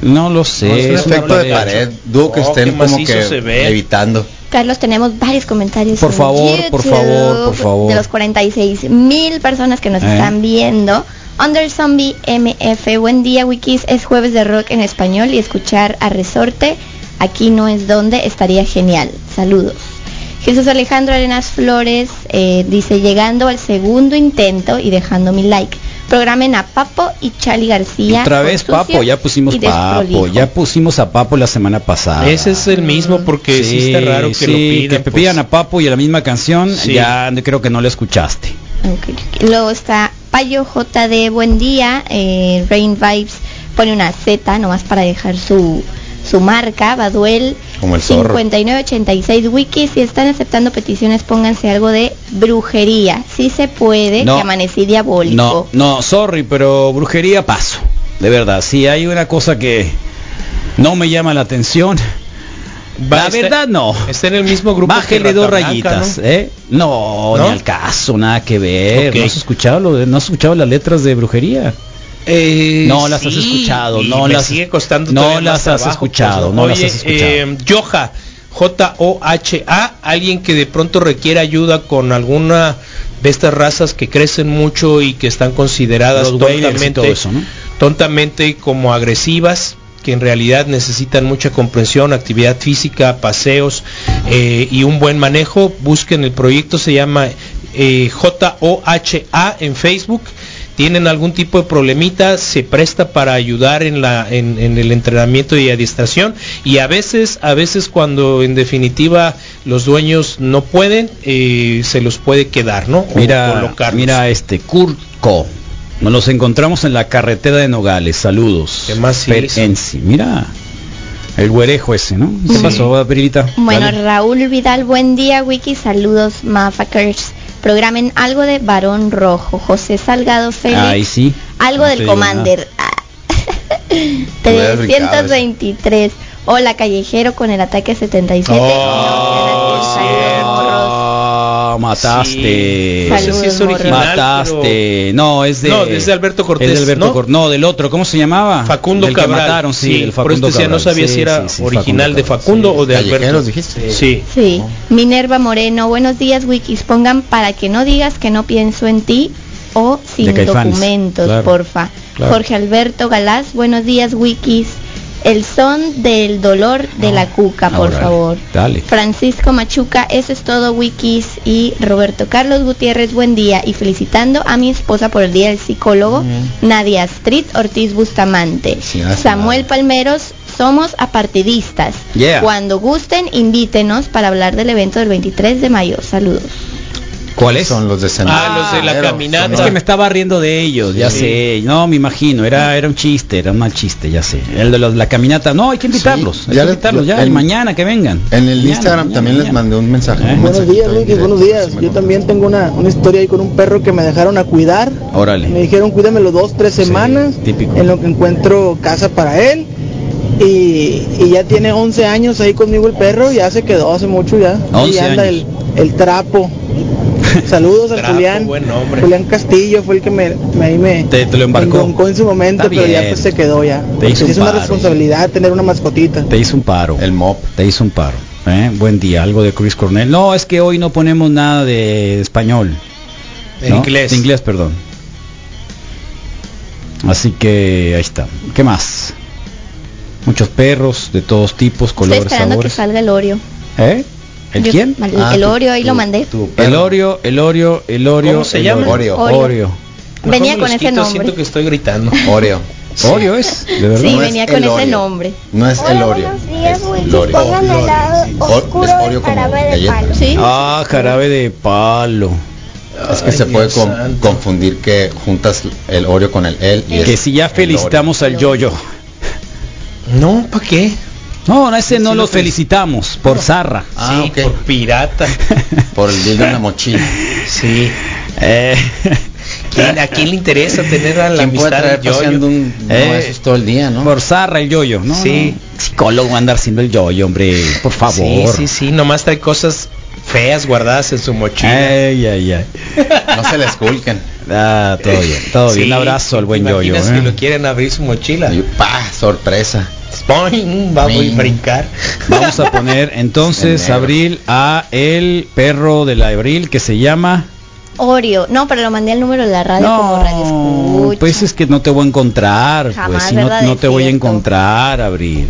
Speaker 5: No lo sé.
Speaker 8: No, es un
Speaker 5: es una
Speaker 8: efecto de pared. Dudo que
Speaker 7: Oh,
Speaker 8: estén
Speaker 7: qué
Speaker 8: como
Speaker 7: macizo
Speaker 8: que
Speaker 7: se ve. ¿Eh?
Speaker 8: evitando.
Speaker 14: Carlos, tenemos varios comentarios.
Speaker 8: Por
Speaker 14: en
Speaker 8: favor, por favor, por favor.
Speaker 14: De los 46 mil personas que nos
Speaker 8: Eh.
Speaker 14: están viendo. Under Zombie MF, buen día Wikis, es jueves de rock en español y escuchar a Resorte, aquí no es donde, estaría genial. Saludos. Jesús Alejandro Arenas Flores eh, dice, llegando al segundo intento y dejando mi like. Programen a Papo y Charlie García.
Speaker 5: Otra
Speaker 14: por
Speaker 5: vez
Speaker 14: sucio
Speaker 5: Papo, ya pusimos
Speaker 14: y
Speaker 5: Papo,
Speaker 14: desprolijo.
Speaker 5: ya pusimos a Papo la semana pasada.
Speaker 7: Ese es el mismo porque sí, está raro que
Speaker 5: sí,
Speaker 7: lo pidan. pues.
Speaker 5: que pidan a Papo y a la misma canción,
Speaker 7: Sí.
Speaker 5: ya creo que no la escuchaste.
Speaker 14: Luego está Payo JD, buen día. eh, Rain Vibes pone una Z nomás para dejar su, su marca. Baduel
Speaker 8: Como el zorro.
Speaker 14: 5986 Wiki. Si están aceptando peticiones, pónganse algo de brujería. Si se puede,
Speaker 5: No.
Speaker 14: Eh, que amanecí diabólico.
Speaker 5: No, no, sorry, pero brujería paso. De verdad, si hay una cosa que no me llama la atención,
Speaker 7: Va, este-
Speaker 5: la
Speaker 7: está-
Speaker 5: verdad no.
Speaker 7: Está en el mismo grupo. que
Speaker 5: Bájele dos
Speaker 7: Rata Blanca,
Speaker 5: rayitas,
Speaker 7: ¿no?
Speaker 5: ¿eh? No,
Speaker 7: ¿No?
Speaker 5: ni al caso, nada que ver.
Speaker 7: Ok.
Speaker 5: No has escuchado, lo de- no has escuchado las letras de brujería.
Speaker 7: Eh,
Speaker 5: No las has
Speaker 7: sí,
Speaker 5: escuchado,
Speaker 7: y
Speaker 5: no
Speaker 7: me
Speaker 5: las-
Speaker 7: sigue costando
Speaker 5: no
Speaker 7: todavía
Speaker 5: las
Speaker 7: más
Speaker 5: has
Speaker 7: trabajo,
Speaker 5: escuchado,
Speaker 7: pues,
Speaker 5: no
Speaker 7: Oye,
Speaker 5: las has escuchado.
Speaker 7: eh, Yoha, J-O-H-A, alguien que de pronto requiere ayuda con alguna de estas razas que crecen mucho y que están consideradas
Speaker 5: Rottweilers y todo
Speaker 7: tontamente,
Speaker 5: eso, ¿no?
Speaker 7: tontamente como agresivas que en realidad necesitan mucha comprensión, actividad física, paseos eh, y un buen manejo. Busquen el proyecto, se llama eh, JOHA en Facebook. Tienen algún tipo de problemita, se presta para ayudar en, la, en, en el entrenamiento y adiestración. Y a veces, a veces cuando en definitiva los dueños no pueden, eh, se los puede quedar, ¿no? O
Speaker 5: Mira,
Speaker 7: colocarlos.
Speaker 5: mira este, Curco. Nos los encontramos en la carretera de Nogales. Saludos.
Speaker 7: ¿Qué más
Speaker 5: Per-
Speaker 7: hizo?
Speaker 5: Ensi. Mira, el güerejo ese, ¿no? ¿Qué
Speaker 14: Sí.
Speaker 5: pasó, Pirilita?
Speaker 14: Bueno,
Speaker 5: Dale.
Speaker 14: Raúl Vidal, buen día, Wiki, saludos, mafakers. Programen algo de varón rojo, José Salgado Félix,
Speaker 5: Ahí sí.
Speaker 14: algo
Speaker 5: No te
Speaker 14: del
Speaker 5: digo
Speaker 14: Commander. Ah.
Speaker 5: Te hubieras brincado
Speaker 14: 323. Hola, callejero con el ataque 77.
Speaker 5: Oh, mataste.
Speaker 7: Sí, no sé si es original,
Speaker 5: mataste. No, es de.
Speaker 7: No, es de Alberto Cortés,
Speaker 5: es de Alberto
Speaker 7: ¿no?
Speaker 5: Cor- no, del otro. ¿Cómo se llamaba?
Speaker 7: Facundo
Speaker 5: Del que
Speaker 7: Cabral.
Speaker 5: mataron, sí,
Speaker 7: Sí,
Speaker 5: del
Speaker 7: por
Speaker 5: Facundo
Speaker 7: eso decía, no
Speaker 5: Cabral.
Speaker 7: sabía si era original de Facundo o de Alberto.
Speaker 8: Callejeros,
Speaker 5: ¿Eh?
Speaker 8: dijiste.
Speaker 7: Sí.
Speaker 14: Sí. Minerva Moreno, buenos días, Wikis. Pongan para que no digas que no pienso en ti o sin
Speaker 5: De Caifanes,
Speaker 14: documentos,
Speaker 5: claro,
Speaker 14: porfa.
Speaker 5: claro.
Speaker 14: Jorge Alberto Galás, buenos días, Wikis. El son del dolor de la cuca, por
Speaker 5: Ahora,
Speaker 14: favor.
Speaker 5: Dale.
Speaker 14: Francisco Machuca, eso es todo, Wikis. Y Roberto Carlos Gutiérrez, buen día. Y felicitando a mi esposa por el día del psicólogo, Nadia Astrid Ortiz Bustamante.
Speaker 8: gracias,
Speaker 14: Samuel Palmeros, somos apartidistas.
Speaker 5: Yeah.
Speaker 14: Cuando gusten, invítenos para hablar del evento del 23 de mayo. Saludos.
Speaker 5: ¿Cuáles?
Speaker 8: Son los de
Speaker 7: Ah, los de la caminata.
Speaker 5: Es que me estaba riendo de ellos, ya
Speaker 7: Sí.
Speaker 5: sé. No, me imagino, era era un chiste, era un mal chiste, ya sé. El de los- la caminata, no, hay que invitarlos, hay
Speaker 8: ya
Speaker 5: que
Speaker 8: les-
Speaker 5: invitarlos ya,
Speaker 8: en-
Speaker 5: y mañana que vengan.
Speaker 8: En el
Speaker 5: Mañana,
Speaker 8: Instagram
Speaker 5: mañana,
Speaker 8: también les
Speaker 5: mañana.
Speaker 8: mandé un mensaje. un
Speaker 5: Buenos
Speaker 8: mensajito
Speaker 17: días,
Speaker 8: ahí
Speaker 17: Luis,
Speaker 8: directo.
Speaker 17: buenos días. Yo también tengo una, una historia ahí con un perro que me dejaron a cuidar.
Speaker 5: Órale.
Speaker 17: Me dijeron cuídamelo dos, tres semanas,
Speaker 5: típico.
Speaker 17: en lo que encuentro casa para él. Y, y ya tiene 11 años ahí conmigo el perro, ya se quedó hace mucho ya.
Speaker 5: 11
Speaker 17: y anda
Speaker 5: años.
Speaker 17: El, el trapo. Saludos al
Speaker 7: Trapo,
Speaker 17: Julián.
Speaker 7: buen nombre.
Speaker 17: Julián Castillo fue el que me, me- ahí me,
Speaker 5: Te, te lo
Speaker 17: me
Speaker 5: embarcó.
Speaker 17: engoncó en su momento,
Speaker 5: Está
Speaker 17: pero ya
Speaker 5: bien.
Speaker 17: pues se quedó ya. Porque
Speaker 5: hizo
Speaker 17: sí
Speaker 5: un
Speaker 17: es una
Speaker 5: paro.
Speaker 17: responsabilidad tener una mascotita.
Speaker 5: Te hizo un paro. El
Speaker 8: mop.
Speaker 5: Te hizo un paro. ¿eh? Buen día, algo de Chris Cornell. No, es que hoy no ponemos nada de español.
Speaker 7: En
Speaker 5: ¿no?
Speaker 7: inglés.
Speaker 5: De inglés, perdón. Así que ahí está. ¿Qué más? Muchos perros de todos tipos,
Speaker 14: Estoy
Speaker 5: colores,
Speaker 14: esperando
Speaker 5: sabores.
Speaker 14: que salga el Oreo.
Speaker 5: ¿Eh? ¿El
Speaker 14: Yo-
Speaker 5: quién?
Speaker 14: El,
Speaker 8: Ah,
Speaker 14: el Oreo, ahí lo mandé.
Speaker 5: El Oreo, el Oreo, el Oreo.
Speaker 7: ¿Cómo se
Speaker 5: el
Speaker 7: llama?
Speaker 5: Oreo.
Speaker 14: Oreo.
Speaker 5: Oreo.
Speaker 7: Mejor
Speaker 14: Venía
Speaker 7: me
Speaker 14: con
Speaker 7: los
Speaker 14: ese
Speaker 7: quito,
Speaker 14: nombre.
Speaker 7: Siento que estoy gritando.
Speaker 8: Oreo.
Speaker 5: Oh, Oreo es, de verdad.
Speaker 14: Sí,
Speaker 8: No es
Speaker 14: venía
Speaker 8: el
Speaker 14: con ese
Speaker 8: Oreo.
Speaker 14: nombre.
Speaker 8: No es el Oreo.
Speaker 12: días, Wiki.
Speaker 8: Lore.
Speaker 12: Pongan
Speaker 8: Lore.
Speaker 12: helado
Speaker 8: Or- es
Speaker 12: oscuro
Speaker 8: Oreo
Speaker 12: de
Speaker 8: como
Speaker 12: jarabe de
Speaker 8: galleta.
Speaker 12: palo.
Speaker 14: Sí.
Speaker 5: Ah, jarabe de palo.
Speaker 8: Es que se puede con- confundir que juntas el Oreo con el él y es
Speaker 5: Que si ya
Speaker 8: el
Speaker 5: felicitamos al Yoyo.
Speaker 7: No, ¿para qué?
Speaker 5: No, no, ese no
Speaker 7: Sí,
Speaker 5: lo
Speaker 7: lo fel-
Speaker 5: felicitamos por Zarra.
Speaker 8: Ah,
Speaker 7: sí,
Speaker 8: ok.
Speaker 7: por pirata.
Speaker 8: Oreo. por el dildo en la mochila.
Speaker 7: Sí.
Speaker 5: Eh,
Speaker 7: ¿Quién- ¿A quién le interesa tener a la
Speaker 8: ¿Quién puede
Speaker 7: amistad
Speaker 8: traer
Speaker 7: del yo-yo?
Speaker 8: paseando un no,
Speaker 5: Eh,
Speaker 8: eso es todo el día, no?
Speaker 5: por Zarra el yoyo, ¿no?
Speaker 7: Sí.
Speaker 5: no. Psicólogo andar siendo el yoyo, hombre. Por
Speaker 7: Sí,
Speaker 5: favor.
Speaker 7: sí, sí, nomás trae cosas feas guardadas en su mochila.
Speaker 5: Ay, ay, ay.
Speaker 8: No se les culquen.
Speaker 5: Ah, todo bien, todo bien.
Speaker 7: Sí,
Speaker 5: Un abrazo al buen
Speaker 7: ¿te
Speaker 5: yoyo.
Speaker 7: imaginas
Speaker 5: ¿eh?
Speaker 7: que lo quieren abrir su mochila.
Speaker 8: Y pa, sorpresa.
Speaker 7: Boing, Va a
Speaker 8: Boing.
Speaker 7: brincar.
Speaker 5: Vamos a poner entonces
Speaker 8: Enero.
Speaker 5: abril a el perro del abril que se llama.
Speaker 14: Oreo. No, pero lo mandé al número de la radio como radio
Speaker 5: No,
Speaker 14: escucha.
Speaker 5: pues es que no te voy a encontrar,
Speaker 14: Jamás,
Speaker 5: pues si no,
Speaker 14: ¿verdad?
Speaker 5: no
Speaker 14: Es
Speaker 5: te voy a
Speaker 14: cierto.
Speaker 5: encontrar, Abril.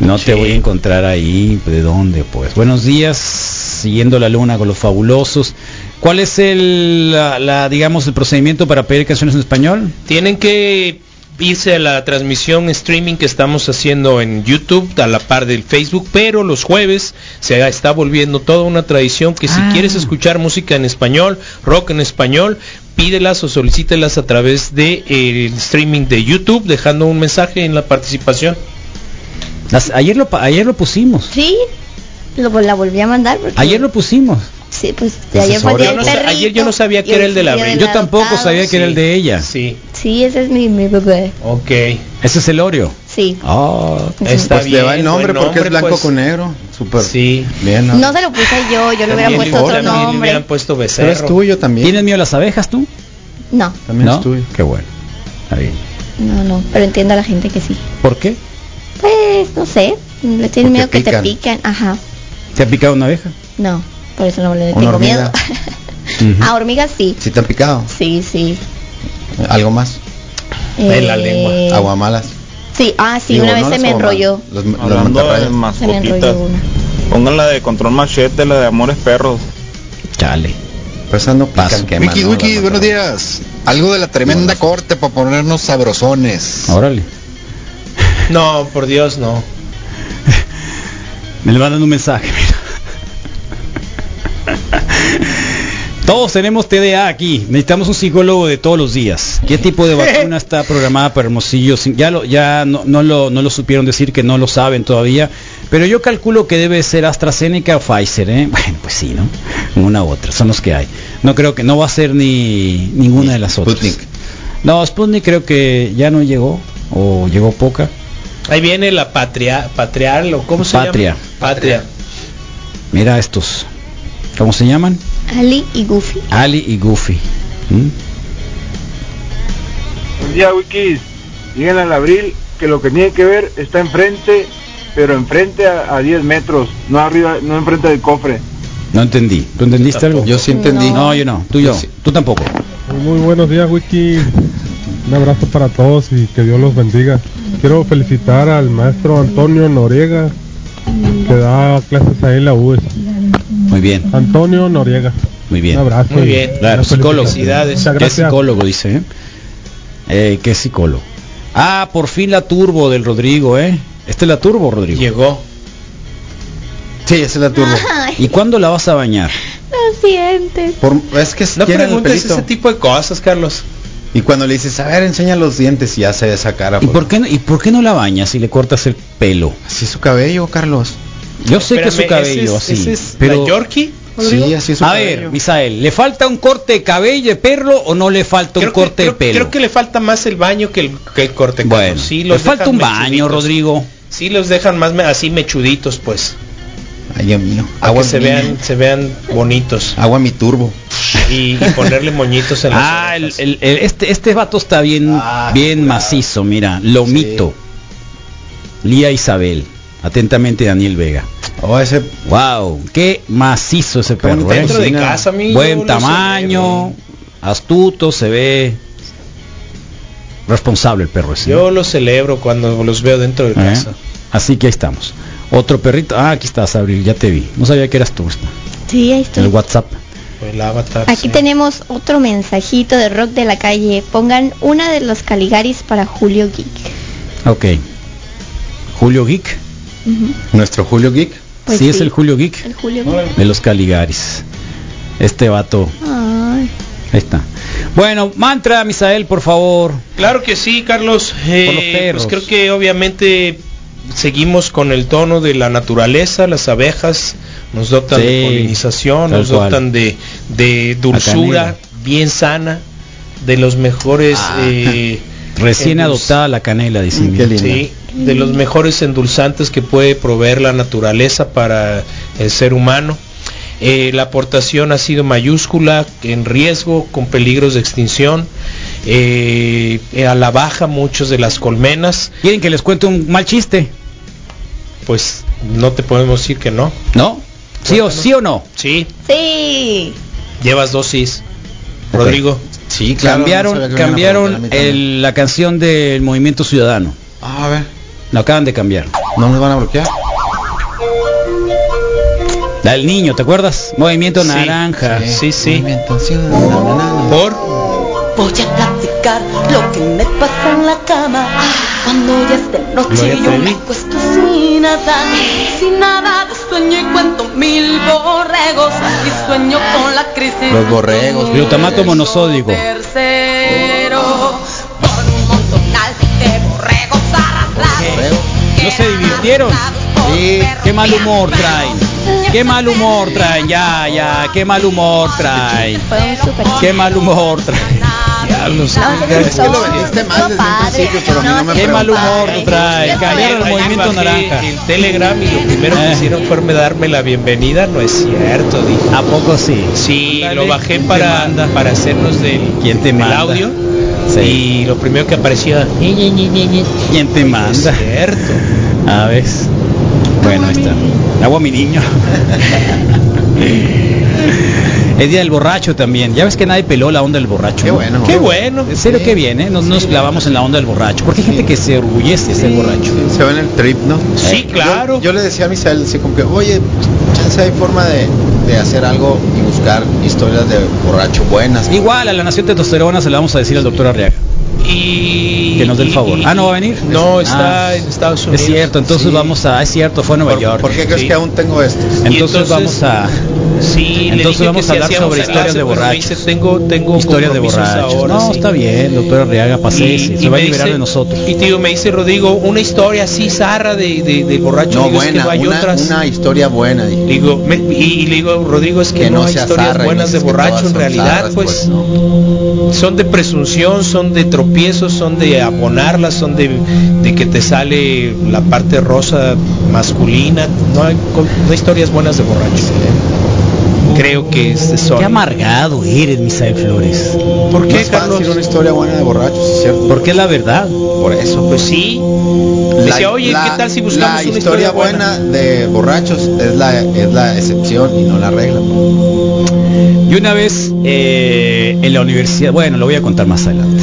Speaker 5: No te
Speaker 7: Sí.
Speaker 5: voy a encontrar ahí, ¿de dónde pues? Buenos días, siguiendo la luna con los fabulosos. ¿Cuál es el, la, la, digamos, el procedimiento para pedir canciones en español?
Speaker 7: Tienen que irse a la transmisión streaming que estamos haciendo en YouTube a la par del Facebook, pero los jueves se está volviendo toda una tradición que si
Speaker 5: Ah.
Speaker 7: quieres escuchar música en español, rock en español, pídelas o solicítelas a través de eh, el streaming de YouTube dejando un mensaje en la participación.
Speaker 5: Las- ayer, lo, pa- ayer lo pusimos.
Speaker 14: Sí, lo, pues, la volví a mandar. porque-
Speaker 5: Ayer lo pusimos.
Speaker 14: Sí, pues
Speaker 8: Ese
Speaker 14: ayer
Speaker 8: es
Speaker 14: fue el
Speaker 8: Oreo.
Speaker 14: día del
Speaker 7: Yo no sé-
Speaker 14: perrito,
Speaker 7: ayer yo no sabía que
Speaker 14: y hoy
Speaker 7: era el
Speaker 14: es
Speaker 7: del abril.
Speaker 5: Yo tampoco
Speaker 14: adoptado.
Speaker 5: sabía que era el de ella.
Speaker 7: Sí,
Speaker 14: Sí, ese es mi, mi bebé.
Speaker 7: ok.
Speaker 5: Ese es el Oreo.
Speaker 14: Sí.
Speaker 5: Ah.
Speaker 7: Está
Speaker 8: Pues le va el
Speaker 7: bien,
Speaker 8: nombre
Speaker 7: buen
Speaker 8: porque es blanco
Speaker 7: pues.
Speaker 8: con negro. Super.
Speaker 7: Sí.
Speaker 8: Bien.
Speaker 14: No se lo puse yo, yo le hubiera
Speaker 7: También
Speaker 14: puesto
Speaker 7: le-
Speaker 14: otro
Speaker 7: también le hubieran
Speaker 14: nombre.
Speaker 7: puesto
Speaker 8: Pero es
Speaker 7: becerro.
Speaker 8: tuyo también.
Speaker 5: ¿Tienes miedo a las abejas tú?
Speaker 14: No,
Speaker 8: También
Speaker 5: ¿No?
Speaker 8: es tuyo.
Speaker 5: Qué bueno. Está bien.
Speaker 14: no, no, pero entiendo a la gente que sí.
Speaker 5: ¿Por qué?
Speaker 14: Pues, no sé, le
Speaker 8: Porque
Speaker 14: tienen miedo que te
Speaker 8: pican.
Speaker 14: pican. Ajá,
Speaker 5: ¿Te ha picado una abeja?
Speaker 14: no, por eso no le
Speaker 8: Una
Speaker 14: tengo
Speaker 8: hormiga.
Speaker 14: miedo. A hormigas sí,
Speaker 8: Si te han picado.
Speaker 14: sí, sí.
Speaker 8: Algo más.
Speaker 7: En la
Speaker 1: Ah,
Speaker 7: lengua.
Speaker 8: Aguamalas.
Speaker 14: Eh, Sí, ah, sí,
Speaker 8: Digo,
Speaker 14: una vez
Speaker 8: no
Speaker 14: se
Speaker 8: las
Speaker 14: me
Speaker 8: aguamalas,
Speaker 14: enrolló.
Speaker 8: Los, los
Speaker 18: Hablando de
Speaker 8: mantarrayas.
Speaker 14: Se me
Speaker 18: mascotitas,
Speaker 14: enrolló una.
Speaker 18: pongan la de control machete, la de amores perros.
Speaker 5: Chale.
Speaker 8: Pero esas no pican,
Speaker 5: Paso.
Speaker 8: queman,
Speaker 19: Wiki,
Speaker 8: ¿no?
Speaker 19: Wiki,
Speaker 8: Las
Speaker 19: buenos
Speaker 8: mantarrayas.
Speaker 19: días. Algo de la tremenda corte para ponernos sabrosones.
Speaker 5: Órale.
Speaker 7: No, por Dios, no.
Speaker 5: Me le mandan un mensaje, mira. Todos tenemos TDA aquí. Necesitamos un psicólogo de todos los días. ¿Qué tipo de vacuna está programada para Hermosillo? Sin- Ya, lo, ya no, no lo, no lo supieron decir que no lo saben todavía. Pero yo calculo que debe ser AstraZeneca o Pfizer, ¿eh? Bueno, pues sí, ¿no? Una u otra, son los que hay. No creo que no va a ser ni ninguna de las otras.
Speaker 8: Sputnik.
Speaker 5: No, Sputnik creo que ya no llegó o llegó poca.
Speaker 7: Ahí viene la patria, patrial o cómo se
Speaker 5: Patria.
Speaker 7: llama? Patria.
Speaker 5: Mira estos. ¿Cómo se llaman?
Speaker 14: Ali y Goofy.
Speaker 5: Ali y Goofy. ¿Mm?
Speaker 20: Buen día, Wikis. Digan al abril que lo que tiene que ver está enfrente, pero enfrente a, a 10 metros, no arriba, no enfrente del cofre.
Speaker 5: No entendí. ¿Tú entendiste algo?
Speaker 8: Yo sí entendí.
Speaker 5: No, yo no. Tú yo. Tú tampoco.
Speaker 21: Muy buenos días, Wiki. Un abrazo para todos y que Dios los bendiga. Quiero felicitar al maestro Antonio Noriega, que da clases ahí en la UES.
Speaker 5: Muy bien.
Speaker 2: Ah,
Speaker 21: Antonio Noriega.
Speaker 5: Muy bien.
Speaker 21: Un abrazo.
Speaker 7: Muy bien.
Speaker 5: Claro,
Speaker 21: Las
Speaker 5: psicólogo.
Speaker 21: felicidades. Muchas
Speaker 5: ¿Qué
Speaker 21: gracias.
Speaker 5: psicólogo dice? ¿eh? Eh, ¿Qué psicólogo? Ah, por fin la turbo del Rodrigo, ¿eh? Esta es la turbo, Rodrigo.
Speaker 7: Llegó.
Speaker 8: Sí, esa es la turbo.
Speaker 14: Ay,
Speaker 5: ¿Y cuándo la vas a bañar?
Speaker 14: lo sientes.
Speaker 8: Por- es que
Speaker 7: No
Speaker 8: quieren el
Speaker 7: preguntes
Speaker 8: pelito.
Speaker 7: ese tipo de cosas, Carlos.
Speaker 8: Y cuando le dices, a ver, enseña los dientes y ya se ve esa cara. pues,
Speaker 5: ¿Y por
Speaker 8: porque-
Speaker 5: qué no, y por qué no la bañas y le cortas el pelo?
Speaker 8: Así es su cabello, Carlos.
Speaker 5: Yo sé que es su
Speaker 7: Espérame,
Speaker 5: cabello
Speaker 7: ese es-
Speaker 5: así,
Speaker 7: ese es
Speaker 5: pero
Speaker 7: la Yorkie? Rodrigo?
Speaker 8: Sí, así es su
Speaker 5: a
Speaker 8: cabello.
Speaker 5: ver, Misael, ¿le falta un corte de cabello de perro o no le falta un
Speaker 7: Creo que-
Speaker 5: corte
Speaker 7: creo,
Speaker 5: de pelo?
Speaker 7: creo que le falta más el baño que el, que el corte. Carlos.
Speaker 5: bueno,
Speaker 7: Sí,
Speaker 5: le
Speaker 7: los
Speaker 5: falta
Speaker 7: dejan
Speaker 5: un baño,
Speaker 7: mechuditos.
Speaker 5: Rodrigo.
Speaker 7: Sí, los dejan más me- así mechuditos, pues.
Speaker 8: Ay, Dios mío.
Speaker 14: Ah,
Speaker 7: Para
Speaker 8: Agua
Speaker 7: que se
Speaker 8: mi-
Speaker 7: vean, se vean bonitos.
Speaker 8: Agua mi turbo.
Speaker 7: Y, y ponerle moñitos en las
Speaker 5: Ah, el-
Speaker 7: orejas.
Speaker 5: el- el- este, este vato está bien,
Speaker 8: Ah,
Speaker 5: bien
Speaker 8: claro.
Speaker 5: macizo, mira, lomito. Lía Isabel, atentamente Daniel Vega.
Speaker 8: Oh, ese.
Speaker 5: Wow, qué macizo ese perro.
Speaker 8: bonita
Speaker 5: ¿eh?
Speaker 7: Dentro de
Speaker 8: Cocina.
Speaker 7: casa, amigo,
Speaker 5: Buen
Speaker 7: lo
Speaker 5: tamaño,
Speaker 7: celebro.
Speaker 5: astuto, se ve responsable el perro ese.
Speaker 7: Yo los celebro cuando los veo dentro de
Speaker 5: ¿eh?
Speaker 7: casa.
Speaker 5: Así que ahí estamos. Otro perrito. Ah, aquí estás, Abril, ya te vi. No sabía que eras tú. esta.
Speaker 14: Sí, ahí
Speaker 5: El
Speaker 14: estoy.
Speaker 5: WhatsApp.
Speaker 7: O El avatar.
Speaker 14: Aquí
Speaker 7: sí.
Speaker 14: tenemos otro mensajito de rock de la calle. Pongan una de los Caligaris para Julio Geek.
Speaker 5: Ok. Julio Geek.
Speaker 14: Ujú.
Speaker 8: Nuestro Julio Geek.
Speaker 14: Pues
Speaker 5: sí, es
Speaker 14: sí.
Speaker 5: el Julio Geek
Speaker 14: El Julio Geek.
Speaker 5: de los Caligaris. Este vato.
Speaker 14: Ay.
Speaker 5: Ahí está. Bueno, mantra, Misael, por favor.
Speaker 7: Claro que sí, Carlos. Eh,
Speaker 5: Por los perros.
Speaker 7: pues creo que obviamente seguimos con el tono de la naturaleza, las abejas nos dotan
Speaker 5: Sí,
Speaker 7: de polinización,
Speaker 5: tal
Speaker 7: nos
Speaker 5: cual.
Speaker 7: dotan de, de dulzura
Speaker 5: Acanela.
Speaker 7: bien sana, de los mejores...
Speaker 5: Ah,
Speaker 7: eh,
Speaker 5: Recién
Speaker 7: endulz-
Speaker 5: adoptada la canela, dice.
Speaker 8: Mm,
Speaker 5: mira.
Speaker 7: Sí, de los mejores endulzantes que puede proveer la naturaleza para el ser humano. Eh, la aportación ha sido mayúscula, en riesgo, con peligros de extinción. Eh, eh, a la baja muchos de las colmenas,
Speaker 5: ¿Quieren que les cuente un mal chiste?
Speaker 7: pues no te podemos decir que no.
Speaker 5: ¿No? ¿Sí o, sí o no?
Speaker 7: Sí,
Speaker 14: Sí.
Speaker 7: llevas dosis. Rodrigo,
Speaker 8: Sí,
Speaker 5: cambiaron
Speaker 8: no sabía que me iban a preguntar a
Speaker 5: cambiaron
Speaker 8: mí también.
Speaker 5: el- la canción del Movimiento Ciudadano.
Speaker 8: Ah, a ver.
Speaker 5: Lo acaban de cambiar.
Speaker 8: No nos van a bloquear.
Speaker 5: La del niño, ¿te acuerdas? Movimiento
Speaker 7: Sí,
Speaker 5: Naranja.
Speaker 7: sí, sí.
Speaker 8: Movimiento Ciudadano.
Speaker 7: Por
Speaker 22: Voy a platicar lo que me pasa en la cama. Cuando ya es de noche
Speaker 7: Gloria
Speaker 22: yo
Speaker 7: Trevi.
Speaker 22: me acuesto sin nada, sin nada de sueño y cuento mil borregos y sueño con la crisis.
Speaker 8: Los borregos.
Speaker 5: Glutamato monosódico.
Speaker 22: Tercero, con un montonal de borregos arrastrados.
Speaker 5: ¿No se divirtieron?
Speaker 8: Sí.
Speaker 5: Qué mal humor traen. Qué mal humor traen. Ya, ya. Qué mal humor traen.
Speaker 14: Fue un super
Speaker 5: Qué mal humor traen.
Speaker 8: Es que lo vendiste mal Este desde un principio, pero a mí no me
Speaker 5: Qué mal humor
Speaker 8: preguntaron.
Speaker 5: trae. Cambiaron el
Speaker 7: Ayer
Speaker 5: movimiento
Speaker 7: bajé
Speaker 5: naranja.
Speaker 7: El Telegram y lo primero que
Speaker 5: Eh.
Speaker 7: hicieron fue darme la bienvenida, no es cierto, dije.
Speaker 5: ¿A poco sí?
Speaker 7: Sí,
Speaker 5: Dale,
Speaker 7: lo bajé
Speaker 5: ¿quién te
Speaker 7: para,
Speaker 5: manda?
Speaker 7: para hacernos del,
Speaker 5: ¿Quién te
Speaker 7: del
Speaker 5: manda?
Speaker 7: audio
Speaker 5: Sí.
Speaker 7: y lo primero que aparecía "Ñe, Ñe, Ñe, Ñe, Ñe".
Speaker 5: ¿Quién te
Speaker 7: Es
Speaker 5: manda?
Speaker 7: cierto.
Speaker 5: A ver. Bueno, ahí está. Agua mi niño. Es día del borracho también. Ya ves que nadie peló la onda del borracho.
Speaker 8: Qué
Speaker 5: ¿no?
Speaker 8: bueno.
Speaker 7: Qué bueno.
Speaker 5: En serio, qué bien, ¿eh? Nos, nos clavamos en la onda del borracho. Porque hay gente que se orgullece de ser borracho.
Speaker 8: Se va en el trip, ¿no?
Speaker 7: Sí, claro.
Speaker 8: Yo, yo le decía a Misael, así como que, oye, chance hay forma de, de hacer algo y buscar historias de borracho buenas.
Speaker 5: Igual a la Nación Testosterona se la vamos a decir al doctor Arriaga.
Speaker 7: Y
Speaker 5: Que nos dé el favor. Ah, ¿no va a venir?
Speaker 7: No, está
Speaker 5: Ah,
Speaker 7: en Estados Unidos.
Speaker 5: Es cierto, entonces
Speaker 8: Sí.
Speaker 5: vamos a... Es cierto, fue a Nueva
Speaker 8: ¿Por,
Speaker 5: York.
Speaker 8: por qué crees
Speaker 7: Sí.
Speaker 8: que aún tengo esto?
Speaker 7: Y
Speaker 5: Entonces, vamos a...
Speaker 7: Sí,
Speaker 5: entonces vamos a hablar sobre historias de
Speaker 7: borrachos.
Speaker 5: borrachos.
Speaker 7: tengo tengo
Speaker 5: Historias de
Speaker 7: compromisos
Speaker 5: borrachos.
Speaker 7: ahora,
Speaker 5: no,
Speaker 7: sí.
Speaker 5: está bien, doctor Arriaga, pase ese, Se va a
Speaker 7: me
Speaker 5: liberar
Speaker 7: dice-
Speaker 5: de nosotros.
Speaker 7: Y tío, me dice Rodrigo, una historia así zarra de, de, del borracho.
Speaker 8: No,
Speaker 7: Digo, es que
Speaker 8: buena,
Speaker 7: no hay
Speaker 8: una,
Speaker 7: otras.
Speaker 8: una historia buena. dije.
Speaker 7: Digo, me- y, y le digo, Rodrigo, es que, no, hay
Speaker 8: sea
Speaker 7: historias
Speaker 8: zarra, y me
Speaker 7: buenas de
Speaker 8: dices que
Speaker 7: borracho
Speaker 8: todas
Speaker 7: en
Speaker 8: son
Speaker 7: realidad,
Speaker 8: zarras,
Speaker 7: pues,
Speaker 8: no.
Speaker 7: son de presunción, son de tropiezos, son de abonarlas, son de, de que te sale la parte rosa masculina. No hay, co- no hay historias buenas de borracho. creo que este son.
Speaker 5: Qué amargado eres, Misael Flores. ¿Por qué, Carlos?
Speaker 8: una historia buena de borrachos, es cierto.
Speaker 5: Porque es la verdad.
Speaker 8: Por eso.
Speaker 7: Pues sí. Decía, oye, ¿qué tal si buscamos
Speaker 8: la
Speaker 7: una
Speaker 8: historia,
Speaker 7: historia
Speaker 8: buena,
Speaker 7: buena?
Speaker 8: de borrachos es la, es la excepción y no la regla.
Speaker 5: Y una vez eh, en la universidad, bueno, lo voy a contar más adelante.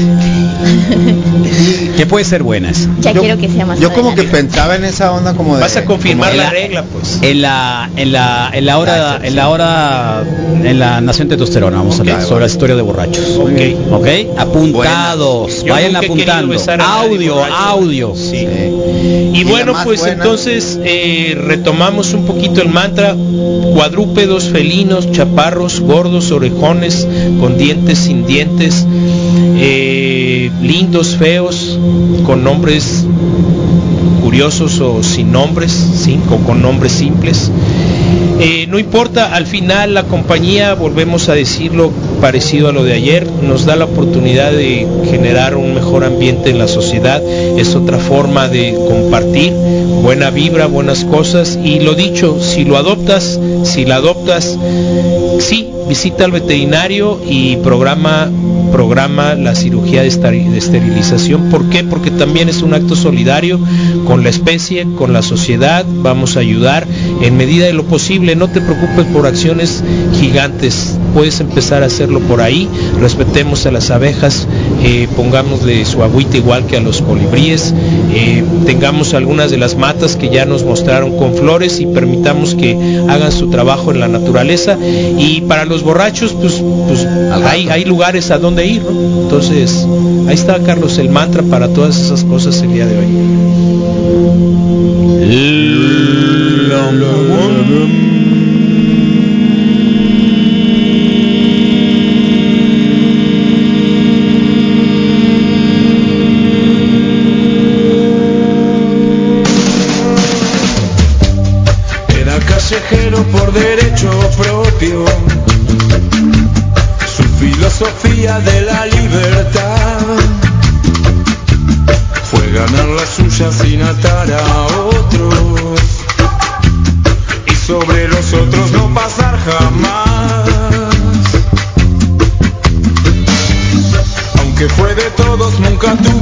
Speaker 5: que puede ser buena esa.
Speaker 14: Ya quiero que sea más
Speaker 8: Yo como que
Speaker 14: adelante.
Speaker 8: pensaba en esa onda como de...
Speaker 7: Vas a confirmar
Speaker 5: como
Speaker 7: la
Speaker 5: era-
Speaker 7: regla, pues.
Speaker 5: En la, en la, en la
Speaker 7: Ah,
Speaker 5: hora, en la hora, en la nación testosterona vamos a hablar sobre la historia de borrachos.
Speaker 7: Ok.
Speaker 5: Ok, apuntados,
Speaker 7: Yo
Speaker 5: vayan
Speaker 7: nunca he querido
Speaker 5: apuntando.
Speaker 7: besar a nadie
Speaker 5: Audio,
Speaker 7: borracho.
Speaker 5: audio.
Speaker 7: Sí.
Speaker 8: Y
Speaker 7: Y
Speaker 8: la
Speaker 7: bueno,
Speaker 8: más
Speaker 7: pues
Speaker 8: buena.
Speaker 7: entonces eh, retomamos un poquito el mantra. Cuadrúpedos, felinos, chaparros, gordos, orejones, con dientes, sin dientes, eh, lindos, feos, con nombres curiosos o sin nombres, ¿sí? con, con nombres simples. Eh, no importa, al final la compañía, volvemos a decirlo parecido a lo de ayer, nos da la oportunidad de generar un mejor ambiente en la sociedad, es otra forma de compartir buena vibra, buenas cosas y lo dicho, si lo adoptas, si la adoptas, sí, visita al veterinario y programa programa la cirugía de esteri- de esterilización. ¿Por qué? Porque también es un acto solidario con la especie, con la sociedad. Vamos a ayudar en medida de lo posible. No te preocupes por acciones gigantes. Puedes empezar a hacerlo por ahí. Respetemos a las abejas. eh, pongámosle su agüita igual que a los colibríes. eh, tengamos algunas de las matas que ya nos mostraron con flores y permitamos que hagan su trabajo en la naturaleza. Y para los borrachos, pues, pues hay, hay lugares a donde ir, ¿no? Entonces, ahí está, Carlos, el mantra para todas esas cosas el día de hoy.
Speaker 1: Era callejero por derecho propio. Su filosofía de la libertad fue ganar la suya sin atar a otros y sobre los otros no pasar jamás. Aunque fue de todos, nunca tuvo